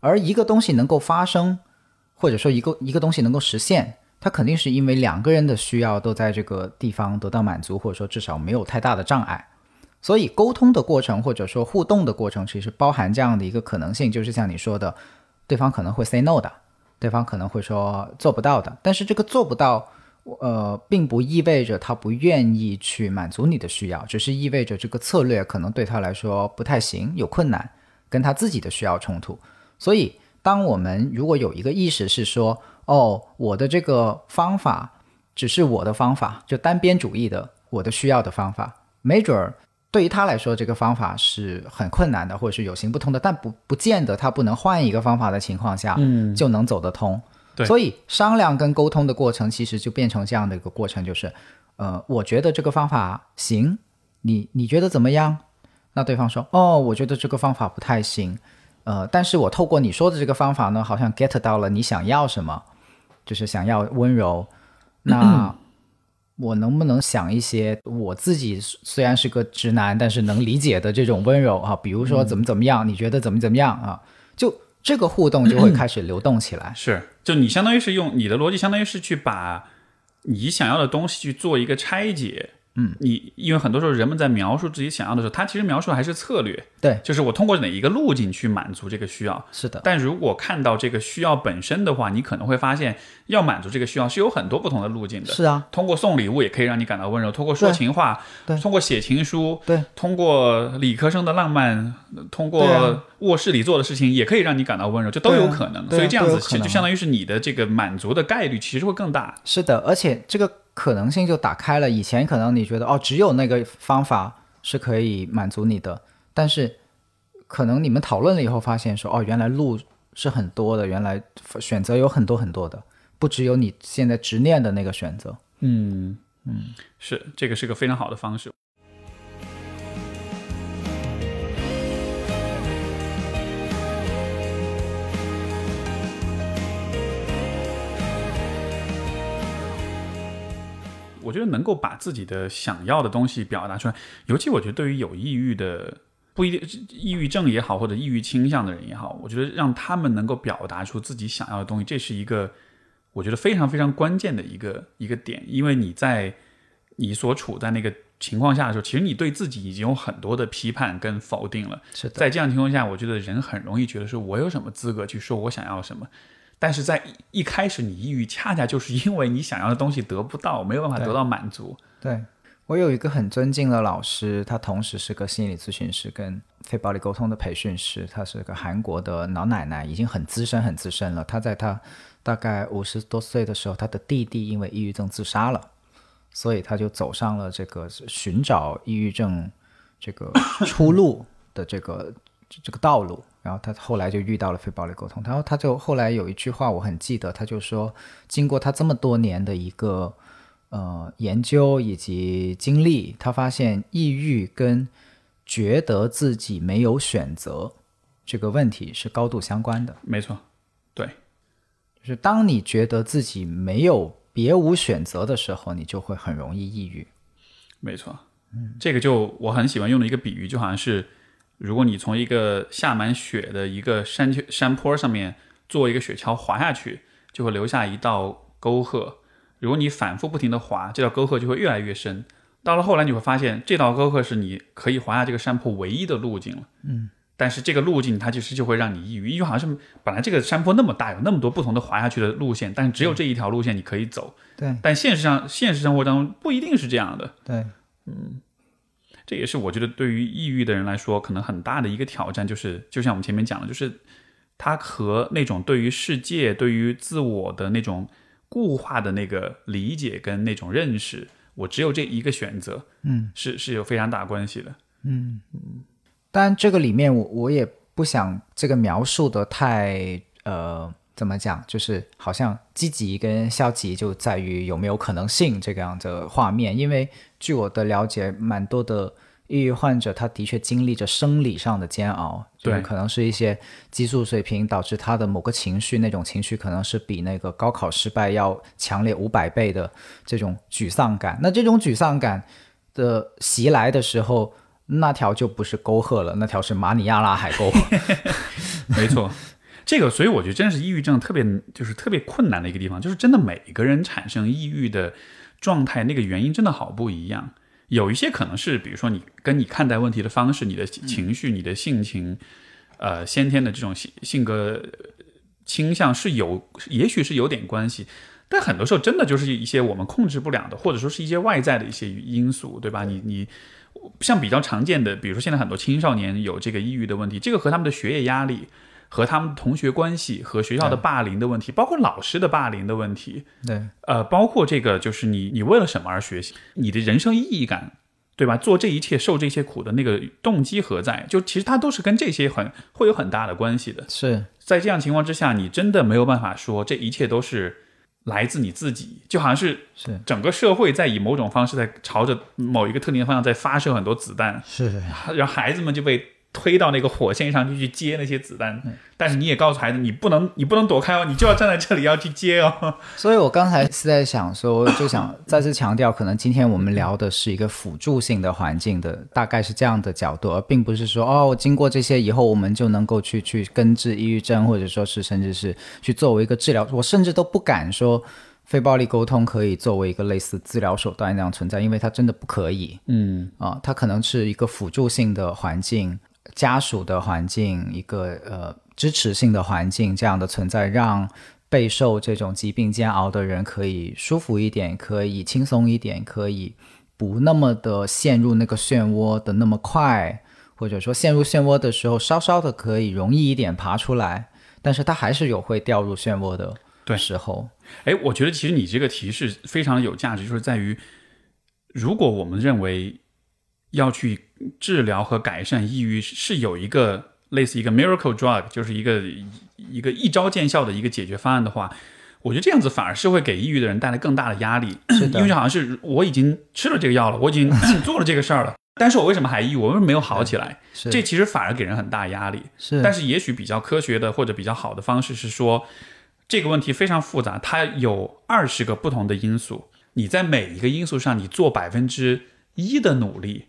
Speaker 2: 而一个东西能够发生，或者说一个一个东西能够实现，它肯定是因为两个人的需要都在这个地方得到满足，或者说至少没有太大的障碍。所以沟通的过程或者说互动的过程，其实包含这样的一个可能性，就是像你说的，对方可能会 say no 的，对方可能会说做不到的，但是这个做不到。呃，并不意味着他不愿意去满足你的需要，只是意味着这个策略可能对他来说不太行，有困难，跟他自己的需要冲突。所以，当我们如果有一个意识是说，哦，我的这个方法只是我的方法，就单边主义的我的需要的方法，没准儿对于他来说，这个方法是很困难的，或者是有行不通的，但不不见得他不能换一个方法的情况下，
Speaker 3: 嗯
Speaker 2: 就能走得通。
Speaker 3: 对
Speaker 2: 所以商量跟沟通的过程，其实就变成这样的一个过程，就是，呃，我觉得这个方法行，你你觉得怎么样？那对方说，哦，我觉得这个方法不太行，呃，但是我透过你说的这个方法呢，好像 get 到了你想要什么，就是想要温柔。那我能不能想一些我自己虽然是个直男，但是能理解的这种温柔啊？比如说怎么怎么样，你觉得怎么怎么样啊？就这个互动就会开始流动起来。
Speaker 3: 是，就你相当于是用你的逻辑，相当于是去把你想要的东西去做一个拆解。嗯，你因为很多时候人们在描述自己想要的时候，他其实描述的还是策略，
Speaker 2: 对，
Speaker 3: 就是我通过哪一个路径去满足这个需要。
Speaker 2: 是的，
Speaker 3: 但如果看到这个需要本身的话，你可能会发现，要满足这个需要是有很多不同的路径的。
Speaker 2: 是啊，
Speaker 3: 通过送礼物也可以让你感到温柔，通过说情话，
Speaker 2: 对
Speaker 3: 通过写情书，
Speaker 2: 对，
Speaker 3: 通过理科生的浪漫，通
Speaker 2: 对
Speaker 3: 过
Speaker 2: 啊
Speaker 3: 卧室里做的事情也可以让你感到温柔，就都有可能。
Speaker 2: 对啊
Speaker 3: 所以这样
Speaker 2: 都
Speaker 3: 子
Speaker 2: 有可
Speaker 3: 其实
Speaker 2: 能
Speaker 3: 就相当于是你的这个满足的概率其实会更大。
Speaker 2: 是的，而且这个可能性就打开了。以前可能你觉得哦，只有那个方法是可以满足你的，但是可能你们讨论了以后发现说，哦，原来路是很多的，原来选择有很多很多的，不只有你现在执念的那个选择。
Speaker 3: 嗯嗯，是这个是个非常好的方式。我觉得能够把自己的想要的东西表达出来，尤其我觉得对于有抑郁的，不一定抑郁症也好，或者抑郁倾向的人也好，我觉得让他们能够表达出自己想要的东西，这是一个我觉得非常非常关键的一个一个点，因为你在你所处在那个情况下的时候，其实你对自己已经有很多的批判跟否定了。
Speaker 2: 是的，
Speaker 3: 在这样的情况下，我觉得人很容易觉得是我有什么资格去说我想要什么。但是在一一开始你抑郁，恰恰就是因为你想要的东西得不到，没有办法
Speaker 2: 对
Speaker 3: 得到满足。
Speaker 2: 对我有一个很尊敬的老师，他同时是个心理咨询师跟非暴力沟通的培训师，他是个韩国的老奶奶，已经很资深很资深了。她在她大概五十多岁的时候，她的弟弟因为抑郁症自杀了，所以她就走上了这个寻找抑郁症这个出路的这个这个道路。然后她后来就遇到了非暴力沟通，然后她就后来有一句话我很记得，她就说，经过她这么多年的一个呃研究以及经历，他发现抑郁跟觉得自己没有选择这个问题是高度相关的。
Speaker 3: 没错，对，
Speaker 2: 就是当你觉得自己没有别无选择的时候，你就会很容易抑郁。
Speaker 3: 没错，这个就我很喜欢用的一个比喻，就好像是如果你从一个下满雪的一个山丘山坡上面做一个雪橇滑下去，就会留下一道沟壑。如果你反复不停的滑，这道沟壑就会越来越深。到了后来，你会发现这道沟壑是你可以滑下这个山坡唯一的路径了。嗯，但是这个路径它其实就会让你抑郁，因为好像是本来这个山坡那么大，有那么多不同的滑下去的路线，但是只有这一条路线你可以走。
Speaker 2: 对
Speaker 3: 但现实上，现实生活当中不一定是这样的。
Speaker 2: 对，
Speaker 3: 这也是我觉得对于抑郁的人来说，可能很大的一个挑战，就是就像我们前面讲的，就是他和那种对于世界、对于自我的那种固化的那个理解跟那种认识，我只有这一个选择，
Speaker 2: 嗯
Speaker 3: 是是有非常大关系的。
Speaker 2: 嗯嗯。但这个里面我我也不想这个描述的太呃。怎么讲？就是好像积极跟消极就在于有没有可能性这个样的画面，因为据我的了解，蛮多的抑郁患者，他的确经历着生理上的煎熬，就是
Speaker 3: 对
Speaker 2: 可能是一些激素水平导致他的某个情绪，那种情绪可能是比那个高考失败要强烈五百倍的这种沮丧感。那这种沮丧感的袭来的时候，那条就不是沟壑了，那条是马里亚纳海沟。
Speaker 3: 没错，这个，所以我觉得真的是抑郁症特别就是特别困难的一个地方，就是真的每个人产生抑郁的状态，那个原因真的好不一样。有一些可能是，比如说你跟你看待问题的方式、你的情绪、你的性情，呃，先天的这种性性格倾向是有，也许是有点关系。但很多时候真的就是一些我们控制不了的，或者说是一些外在的一些因素，对吧？你你像比较常见的，比如说现在很多青少年有这个抑郁的问题，这个和他们的学业压力、和他们同学关系、和学校的霸凌的问题，包括老师的霸凌的问题，
Speaker 2: 对，
Speaker 3: 呃，包括这个就是你你为了什么而学习，你的人生意义感，对吧？做这一切、受这些苦的那个动机何在？就其实它都是跟这些很会有很大的关系的。
Speaker 2: 是
Speaker 3: 在这样情况之下，你真的没有办法说这一切都是来自你自己，就好像是
Speaker 2: 是
Speaker 3: 整个社会在以某种方式在朝着某一个特定的方向在发射很多子弹，
Speaker 2: 是，
Speaker 3: 然后孩子们就被推到那个火线上去去接那些子弹，但是你也告诉孩子，你不能你不能躲开哦，你就要站在这里要去接哦。
Speaker 2: 所以我刚才是在想说，就想再次强调，可能今天我们聊的是一个辅助性的环境的，大概是这样的角度，而并不是说哦，经过这些以后，我们就能够去去根治抑郁症，或者说是甚至是去作为一个治疗，我甚至都不敢说。非暴力沟通可以作为一个类似治疗手段那样存在，因为它真的不可以。
Speaker 3: 嗯，
Speaker 2: 啊，它可能是一个辅助性的环境、家属的环境、一个呃支持性的环境这样的存在，让备受这种疾病煎熬的人可以舒服一点，可以轻松一点，可以不那么的陷入那个漩涡的那么快，或者说陷入漩涡的时候，稍稍的可以容易一点爬出来，但是他还是有会掉入漩涡的
Speaker 3: 对
Speaker 2: 时 候。
Speaker 3: 哎，我觉得其实你这个提示非常有价值，就是在于，如果我们认为要去治疗和改善抑郁是有一个类似一个 miracle drug，就是一个一个一招见效的一个解决方案的话，我觉得这样子反而是会给抑郁的人带来更大的压力，
Speaker 2: 是的
Speaker 3: 因为好像是我已经吃了这个药了，我已经做了这个事儿了，但是我为什么还抑郁？我为什么没有好起来？
Speaker 2: 是
Speaker 3: 这其实反而给人很大压力。
Speaker 2: 是，
Speaker 3: 但是也许比较科学的或者比较好的方式是说，这个问题非常复杂，它有二十个不同的因素，你在每一个因素上你做百分之一的努力。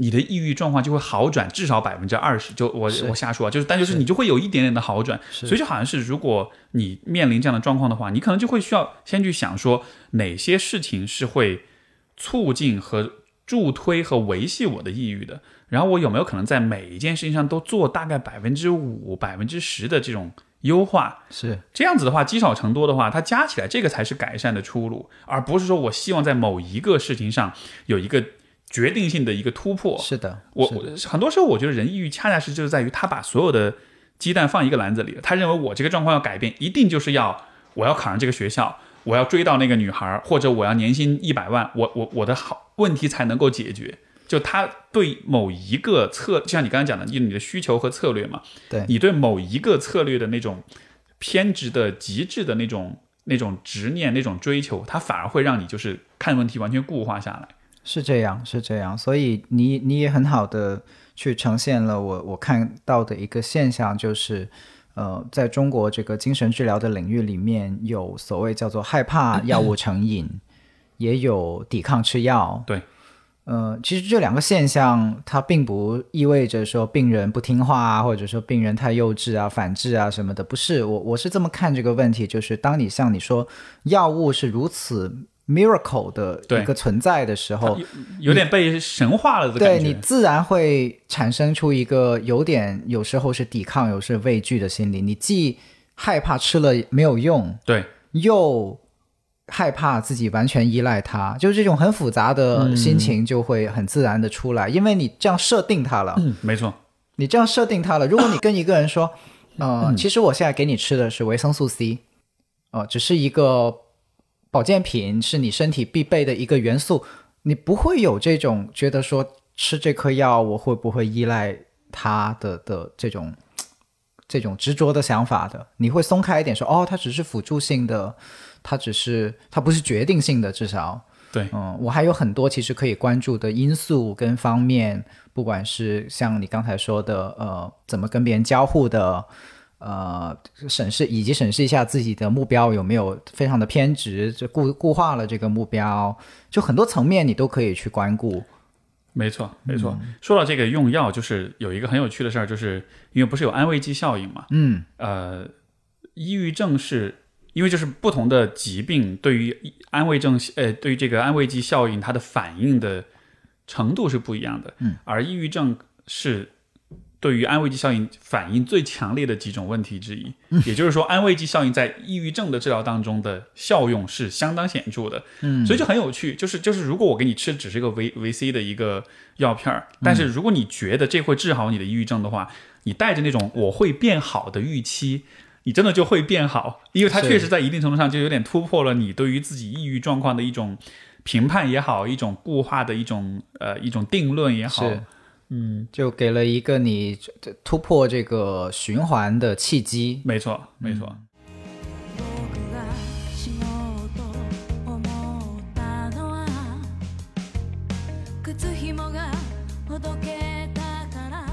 Speaker 3: 你的抑郁状况就会好转至少百分之二十，就我
Speaker 2: 是
Speaker 3: 我瞎说啊，就是但就是你就会有一点点的好转，所以就好像是如果你面临这样的状况的话，你可能就会需要先去想说哪些事情是会促进和助推和维系我的抑郁的，然后我有没有可能在每一件事情上都做大概百分之五、百分之十的这种优化？
Speaker 2: 是
Speaker 3: 这样子的话，积少成多的话，它加起来这个才是改善的出路，而不是说我希望在某一个事情上有一个决定性的一个突破。
Speaker 2: 是的，
Speaker 3: 我
Speaker 2: 是的
Speaker 3: 我很多时候我觉得人抑郁恰恰是就是在于他把所有的鸡蛋放一个篮子里了，他认为我这个状况要改变，一定就是要我要考上这个学校，我要追到那个女孩，或者我要年薪一百万，我我我的好问题才能够解决。就他对某一个策，就像你刚刚讲的，你你的需求和策略嘛，
Speaker 2: 对
Speaker 3: 你对某一个策略的那种偏执的极致的那种那种执念、那种追求，它反而会让你就是看问题完全固化下来。
Speaker 2: 是这样，是这样，所以你你也很好的去呈现了我我看到的一个现象，就是，呃，在中国这个精神治疗的领域里面，有所谓叫做害怕药物成瘾，也有抵抗吃药。
Speaker 3: 对，
Speaker 2: 呃，其实这两个现象，它并不意味着说病人不听话啊，或者说病人太幼稚啊、反制啊什么的，不是。我我是这么看这个问题，就是当你像你说药物是如此 miracle 的
Speaker 3: 对
Speaker 2: 一个存在的时候，
Speaker 3: 有点被神化了的感
Speaker 2: 对
Speaker 3: 觉。
Speaker 2: 你自然会产生出一个有点有时候是抵抗，有时候是畏惧的心理。你既害怕吃了没有用，
Speaker 3: 对
Speaker 2: 又害怕自己完全依赖它，就是这种很复杂的心情就会很自然的出来，因为你这样设定它了。
Speaker 3: 嗯没错，
Speaker 2: 你这样设定它了。如果你跟一个人说，呃，其实我现在给你吃的是维生素 C，呃，只是一个保健品，是你身体必备的一个元素，你不会有这种觉得说吃这颗药我会不会依赖它的的这种。这种执着的想法的，你会松开一点说，哦，它只是辅助性的，它只是它不是决定性的，至少，
Speaker 3: 对，
Speaker 2: 嗯，我还有很多其实可以关注的因素跟方面，不管是像你刚才说的，呃，怎么跟别人交互的，呃，审视以及审视一下自己的目标有没有非常的偏执，就固固化了这个目标，就很多层面你都可以去关顾。
Speaker 3: 没错，没错。说到这个用药，就是有一个很有趣的事儿，就是因为不是有安慰剂效应嘛？
Speaker 2: 嗯，
Speaker 3: 呃，抑郁症是因为就是不同的疾病对于安慰症，呃，对于这个安慰剂效应，它的反应的程度是不一样的。嗯，而抑郁症是对于安慰剂效应反应最强烈的几种问题之一。也就是说，安慰剂效应在抑郁症的治疗当中的效用是相当显著的。嗯，所以就很有趣，就是就是如果我给你吃只是一个维维 C 的一个药片儿，但是如果你觉得这会治好你的抑郁症的话，你带着那种我会变好的预期。你真的就会变好，因为它
Speaker 2: 是
Speaker 3: 确实在一定程度上就有点突破了你对于自己抑郁状况的一种评判也好，一种固化的一种呃一种定论也好，
Speaker 2: 是，嗯，就给了一个你突破这个循环的契机。
Speaker 3: 没错没错，
Speaker 1: 僕が死のうと思ったのは靴ひもがほどけたから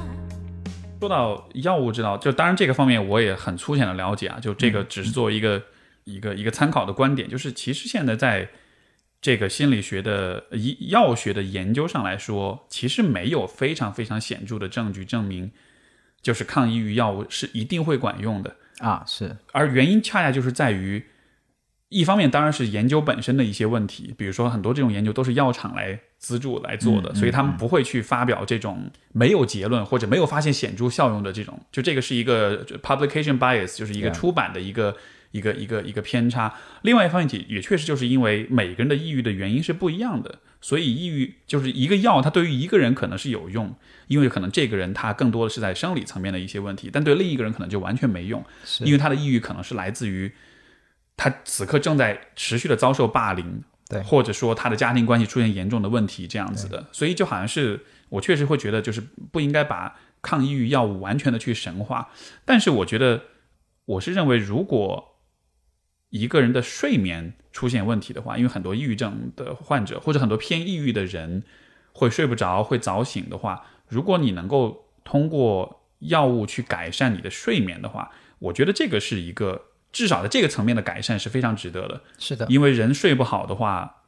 Speaker 3: 说到药物治疗，就当然这个方面我也很粗浅的了解啊，就这个只是作为一个、一个一个参考的观点，就是其实现在在这个心理学的呃医药学的研究上来说，其实没有非常非常显著的证据证明，就是抗抑郁药物是一定会管用的。
Speaker 2: 啊，是
Speaker 3: 而原因恰恰就是在于，一方面当然是研究本身的一些问题，比如说很多这种研究都是药厂来资助来做的，所以他们不会去发表这种没有结论或者没有发现显著效用的这种，就这个是一个就 publication bias，就是一个
Speaker 2: Yeah
Speaker 3: 出版的一个。一个一个一个偏差，另外一方面也也确实就是因为每个人的抑郁的原因是不一样的，所以抑郁就是一个药，它对于一个人可能是有用，因为可能这个人他更多的是在生理层面的一些问题，但对另一个人可能就完全没用。
Speaker 2: 是
Speaker 3: 因为他的抑郁可能是来自于他此刻正在持续的遭受霸凌，
Speaker 2: 对
Speaker 3: 或者说他的家庭关系出现严重的问题这样子的，所以就好像是我确实会觉得就是不应该把抗抑郁药物完全的去神化，但是我觉得我是认为如果一个人的睡眠出现问题的话，因为很多抑郁症的患者或者很多偏抑郁的人会睡不着、会早醒的话，如果你能够通过药物去改善你的睡眠的话，我觉得这个是一个至少在这个层面的改善是非常值得的。
Speaker 2: 是的，
Speaker 3: 因为人睡不好的话，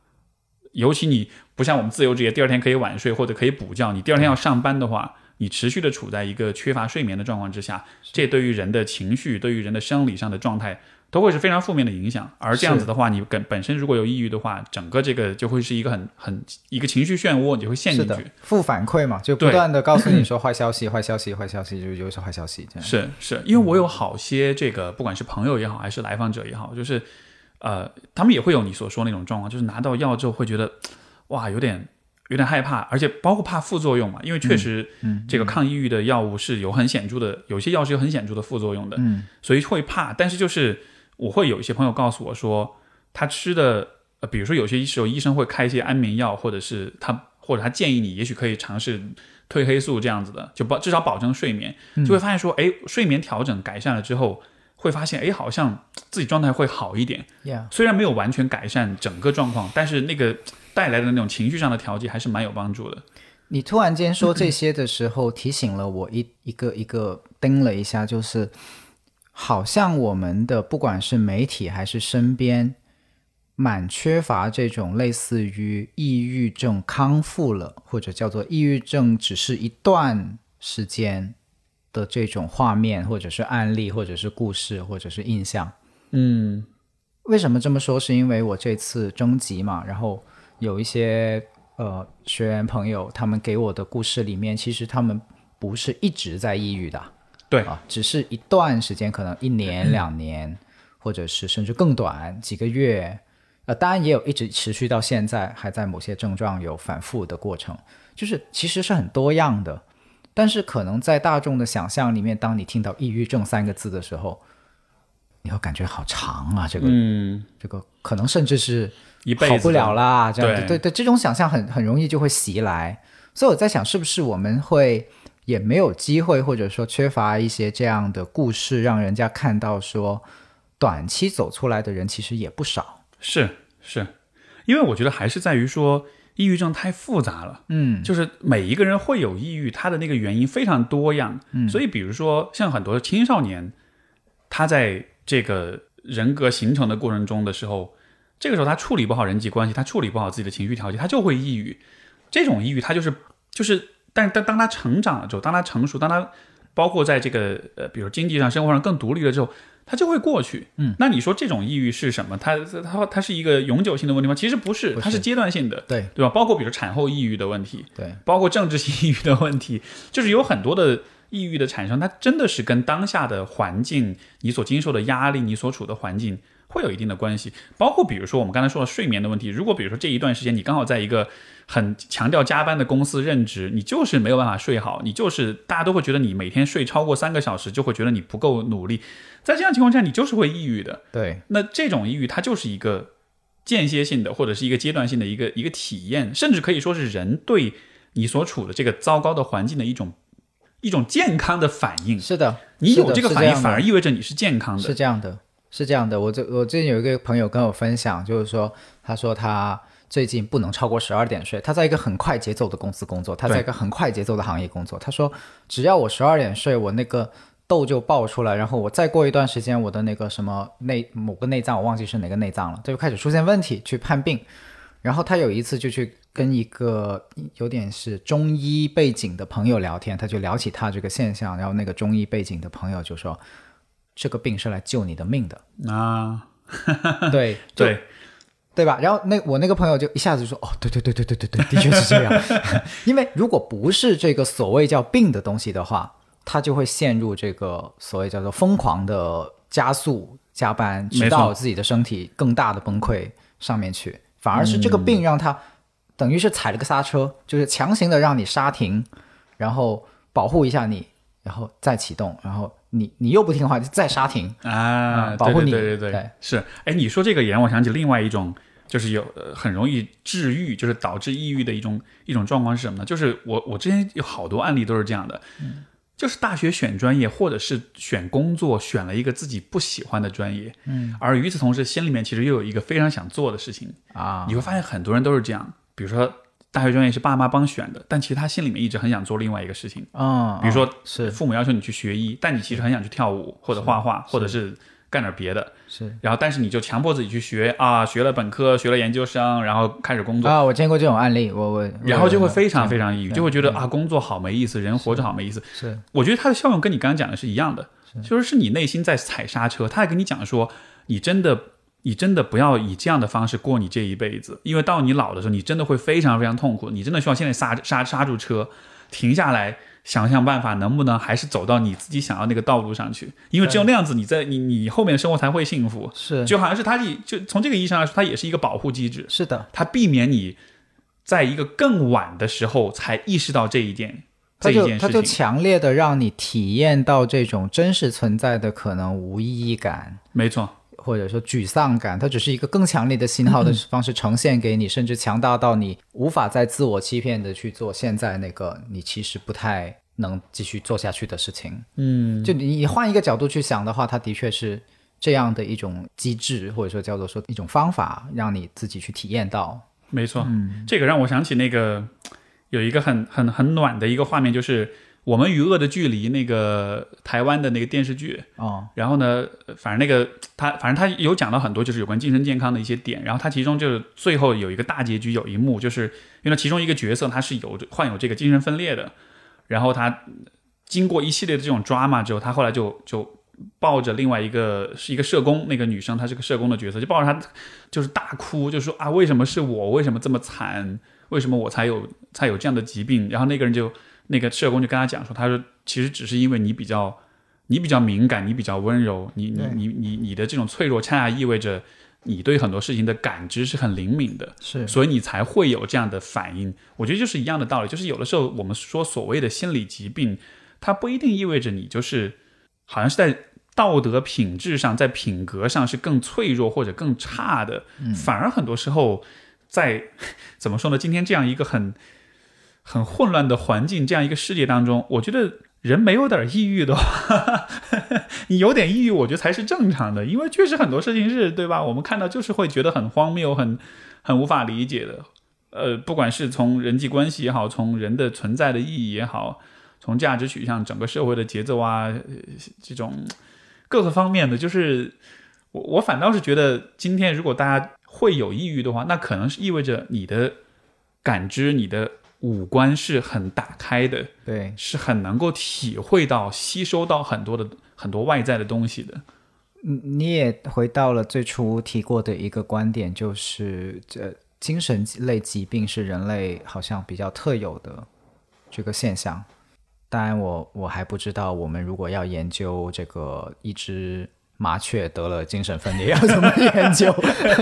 Speaker 3: 尤其你不像我们自由职业，第二天可以晚睡或者可以补觉，你第二天要上班的话，你持续的处在一个缺乏睡眠的状况之下，这对于人的情绪、对于人的生理上的状态都会是非常负面的影响。而这样子的话，你本本身如果有抑郁的话，整个这个就会是一个很很一个情绪漩涡，你就会陷
Speaker 2: 是
Speaker 3: 进
Speaker 2: 的
Speaker 3: 去。，
Speaker 2: 负反馈嘛，就不
Speaker 3: 对
Speaker 2: 断的告诉你说坏消息、坏消息、坏消息，就又是坏消息，这样
Speaker 3: 是是，因为我有好些这个，不管是朋友也好，还是来访者也好，就是呃，他们也会有你所说那种状况，就是拿到药之后会觉得哇，有点有点害怕，而且包括怕副作用嘛，因为确实这个抗抑郁的药物是有很显著的，有些药是有很显著的副作用的，
Speaker 2: 嗯，
Speaker 3: 所以会怕。但是就是我会有一些朋友告诉我说，他吃的呃，比如说有些时候医生会开一些安眠药，或者是他或者他建议你，也许可以尝试褪黑素这样子的，就保至少保证睡眠，就
Speaker 2: 嗯
Speaker 3: 会发现说，哎，睡眠调整改善了之后，会发现哎，好像自己状态会好一点。
Speaker 2: ，Yeah，
Speaker 3: 虽然没有完全改善整个状况，但是那个带来的那种情绪上的调节还是蛮有帮助的。
Speaker 2: 你突然间说这些的时候，提醒了我一一个一个叮了一下，就是好像我们的不管是媒体还是身边，蛮缺乏这种类似于抑郁症康复了，或者叫做抑郁症只是一段时间的这种画面，或者是案例，或者是故事，或者是印象。
Speaker 3: 嗯，
Speaker 2: 为什么这么说？是因为我这次征集嘛，然后有一些呃学员朋友，他们给我的故事里面，其实他们不是一直在抑郁的
Speaker 3: 对，
Speaker 2: 啊，只是一段时间，可能一年、两年，或者是甚至更短几个月。呃，当然也有一直持续到现在，还在某些症状有反复的过程，就是其实是很多样的。但是可能在大众的想象里面，当你听到“抑郁症”三个字的时候，你会感觉好长啊，这个
Speaker 3: 嗯，
Speaker 2: 这个可能甚至是
Speaker 3: 一辈子
Speaker 2: 好不了啦，这样子
Speaker 3: 对
Speaker 2: 对对，这种想象很很容易就会袭来。所以我在想，是不是我们会也没有机会，或者说缺乏一些这样的故事，让人家看到说，短期走出来的人其实也不少。
Speaker 3: 是是，因为我觉得还是在于说，抑郁症太复杂了。
Speaker 2: 嗯，
Speaker 3: 就是每一个人会有抑郁，他的那个原因非常多样。
Speaker 2: 嗯
Speaker 3: 所以比如说像很多青少年，他在这个人格形成的过程中的时候，这个时候他处理不好人际关系，他处理不好自己的情绪调节，他就会抑郁。这种抑郁，他就是就是，但是当当他成长了之后，当他成熟，当他包括在这个呃，比如经济上、生活上更独立了之后，他就会过去。嗯，那你说这种抑郁是什么？它它它是一个永久性的问题吗？其实不是，
Speaker 2: 不是
Speaker 3: 它是阶段性的。
Speaker 2: 对
Speaker 3: 对吧？包括比如产后抑郁的问题，
Speaker 2: 对，
Speaker 3: 包括政治性抑郁的问题，就是有很多的抑郁的产生，它真的是跟当下的环境、你所经受的压力、你所处的环境会有一定的关系。包括比如说我们刚才说的睡眠的问题，如果比如说这一段时间你刚好在一个很强调加班的公司任职，你就是没有办法睡好，你就是大家都会觉得你每天睡超过三个小时，就会觉得你不够努力，在这样情况下，你就是会抑郁的。
Speaker 2: 对，
Speaker 3: 那这种抑郁，它就是一个间歇性的，或者是一个阶段性的一个一个体验，甚至可以说是人对你所处的这个糟糕的环境的一种一种健康的反应。
Speaker 2: 是的，
Speaker 3: 你
Speaker 2: 是
Speaker 3: 有
Speaker 2: 的
Speaker 3: 这个
Speaker 2: 是
Speaker 3: 反应，
Speaker 2: 样的
Speaker 3: 反而意味着你是健康
Speaker 2: 是
Speaker 3: 的。
Speaker 2: 这样的，是这样的。我这我最近有一个朋友跟我分享，就是说，他说他最近不能超过十二点睡。他在一个很快节奏的公司工作，他在一个很快节奏的行业工作。他说，只要我十二点睡，我那个痘就爆出来，然后我再过一段时间，我的那个什么内某个内脏，我忘记是哪个内脏了，这就开始出现问题，去看病。然后他有一次就去跟一个有点是中医背景的朋友聊天，他就聊起他这个现象，然后那个中医背景的朋友就说，这个病是来救你的命 的，
Speaker 3: 啊，
Speaker 2: 对
Speaker 3: 对，
Speaker 2: 对吧？然后那我那个朋友就一下子就说，哦，对对对对对对对，的确是这 样，因为如果不是这个所谓叫病的东西的话，他就会陷入这个所谓叫做疯狂的加速加班，
Speaker 3: 没错
Speaker 2: 直到自己的身体更大的崩溃上面去。反而是这个病让他、等于是踩了个刹车，就是强行的让你刹停，然后保护一下你，然后再启动，然后你你又不听话就再刹停，
Speaker 3: 啊，
Speaker 2: 保护你
Speaker 3: 对对对对
Speaker 2: 对，
Speaker 3: 是。哎，你说这个盐，我想起另外一种，就是有呃很容易治愈，就是导致抑郁的一种一种状况是什么呢？就是我我之前有好多案例都是这样的，
Speaker 2: 嗯
Speaker 3: 就是大学选专业或者是选工作，选了一个自己不喜欢的专业，嗯，而与此同时，心里面其实又有一个非常想做的事情，
Speaker 2: 啊
Speaker 3: 你会发现很多人都是这样，比如说。大学专业是爸妈帮选的，但其实他心里面一直很想做另外一个事情，
Speaker 2: 嗯，
Speaker 3: 比如说
Speaker 2: 嗯是
Speaker 3: 呃父母要求你去学医，但你其实很想去跳舞或者画画，或者是干点别的，
Speaker 2: 是。
Speaker 3: 然后但是你就强迫自己去学啊，学了本科，学了研究生，然后开始工作。
Speaker 2: 啊，我见过这种案例，我我
Speaker 3: 然后就会非
Speaker 2: 我
Speaker 3: 常
Speaker 2: 有
Speaker 3: 非常抑郁，就会觉得啊，工作好没意思，人活着好没意思。
Speaker 2: 是
Speaker 3: 我觉得它的效用跟你刚刚讲的是一样的，就是是你内心在踩刹车。他还跟你讲说，你真的，你真的不要以这样的方式过你这一辈子，因为到你老的时候，你真的会非常非常痛苦。你真的需要现在刹刹刹住车，停下来。想想办法，能不能还是走到你自己想要那个道路上去？因为只有那样子，你在你你后面的生活才会幸福。
Speaker 2: 是
Speaker 3: 就好像是它也就从这个意义上来说，它也是一个保护机制，
Speaker 2: 是的，
Speaker 3: 它避免你在一个更晚的时候才意识到这一点，
Speaker 2: 他
Speaker 3: 这一
Speaker 2: 就
Speaker 3: 件
Speaker 2: 他
Speaker 3: 事
Speaker 2: 就
Speaker 3: 情。
Speaker 2: 强烈的让你体验到这种真实存在的可能无意义感，
Speaker 3: 没错，
Speaker 2: 或者说沮丧感，它只是一个更强烈的信
Speaker 3: 嗯
Speaker 2: 号的方式呈现给你，甚至强大到你无法再自我欺骗的去做现在那个你其实不太能继续做下去的事情。
Speaker 3: 嗯，
Speaker 2: 就你你换一个角度去想的话，它的确是这样的一种机制，或者说叫做说一种方法，让你自己去体验到。
Speaker 3: 没错，这个让我想起那个有一个很很很暖的一个画面，就是《我们与恶的距离》那个台湾的那个电视剧。
Speaker 2: 哦，
Speaker 3: 然后呢，呃反正那个他，反正他有讲到很多就是有关精神健康的一些点。然后他其中就是最后有一个大结局，有一幕就是因为其中一个角色他是有患有这个精神分裂的，然后他经过一系列的这种 drama 之后，他后来就就抱着另外一个是一个社工，那个女生她是个社工的角色，就抱着她就是大哭，就说啊为什么是我，为什么这么惨，为什么我才有才有这样的疾病？然后那个人就那个社工就跟他讲说，他说其实只是因为你比较。你比较敏感，你比较温柔，你你
Speaker 2: 对
Speaker 3: 你你你的这种脆弱，恰恰意味着你对很多事情的感知是很灵敏的。
Speaker 2: 是
Speaker 3: 所以你才会有这样的反应。我觉得就是一样的道理，就是有的时候我们说所谓的心理疾病，它不一定意味着你就是好像是在道德品质上、在品格上是更脆弱或者更差的，反而很多时候在怎么说呢？今天这样一个很很混乱的环境，这样一个世界当中，我觉得。人没有点抑郁的话， 你有点抑郁，我觉得才是正常的，因为确实很多事情是对吧？我们看到就是会觉得很荒谬、很很无法理解的。呃，不管是从人际关系也好，从人的存在的意义也好，从价值取向、整个社会的节奏啊，呃这种各个方面的，就是我我反倒是觉得，今天如果大家会有抑郁的话，那可能是意味着你的感知、你的五官是很打开的，
Speaker 2: 对，
Speaker 3: 是很能够体会到、吸收到很多的很多外在的东 西的。
Speaker 2: 嗯你也回到了最初提过的一个观点，就是这精神类疾病是人类好像比较特有的这个现象。当然我，我还不知道，我们如果要研究这个一只麻雀得了精神分裂，要怎么研究？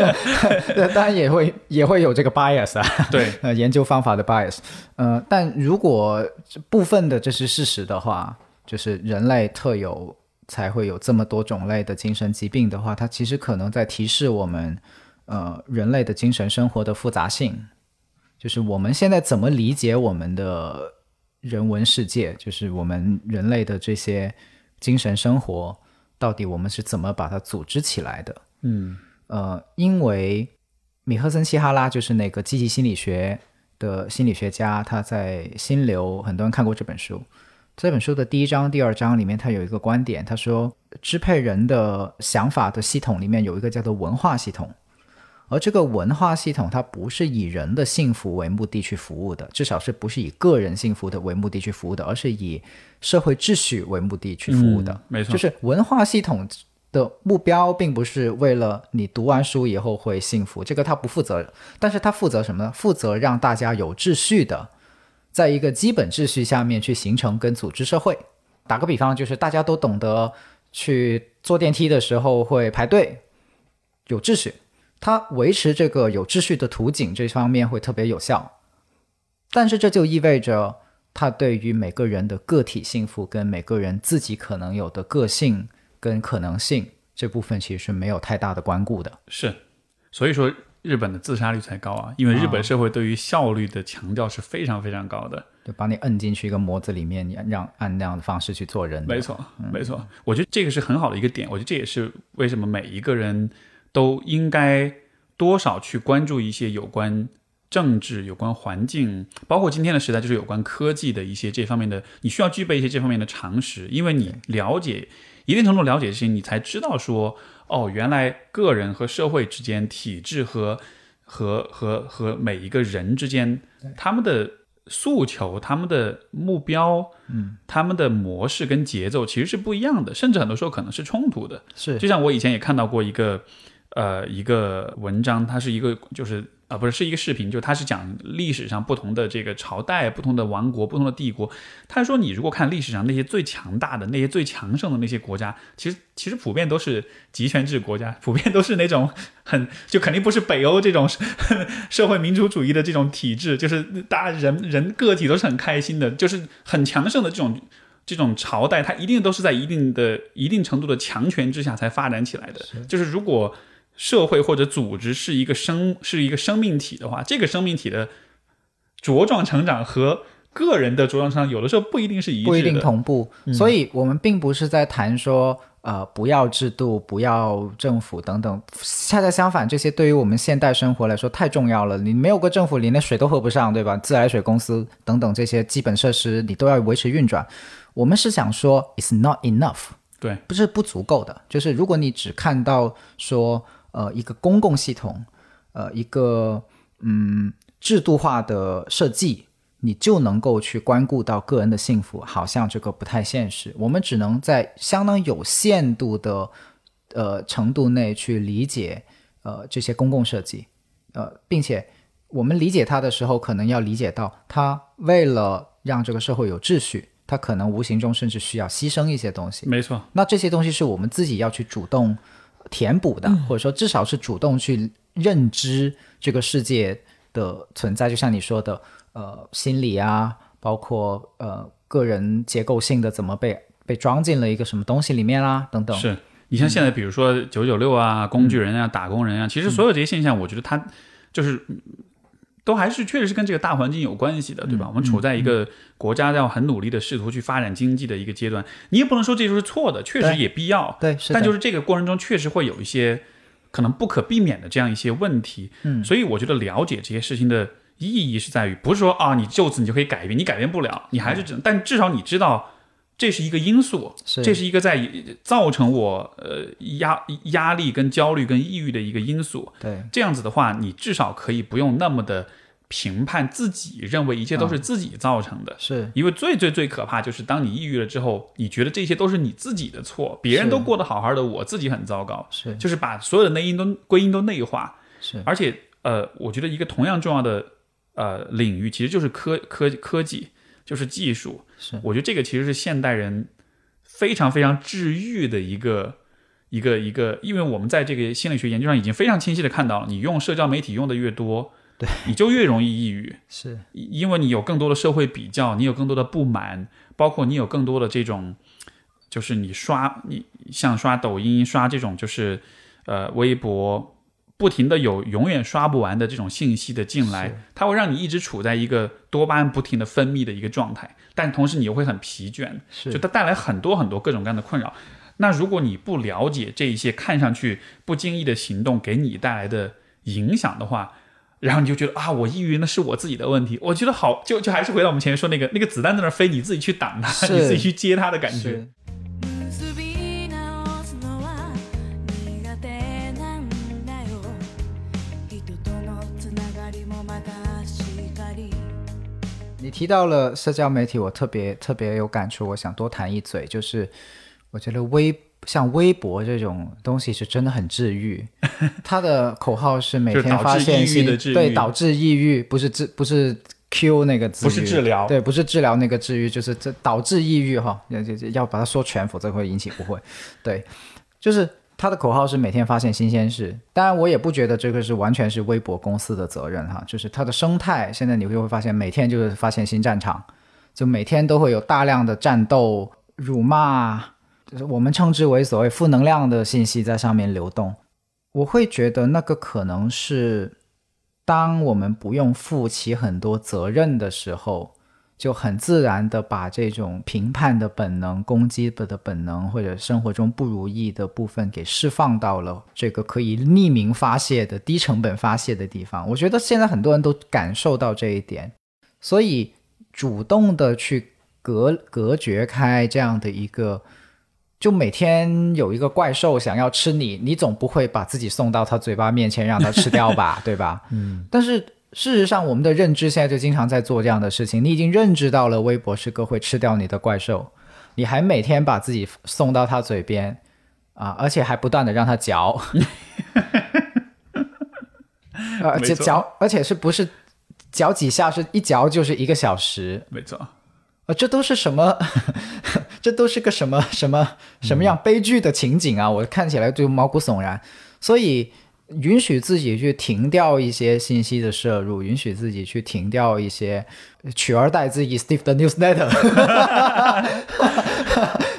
Speaker 2: 那当然也会也会有这个 bias 啊。
Speaker 3: 对，
Speaker 2: 呃研究方法的 bias。呃，但如果这部分的这是事实的话，就是人类特有才会有这么多种类的精神疾病的话，它其实可能在提示我们，呃，人类的精神生活的复杂性，就是我们现在怎么理解我们的人文世界，就是我们人类的这些精神生活，到底我们是怎么把它组织起来的？
Speaker 3: 嗯，
Speaker 2: 呃，因为米赫森·西哈拉就是那个积极心理学的心理学家，他在心流，很多人看过这本书。这本书的第一章、第二章里面，他有一个观点，他说支配人的想法的系统里面有一个叫做文化系统，而这个文化系统它不是以人的幸福为目的去服务的，至少是不是以个人幸福的为目的去服务的，而是以社会秩序为目的去服务的。
Speaker 3: 嗯没错
Speaker 2: 就是文化系统的目标并不是为了你读完书以后会幸福，这个他不负责，但是他负责什么呢？负责让大家有秩序的，在一个基本秩序下面去形成跟组织社会。打个比方，就是大家都懂得去坐电梯的时候会排队，有秩序。它维持这个有秩序的图景这方面会特别有效，但是这就意味着它对于每个人的个体幸福跟每个人自己可能有的个性跟可能性这部分其实是没有太大的关顾的。
Speaker 3: 是，所以说日本的自杀率才高啊，因为日本社会对于效率的强调是非常非常高的。
Speaker 2: 就把你摁进去一个模子里面，你让按那样的方式去做人的。嗯
Speaker 3: 没错，没错，我觉得这个是很好的一个点，我觉得这也是为什么每一个人都应该多少去关注一些有关。政治有关环境，包括今天的时代，就是有关科技的一些这方面的，你需要具备一些这方面的常识，因为你了解一定程度了解这些，你才知道说，哦，原来个人和社会之间、体制和和和和每一个人之间，他们的诉求、他们的目标、嗯，他们的模式跟节奏其实是不一样的，甚至很多时候可能是冲突的。
Speaker 2: 是
Speaker 3: 就像我以前也看到过一个呃一个文章，它是一个就是啊、不是是一个视频，就它是讲历史上不同的这个朝代、不同的王国、不同的帝国。他说，你如果看历史上那些最强大的、那些最强盛的那些国家，其实其实普遍都是集权制国家，普遍 都是那种很就肯定不是北欧这种社会民主主义的这种体制，就是大家人人个体都是很开心的，就是很强盛的这种这种朝代，它一定都是在一定的一定程度的强权之下才发展起来的。就是如果社会或者组织是一个生是一个生命体的话，这个生命体的茁壮成长和个人的茁壮成长，有的时候不一定是一致的，嗯
Speaker 2: 不一定同步，所以我们并不是在谈说呃不要制度、不要政府等等，恰恰相反，这些对于我们现代生活来说太重要了。你没有个政府，你连水都喝不上，对吧？自来水公司等等这些基本设施，你都要维持运转。我们是想说，it's not enough，
Speaker 3: 对，
Speaker 2: 不是不足够的，就是如果你只看到说，呃，一个公共系统，呃，一个嗯制度化的设计，你就能够去关顾到个人的幸福，好像这个不太现实。我们只能在相当有限度的呃程度内去理解呃这些公共设计，呃，并且我们理解它的时候，可能要理解到它为了让这个社会有秩序，它可能无形中甚至需要牺牲一些东西。
Speaker 3: 没错，
Speaker 2: 那这些东西是我们自己要去主动填补的，
Speaker 3: 嗯
Speaker 2: 或者说至少是主动去认知这个世界的存在。就像你说的，呃，心理啊，包括呃个人结构性的怎么被被装进了一个什么东西里面啦、等等。
Speaker 3: 是你
Speaker 2: 嗯
Speaker 3: 像现在，比如说九九六啊、工具人啊、打工人啊，
Speaker 2: 嗯
Speaker 3: 其实所有这些现象，我觉得它就是嗯都还是确实是跟这个大环境有关系的，对
Speaker 2: 嗯
Speaker 3: 吧？我们处在一个国家要很努力的试图去发展经济的一个阶段，你也不能说这就是错的，确实
Speaker 2: 对
Speaker 3: 也必要，
Speaker 2: 对是的
Speaker 3: 但就是这个过程中确实会有一些可能不可避免的这样一些问题，嗯，所以我觉得了解这些事情的意义是在于，不是说啊你就此你就可以改变，你改变不了，你还是只能，但至少你知道。这是一个因素，
Speaker 2: 是
Speaker 3: 这是一个在造成我呃压压力、跟焦虑、跟抑郁的一个因素。
Speaker 2: 对，
Speaker 3: 这样子的话，你至少可以不用那么的评判自己，认为一切都是自己造成的。
Speaker 2: 是
Speaker 3: 因为最最最可怕就是，当你抑郁了之后，你觉得这些都是你自己的错，别人都过得好好的，我自己很糟糕，
Speaker 2: 是
Speaker 3: 就是把所有的内因都归因都内化。
Speaker 2: 是
Speaker 3: 而且呃，我觉得一个同样重要的呃领域，其实就是科科科技，就是技术。
Speaker 2: 是
Speaker 3: 我觉得这个其实是现代人非常非常治愈的一个一个一个，因为我们在这个心理学研究上已经非常清晰的看到了，你用社交媒体用的越多，
Speaker 2: 对，
Speaker 3: 你就越容易抑郁，
Speaker 2: 是
Speaker 3: 因因为你有更多的社会比较，你有更多的不满，包括你有更多的这种，就是你刷你像刷抖音、刷这种就是呃微博，不停的有永远刷不完的这种信息的进来，它会让你一直处在一个多巴胺不停的分泌的一个状态，但同时你又会很疲倦，
Speaker 2: 是
Speaker 3: 就它带来很多很多各种各样的困扰。那如果你不了解这一些看上去不经意的行动给你带来的影响的话，然后你就觉得啊，我抑郁那是我自己的问题。我觉得好，就就还是回到我们前面说那个那个子弹在那儿飞，你自己去挡它，
Speaker 2: 是
Speaker 3: 你自己去接它的感觉
Speaker 2: 是。
Speaker 1: 結び直すのは苦手なんだよ人とのつながりもまたしっかり
Speaker 2: 你提到了社交媒体，我特别特别有感触，我想多谈一嘴，就是我觉得微像微博这种东西是真的很治 愈，它的口号是每
Speaker 3: 就是
Speaker 2: 天
Speaker 3: 导致
Speaker 2: 发现
Speaker 3: 抑郁
Speaker 2: 新
Speaker 3: 的治愈
Speaker 2: 对导致抑郁，不是治不是 Q 那个治愈，
Speaker 3: 不是治疗
Speaker 2: 对，不是治疗那个治愈，就是这导致抑郁哈，要要要把它说全，否则会引起误会，对，就是。它的口号是每天发现新鲜事，当然我也不觉得这个是完全是微博公司的责任哈，就是它的生态，现在你就会发现每天就是发现新战场，就每天都会有大量的战斗、辱骂，就是我们称之为所谓负能量的信息在上面流动。我会觉得那个可能是，当我们不用负起很多责任的时候，就很自然的把这种评判的本能、攻击的本能，或者生活中不如意的部分给释放到了这个可以匿名发泄的、低成本发泄的地方。我觉得现在很多人都感受到这一点，所以主动的去隔隔绝开这样的一个，就每天有一个怪兽想要吃你，你总不会把自己送到他嘴巴面前让他吃掉 吧，对吧？嗯。但是事实上，我们的认知现在就经常在做这样的事情。你已经认知到了微博是个会吃掉你的怪兽，你还每天把自己送到他嘴边啊，而且还不断的让他 嚼。呃，而且
Speaker 3: 没错
Speaker 2: 嚼，而且是不是嚼几下是一嚼就是一个小时，
Speaker 3: 没错，
Speaker 2: 啊，这都是什么？ 这都是个什么什么什么
Speaker 3: 嗯
Speaker 2: 样悲剧的情景啊！我看起来就毛骨悚然。所以，允许自己去停掉一些信息的摄入，允许自己去停掉一些，取而代之以 Steve 的 newsletter。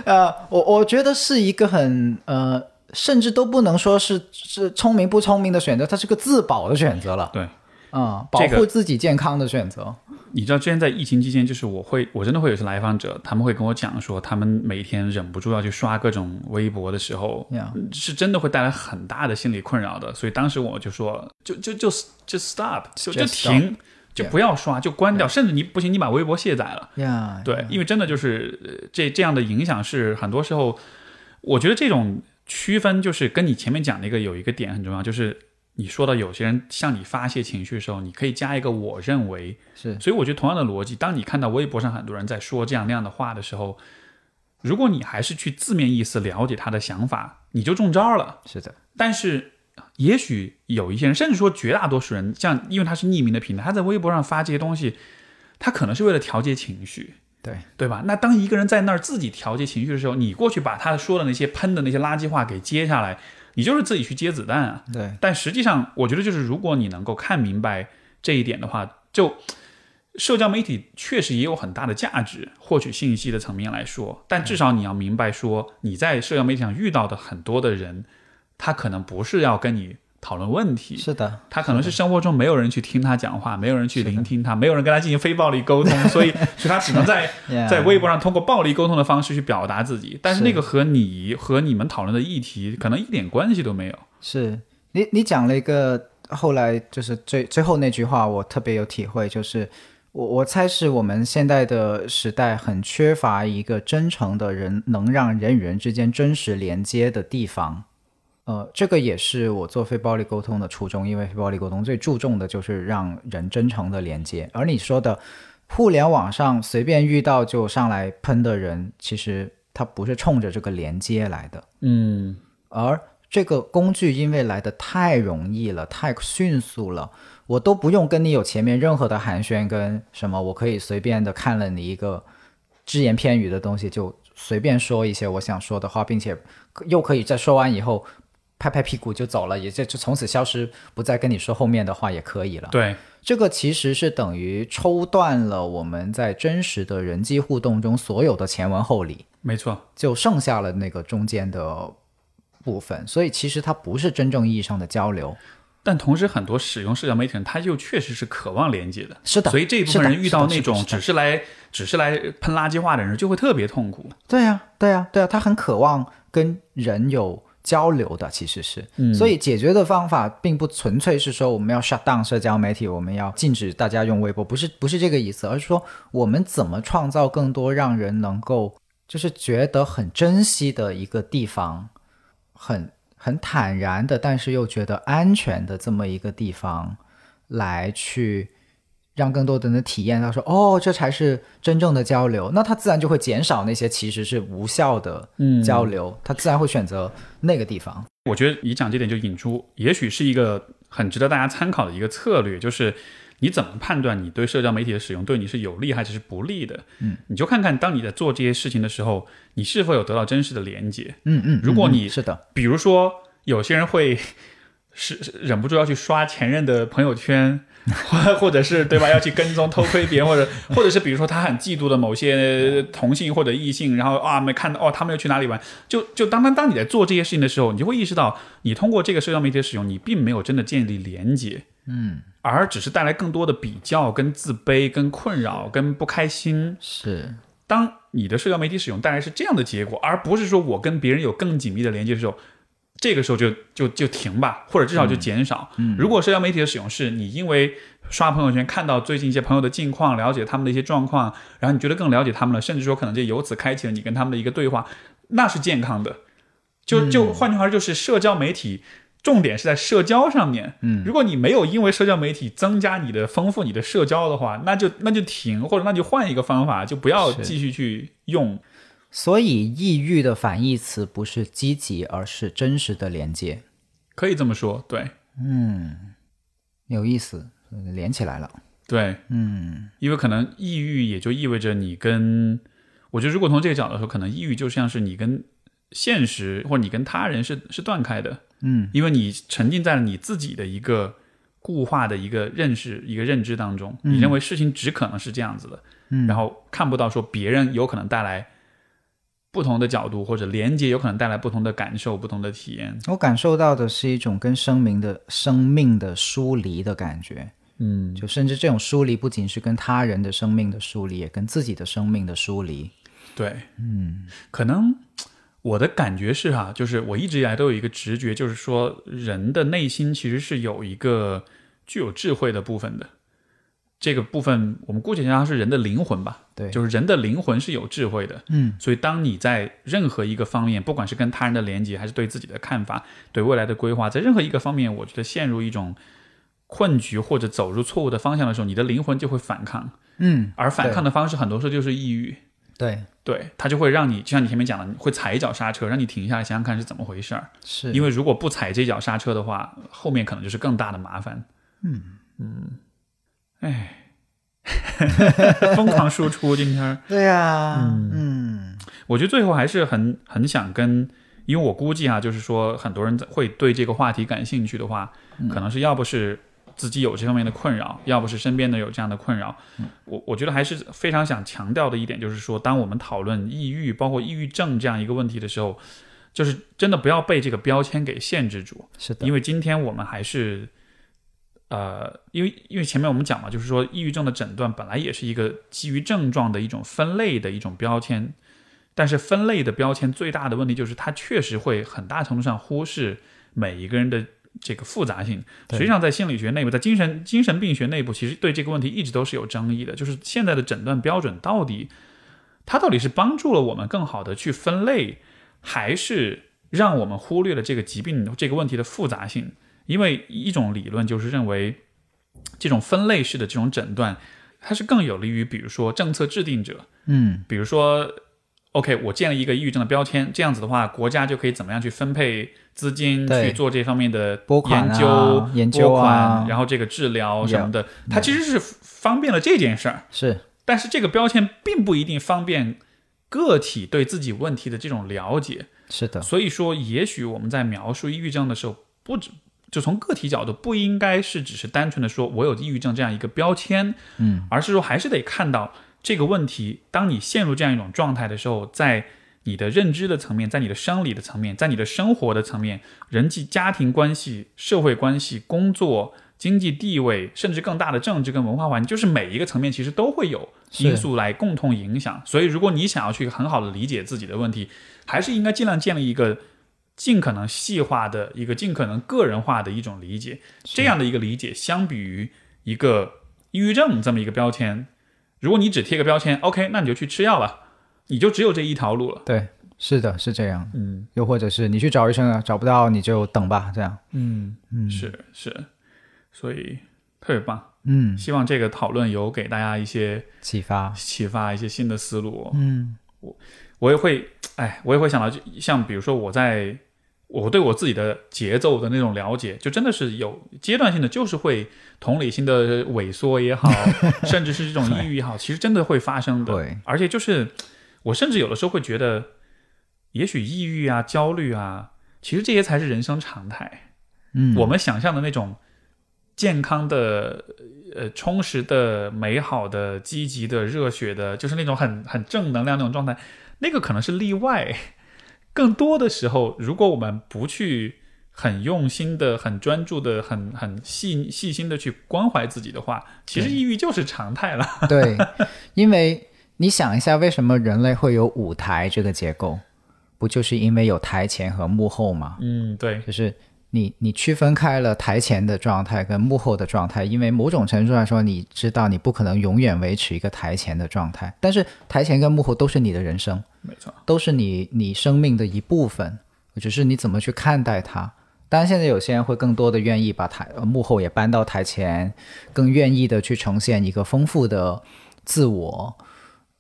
Speaker 2: 呃，我我觉得是一个很呃，甚至都不能说是是聪明不聪明的选择，它是个自保的选择了。
Speaker 3: 对。
Speaker 2: 嗯，保
Speaker 3: 这个
Speaker 2: 护自己健康的选择。
Speaker 3: 你知道之前在疫情期间，就是我会，我真的会有些来访者，他们会跟我讲说，他们每天忍不住要去刷各种微博的时候
Speaker 2: Yeah
Speaker 3: 嗯是真的会带来很大的心理困扰的。所以当时我就说，就就就就 stop，就就
Speaker 2: Just
Speaker 3: 停，就不要刷，就关掉，甚至你不行，你把微博卸载了。
Speaker 2: 哎呀、
Speaker 3: 对，因为真的就是呃这这样的影响是很多时候，我觉得这种区分就是跟你前面讲的一个有一个点很重要，就是你说到有些人向你发泄情绪的时候，你可以加一个我认为。
Speaker 2: 是
Speaker 3: 所以我觉得同样的逻辑，当你看到微博上很多人在说这样那样的话的时候，如果你还是去字面意思了解他的想法，你就中招了。
Speaker 2: 是的，
Speaker 3: 但是也许有一些人，甚至说绝大多数人，像因为他是匿名的平台，他在微博上发这些东西，他可能是为了调节情绪。
Speaker 2: 对。
Speaker 3: 对吧？那当一个人在那儿自己调节情绪的时候，你过去把他说的那些喷的那些垃圾话给接下来，你就是自己去接子弹啊。
Speaker 2: 对，
Speaker 3: 但实际上，我觉得就是如果你能够看明白这一点的话，就社交媒体确实也有很大的价值，获取信息的层面来说，但至少你要明白说，你在社交媒体上遇到的很多的人，他可能不是要跟你讨论问题，
Speaker 2: 是的，
Speaker 3: 他可能是生活中没有人去听他讲话，没有人去聆听他，没有人跟他进行非暴力沟通，所以所以他只能在
Speaker 2: Yeah
Speaker 3: 在微博上通过暴力沟通的方式去表达自己，但是
Speaker 2: 是
Speaker 3: 那个和你和你们讨论的议题可能一点关系都没有。
Speaker 2: 是你你讲了一个后来就是最最后那句话，我特别有体会，就是我我猜是我们现代的时代很缺乏一个真诚的人，能让人与人之间真实连接的地方。呃，这个也是我做非暴力沟通的初衷，因为非暴力沟通最注重的就是让人真诚的连接。而你说的，互联网上随便遇到就上来喷的人，其实他不是冲着这个连接来的，
Speaker 3: 嗯，
Speaker 2: 而这个工具因为来的太容易了，太迅速了，我都不用跟你有前面任何的寒暄跟什么，我可以随便的看了你一个只言片语的东西，就随便说一些我想说的话，并且又可以在说完以后拍拍屁股就走了，也就就从此消失，不再跟你说后面的话也可以了。
Speaker 3: 对，
Speaker 2: 这个其实是等于抽断了我们在真实的人际互动中所有的前文后理。
Speaker 3: 没错，
Speaker 2: 就剩下了那个中间的部分，所以其实它不是真正意义上的交流。
Speaker 3: 但同时很多使用社交媒体人，他又确实是渴望连接的，
Speaker 2: 是的
Speaker 3: 所以这一部分
Speaker 2: 是的
Speaker 3: 人遇到
Speaker 2: 是的
Speaker 3: 那种
Speaker 2: 是的是
Speaker 3: 只
Speaker 2: 的
Speaker 3: 是来只是来喷
Speaker 2: 啊
Speaker 3: 垃圾话的人，就会特别痛苦。
Speaker 2: 对呀、对呀、对呀、他很渴望跟人有交流的，其实是，所以解决的方法并不纯粹是说我们要 shut down 社交媒体，我们要禁止大家用微博，不是不是这个意思，而是说我们怎么创造更多让人能够就是觉得很珍惜的一个地方，很很坦然的，但是又觉得安全的这么一个地方，来去让更多的人体验到说，哦，这才是真正的交流。那他自然就会减少那些其实是无效的
Speaker 3: 嗯
Speaker 2: 交流，他自然会选择那个地方。
Speaker 3: 我觉得你讲这点就引出，也许是一个很值得大家参考的一个策略，就是你怎么判断你对社交媒体的使用对你是有利还是不利的。嗯，你就看看当你在做这些事情的时候，你是否有得到真实的连接。
Speaker 2: 嗯嗯，
Speaker 3: 如果
Speaker 2: 嗯嗯
Speaker 3: 你
Speaker 2: 是的，
Speaker 3: 比如说，有些人会 是是忍不住要去刷前任的朋友圈， 或或者是对吧，要去跟踪偷窥别人，或者 或者是比如说他很嫉妒的某些呃同性或者异性，然后啊没看到哦，他们又去哪里玩，就就当当当你在做这些事情的时候，你就会意识到，你通过这个社交媒体的使用，你并没有真的建立连接，嗯，而只是带来更多的比较、跟自卑、跟困扰、跟不开心，
Speaker 2: 是
Speaker 3: 当你的社交媒体使用带来是这样的结果，而不是说我跟别人有更紧密的连接的时候，这个时候就就就停吧，或者至少就减少。如果社交媒体的使用是你因为刷朋友圈看到最近一些朋友的近况，了解他们的一些状况，然后你觉得更了解他们了，甚至说可能这由此开启了你跟他们的一个对话，那是健康的。就就换句话说，就是社交媒体。重点是在社交上面，嗯，如果你没有因为社交媒体增加你的丰富你的社交的话，那就那就停，或者那就换一个方法，就不要
Speaker 2: 是
Speaker 3: 继续去用。
Speaker 2: 所以抑郁的反义词不是积极，而是真实的连接。嗯
Speaker 3: 可以这么说，对
Speaker 2: 有意思，嗯连起来了。
Speaker 3: 对，
Speaker 2: 嗯，
Speaker 3: 因为可能抑郁也就意味着你跟，我觉得如果从这个角度说，可能抑郁就像是你跟现实或者你跟他人是是断开的，
Speaker 2: 嗯，
Speaker 3: 因为你沉浸在了你自己的一个固化的一个认识、一个认知当中，你认为事情只可能是这样子的，嗯，然后看不到说别人有可能带来不同的角度或者连接，有可能带来不同的感受、不同的体验，
Speaker 2: 我感受到的是一种跟生命的生命的疏离的感觉。
Speaker 3: 嗯，
Speaker 2: 就甚至这种疏离，不仅是跟他人的生命的疏离，也跟自己的生命的疏离。
Speaker 3: 对，嗯，可能我的感觉是哈、就是我一直以来都有一个直觉，就是说人的内心其实是有一个具有智慧的部分的。这个部分我们姑且叫它是人的灵魂吧，
Speaker 2: 对
Speaker 3: 就是人的灵魂是有智慧的，
Speaker 2: 嗯，
Speaker 3: 所以当你在任何一个方面，不管是跟他人的连接，还是对自己的看法、对未来的规划，在任何一个方面，我觉得陷入一种困局或者走入错误的方向的时候，你的灵魂就会反抗，
Speaker 2: 嗯，
Speaker 3: 而反抗的方式很多时候就是抑郁，
Speaker 2: 对，
Speaker 3: 对，它就会让你，就像你前面讲的，会踩一脚刹车，让你停下来想想看是怎么回事儿。
Speaker 2: 是
Speaker 3: 因
Speaker 2: 为
Speaker 3: 为如果不踩这脚刹车的话，后面可能就是更大的麻烦。嗯嗯，哎， 疯狂输出今天儿，
Speaker 2: 对呀、嗯
Speaker 3: 我觉得最后还是很很想跟，因为我估计啊，就是说很多人会对这个话题感兴趣的话，可能是要不是自己有这方面的困扰，要不是身边的有这样的困扰。我我觉得还是非常想强调的一点就是说，当我们讨论抑郁，包括抑郁症这样一个问题的时候，就是真的不要被这个标签给限制住。
Speaker 2: 是的，
Speaker 3: 因
Speaker 2: 为
Speaker 3: 为今天我们还是，呃，因为因为前面我们讲嘛，就是说抑郁症的诊断本来也是一个基于症状的一种分类的一种标签，但是分类的标签最大的问题就是它确实会很大程度上忽视每一个人的这个复杂性。实际上，在心理学内部，在精神精神病学内部，其实对这个问题一直都是有争议的，就是现在的诊断标准到底它到底是帮助了我们更好的去分类，还是让我们忽略了这个疾病这个问题的复杂性？因为一种理论就是认为，这种分类式的这种诊断，它是更有利于，比如说政策制定者，
Speaker 2: 嗯
Speaker 3: 比如说，OK，我建立一个抑郁症的标签，这样子的话，国家就可以怎么样去分配资金
Speaker 2: 对
Speaker 3: 去做这方面的
Speaker 2: 拨款
Speaker 3: 研
Speaker 2: 啊
Speaker 3: 究、
Speaker 2: 研究
Speaker 3: 拨款
Speaker 2: 啊
Speaker 3: 然后这个治疗什么的，它其实是方便了这件事儿。
Speaker 2: 是
Speaker 3: 但是这个标签并不一定方便个体对自己问题的这种了解，
Speaker 2: 是的，
Speaker 3: 所以说，也许我们在描述抑郁症的时候，不只就从个体角度，不应该是只是单纯的说我有抑郁症这样一个标签，嗯，而是说还是得看到这个问题，当你陷入这样一种状态的时候，在你的认知的层面，在你的生理的层面，在你的生活的层面，人际、家庭关系、社会关系、工作、经济地位，甚至更大的政治跟文化环境，就是每一个层面其实都会有因素来共同影响。所以，如果你想要去很好的理解自己的问题，还是应该尽量建立一个尽可能细化的一个尽可能个人化的一种理解。这样的一个理解，相比于一个抑郁症这么一个标签，如果你只贴个标签，OK，那你就去吃药吧，你就只有这一条路了。
Speaker 2: 对，是的，是这样。
Speaker 3: 嗯
Speaker 2: 又或者是你去找医生啊，找不到你就等吧，这样。
Speaker 3: 嗯，
Speaker 2: 嗯，，
Speaker 3: 是是，所以特别棒。
Speaker 2: 嗯，
Speaker 3: 希望这个讨论有给大家一些
Speaker 2: 启发。
Speaker 3: 启发，一些新的思路。
Speaker 2: 嗯
Speaker 3: 我也会，哎，我也会想到，就像比如说我在我对我自己的节奏的那种了解，就真的是有阶段性的，就是会同理心的萎缩也好，甚至是这种抑郁也好，其实真的会发生的
Speaker 2: 会。
Speaker 3: 而且就是我甚至有的时候会觉得，也许抑郁啊、焦虑啊，其实这些才是人生常态。
Speaker 2: 嗯，
Speaker 3: 我们想象的那种健康的、呃充实的、美好的、积极的、热血的，就是那种很很正能量那种状态，那个可能是例外。更多的时候，如果我们不去很用心的、很专注的、很很细细心的去关怀自己的话，其实抑郁就是常态了。
Speaker 2: 对，因为你想一下，为什么人类会有舞台这个结构？不就是因为有台前和幕后吗？
Speaker 3: 嗯，对，
Speaker 2: 就是你你区分开了台前的状态跟幕后的状态，因为某种程度上说，你知道你不可能永远维持一个台前的状态，但是台前跟幕后都是你的人生，
Speaker 3: 没错，
Speaker 2: 都是你你生命的一部分，只是你怎么去看待它。当然，现在有些人会更多的愿意把台、呃幕后也搬到台前，更愿意的去呈现一个丰富的自我。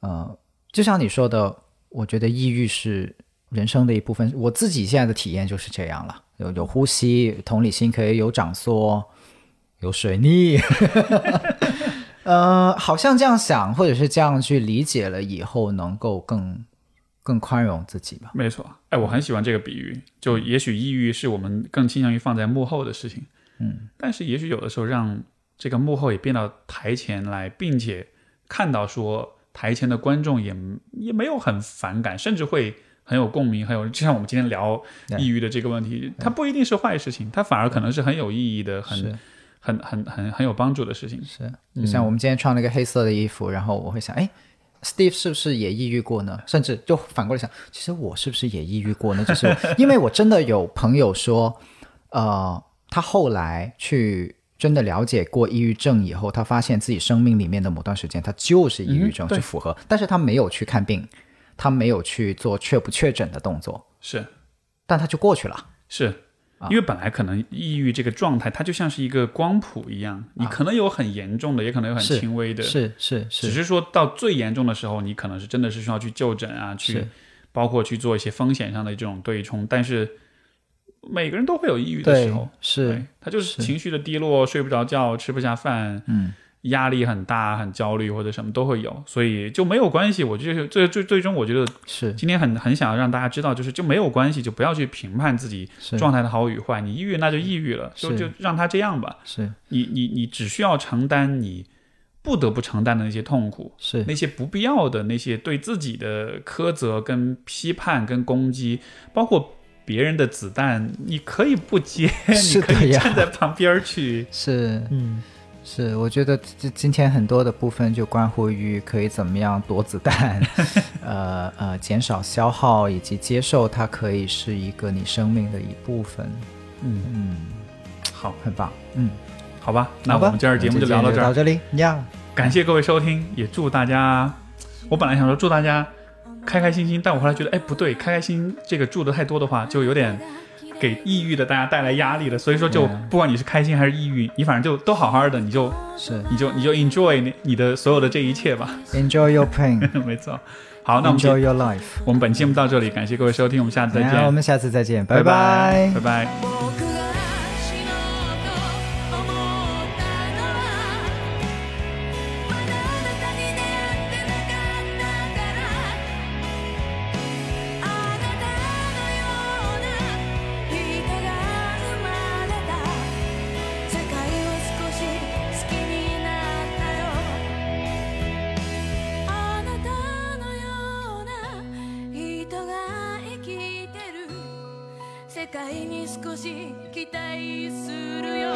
Speaker 2: 呃，就像你说的，我觉得抑郁是人生的一部分。我自己现在的体验就是这样了，有有呼吸，同理心可以有长缩，有水逆。 呃，好像这样想，或者是这样去理解了以后，能够更更宽容自己吧。
Speaker 3: 没错。哎，我很喜欢这个比喻，就也许抑郁是我们更倾向于放在幕后的事情。
Speaker 2: 嗯，
Speaker 3: 但是也许有的时候让这个幕后也变到台前来，并且看到说台前的观众也也没有很反感，甚至会很有共鸣，很有就像我们今天聊
Speaker 2: 对
Speaker 3: 抑郁的这个问题，它不一定是坏事情，它反而可能是很有意义的，很
Speaker 2: 是
Speaker 3: 很很很很有帮助的事情。
Speaker 2: 是，就像我们今天穿了一个黑色的衣服，然后我会想，哎，Steve 是不是也抑郁过呢？甚至就反过来想，其实我是不是也抑郁过呢？就是 因为我真的有朋友说，呃，他后来去真的了解过抑郁症以后，他发现自己生命里面的某段时间他就是抑郁症，
Speaker 3: 嗯对
Speaker 2: 是符合，但是他没有去看病，他没有去做确不确诊的动作，
Speaker 3: 是
Speaker 2: 但他就过去了。
Speaker 3: 是。
Speaker 2: 啊
Speaker 3: 因为本来可能抑郁这个状态，它就像是一个光谱一样，你可能有很严重的，也可能有很
Speaker 2: 啊是
Speaker 3: 轻微的，
Speaker 2: 是是
Speaker 3: 只
Speaker 2: 是，
Speaker 3: 是说到最严重的时候，你可能是真的是需要去就诊啊，去
Speaker 2: 是
Speaker 3: 包括去做一些风险上的这种对冲。但是每个人都会有抑郁的时
Speaker 2: 对
Speaker 3: 候，，
Speaker 2: 是
Speaker 3: 对，他就是情绪的低落，睡不着觉，吃不下饭，
Speaker 2: 嗯，
Speaker 3: 压力很大，很焦虑或者什么都会有，所以就没有关系。我就是最最最终，我觉得
Speaker 2: 是
Speaker 3: 今天很很想让大家知道，就是就没有关系，就不要去评判自己
Speaker 2: 是
Speaker 3: 状态的好与坏。你抑郁那就抑郁了，就是就让他这样吧。
Speaker 2: 是
Speaker 3: 你你你只需要承担你不得不承担的那些痛苦，
Speaker 2: 是
Speaker 3: 那些不必要的那些对自己的苛责、跟批判、跟攻击，包括别人的子弹，你可以不接，你
Speaker 2: 是的
Speaker 3: 可以
Speaker 2: 呀
Speaker 3: 站在旁边儿去。
Speaker 2: 是
Speaker 3: 嗯，
Speaker 2: 是，我觉得这今天很多的部分就关乎于可以怎么样躲子 弹，呃呃，减少消耗，以及接受它可以是一个你生命的一部分。
Speaker 3: 嗯
Speaker 2: 嗯，
Speaker 3: 好，
Speaker 2: 很棒。嗯，
Speaker 3: 好吧，那
Speaker 2: 好吧
Speaker 3: 我们今儿节目就聊到
Speaker 2: 到
Speaker 3: 这儿，
Speaker 2: 这里呀。
Speaker 3: 感谢各位收听，也祝大家，我本来想说祝大家开开心心，但我后来觉得，哎，不对，开开心心这个祝的太多的话，就有点。给抑郁的大家带来压力的，所以说就
Speaker 2: Yeah
Speaker 3: 不管你是开心还是抑郁，你反正就都好好的，你就是你就你就 enjoy 你你的所有的这一切吧。
Speaker 2: ，Enjoy your pain，Enjoy
Speaker 3: 没错。好，那我们今
Speaker 2: your life。
Speaker 3: 我们本期节目到这里，感谢各位收听，我们下次再见，
Speaker 2: 那我们下次再见，拜
Speaker 3: 拜拜拜。
Speaker 1: 僕が死のうと思ったのはまだあなたに出会ってなかったからあなたのような人が生まれた世界を少し好きになったよあなたのような人が生きてる世界に少し期待するよ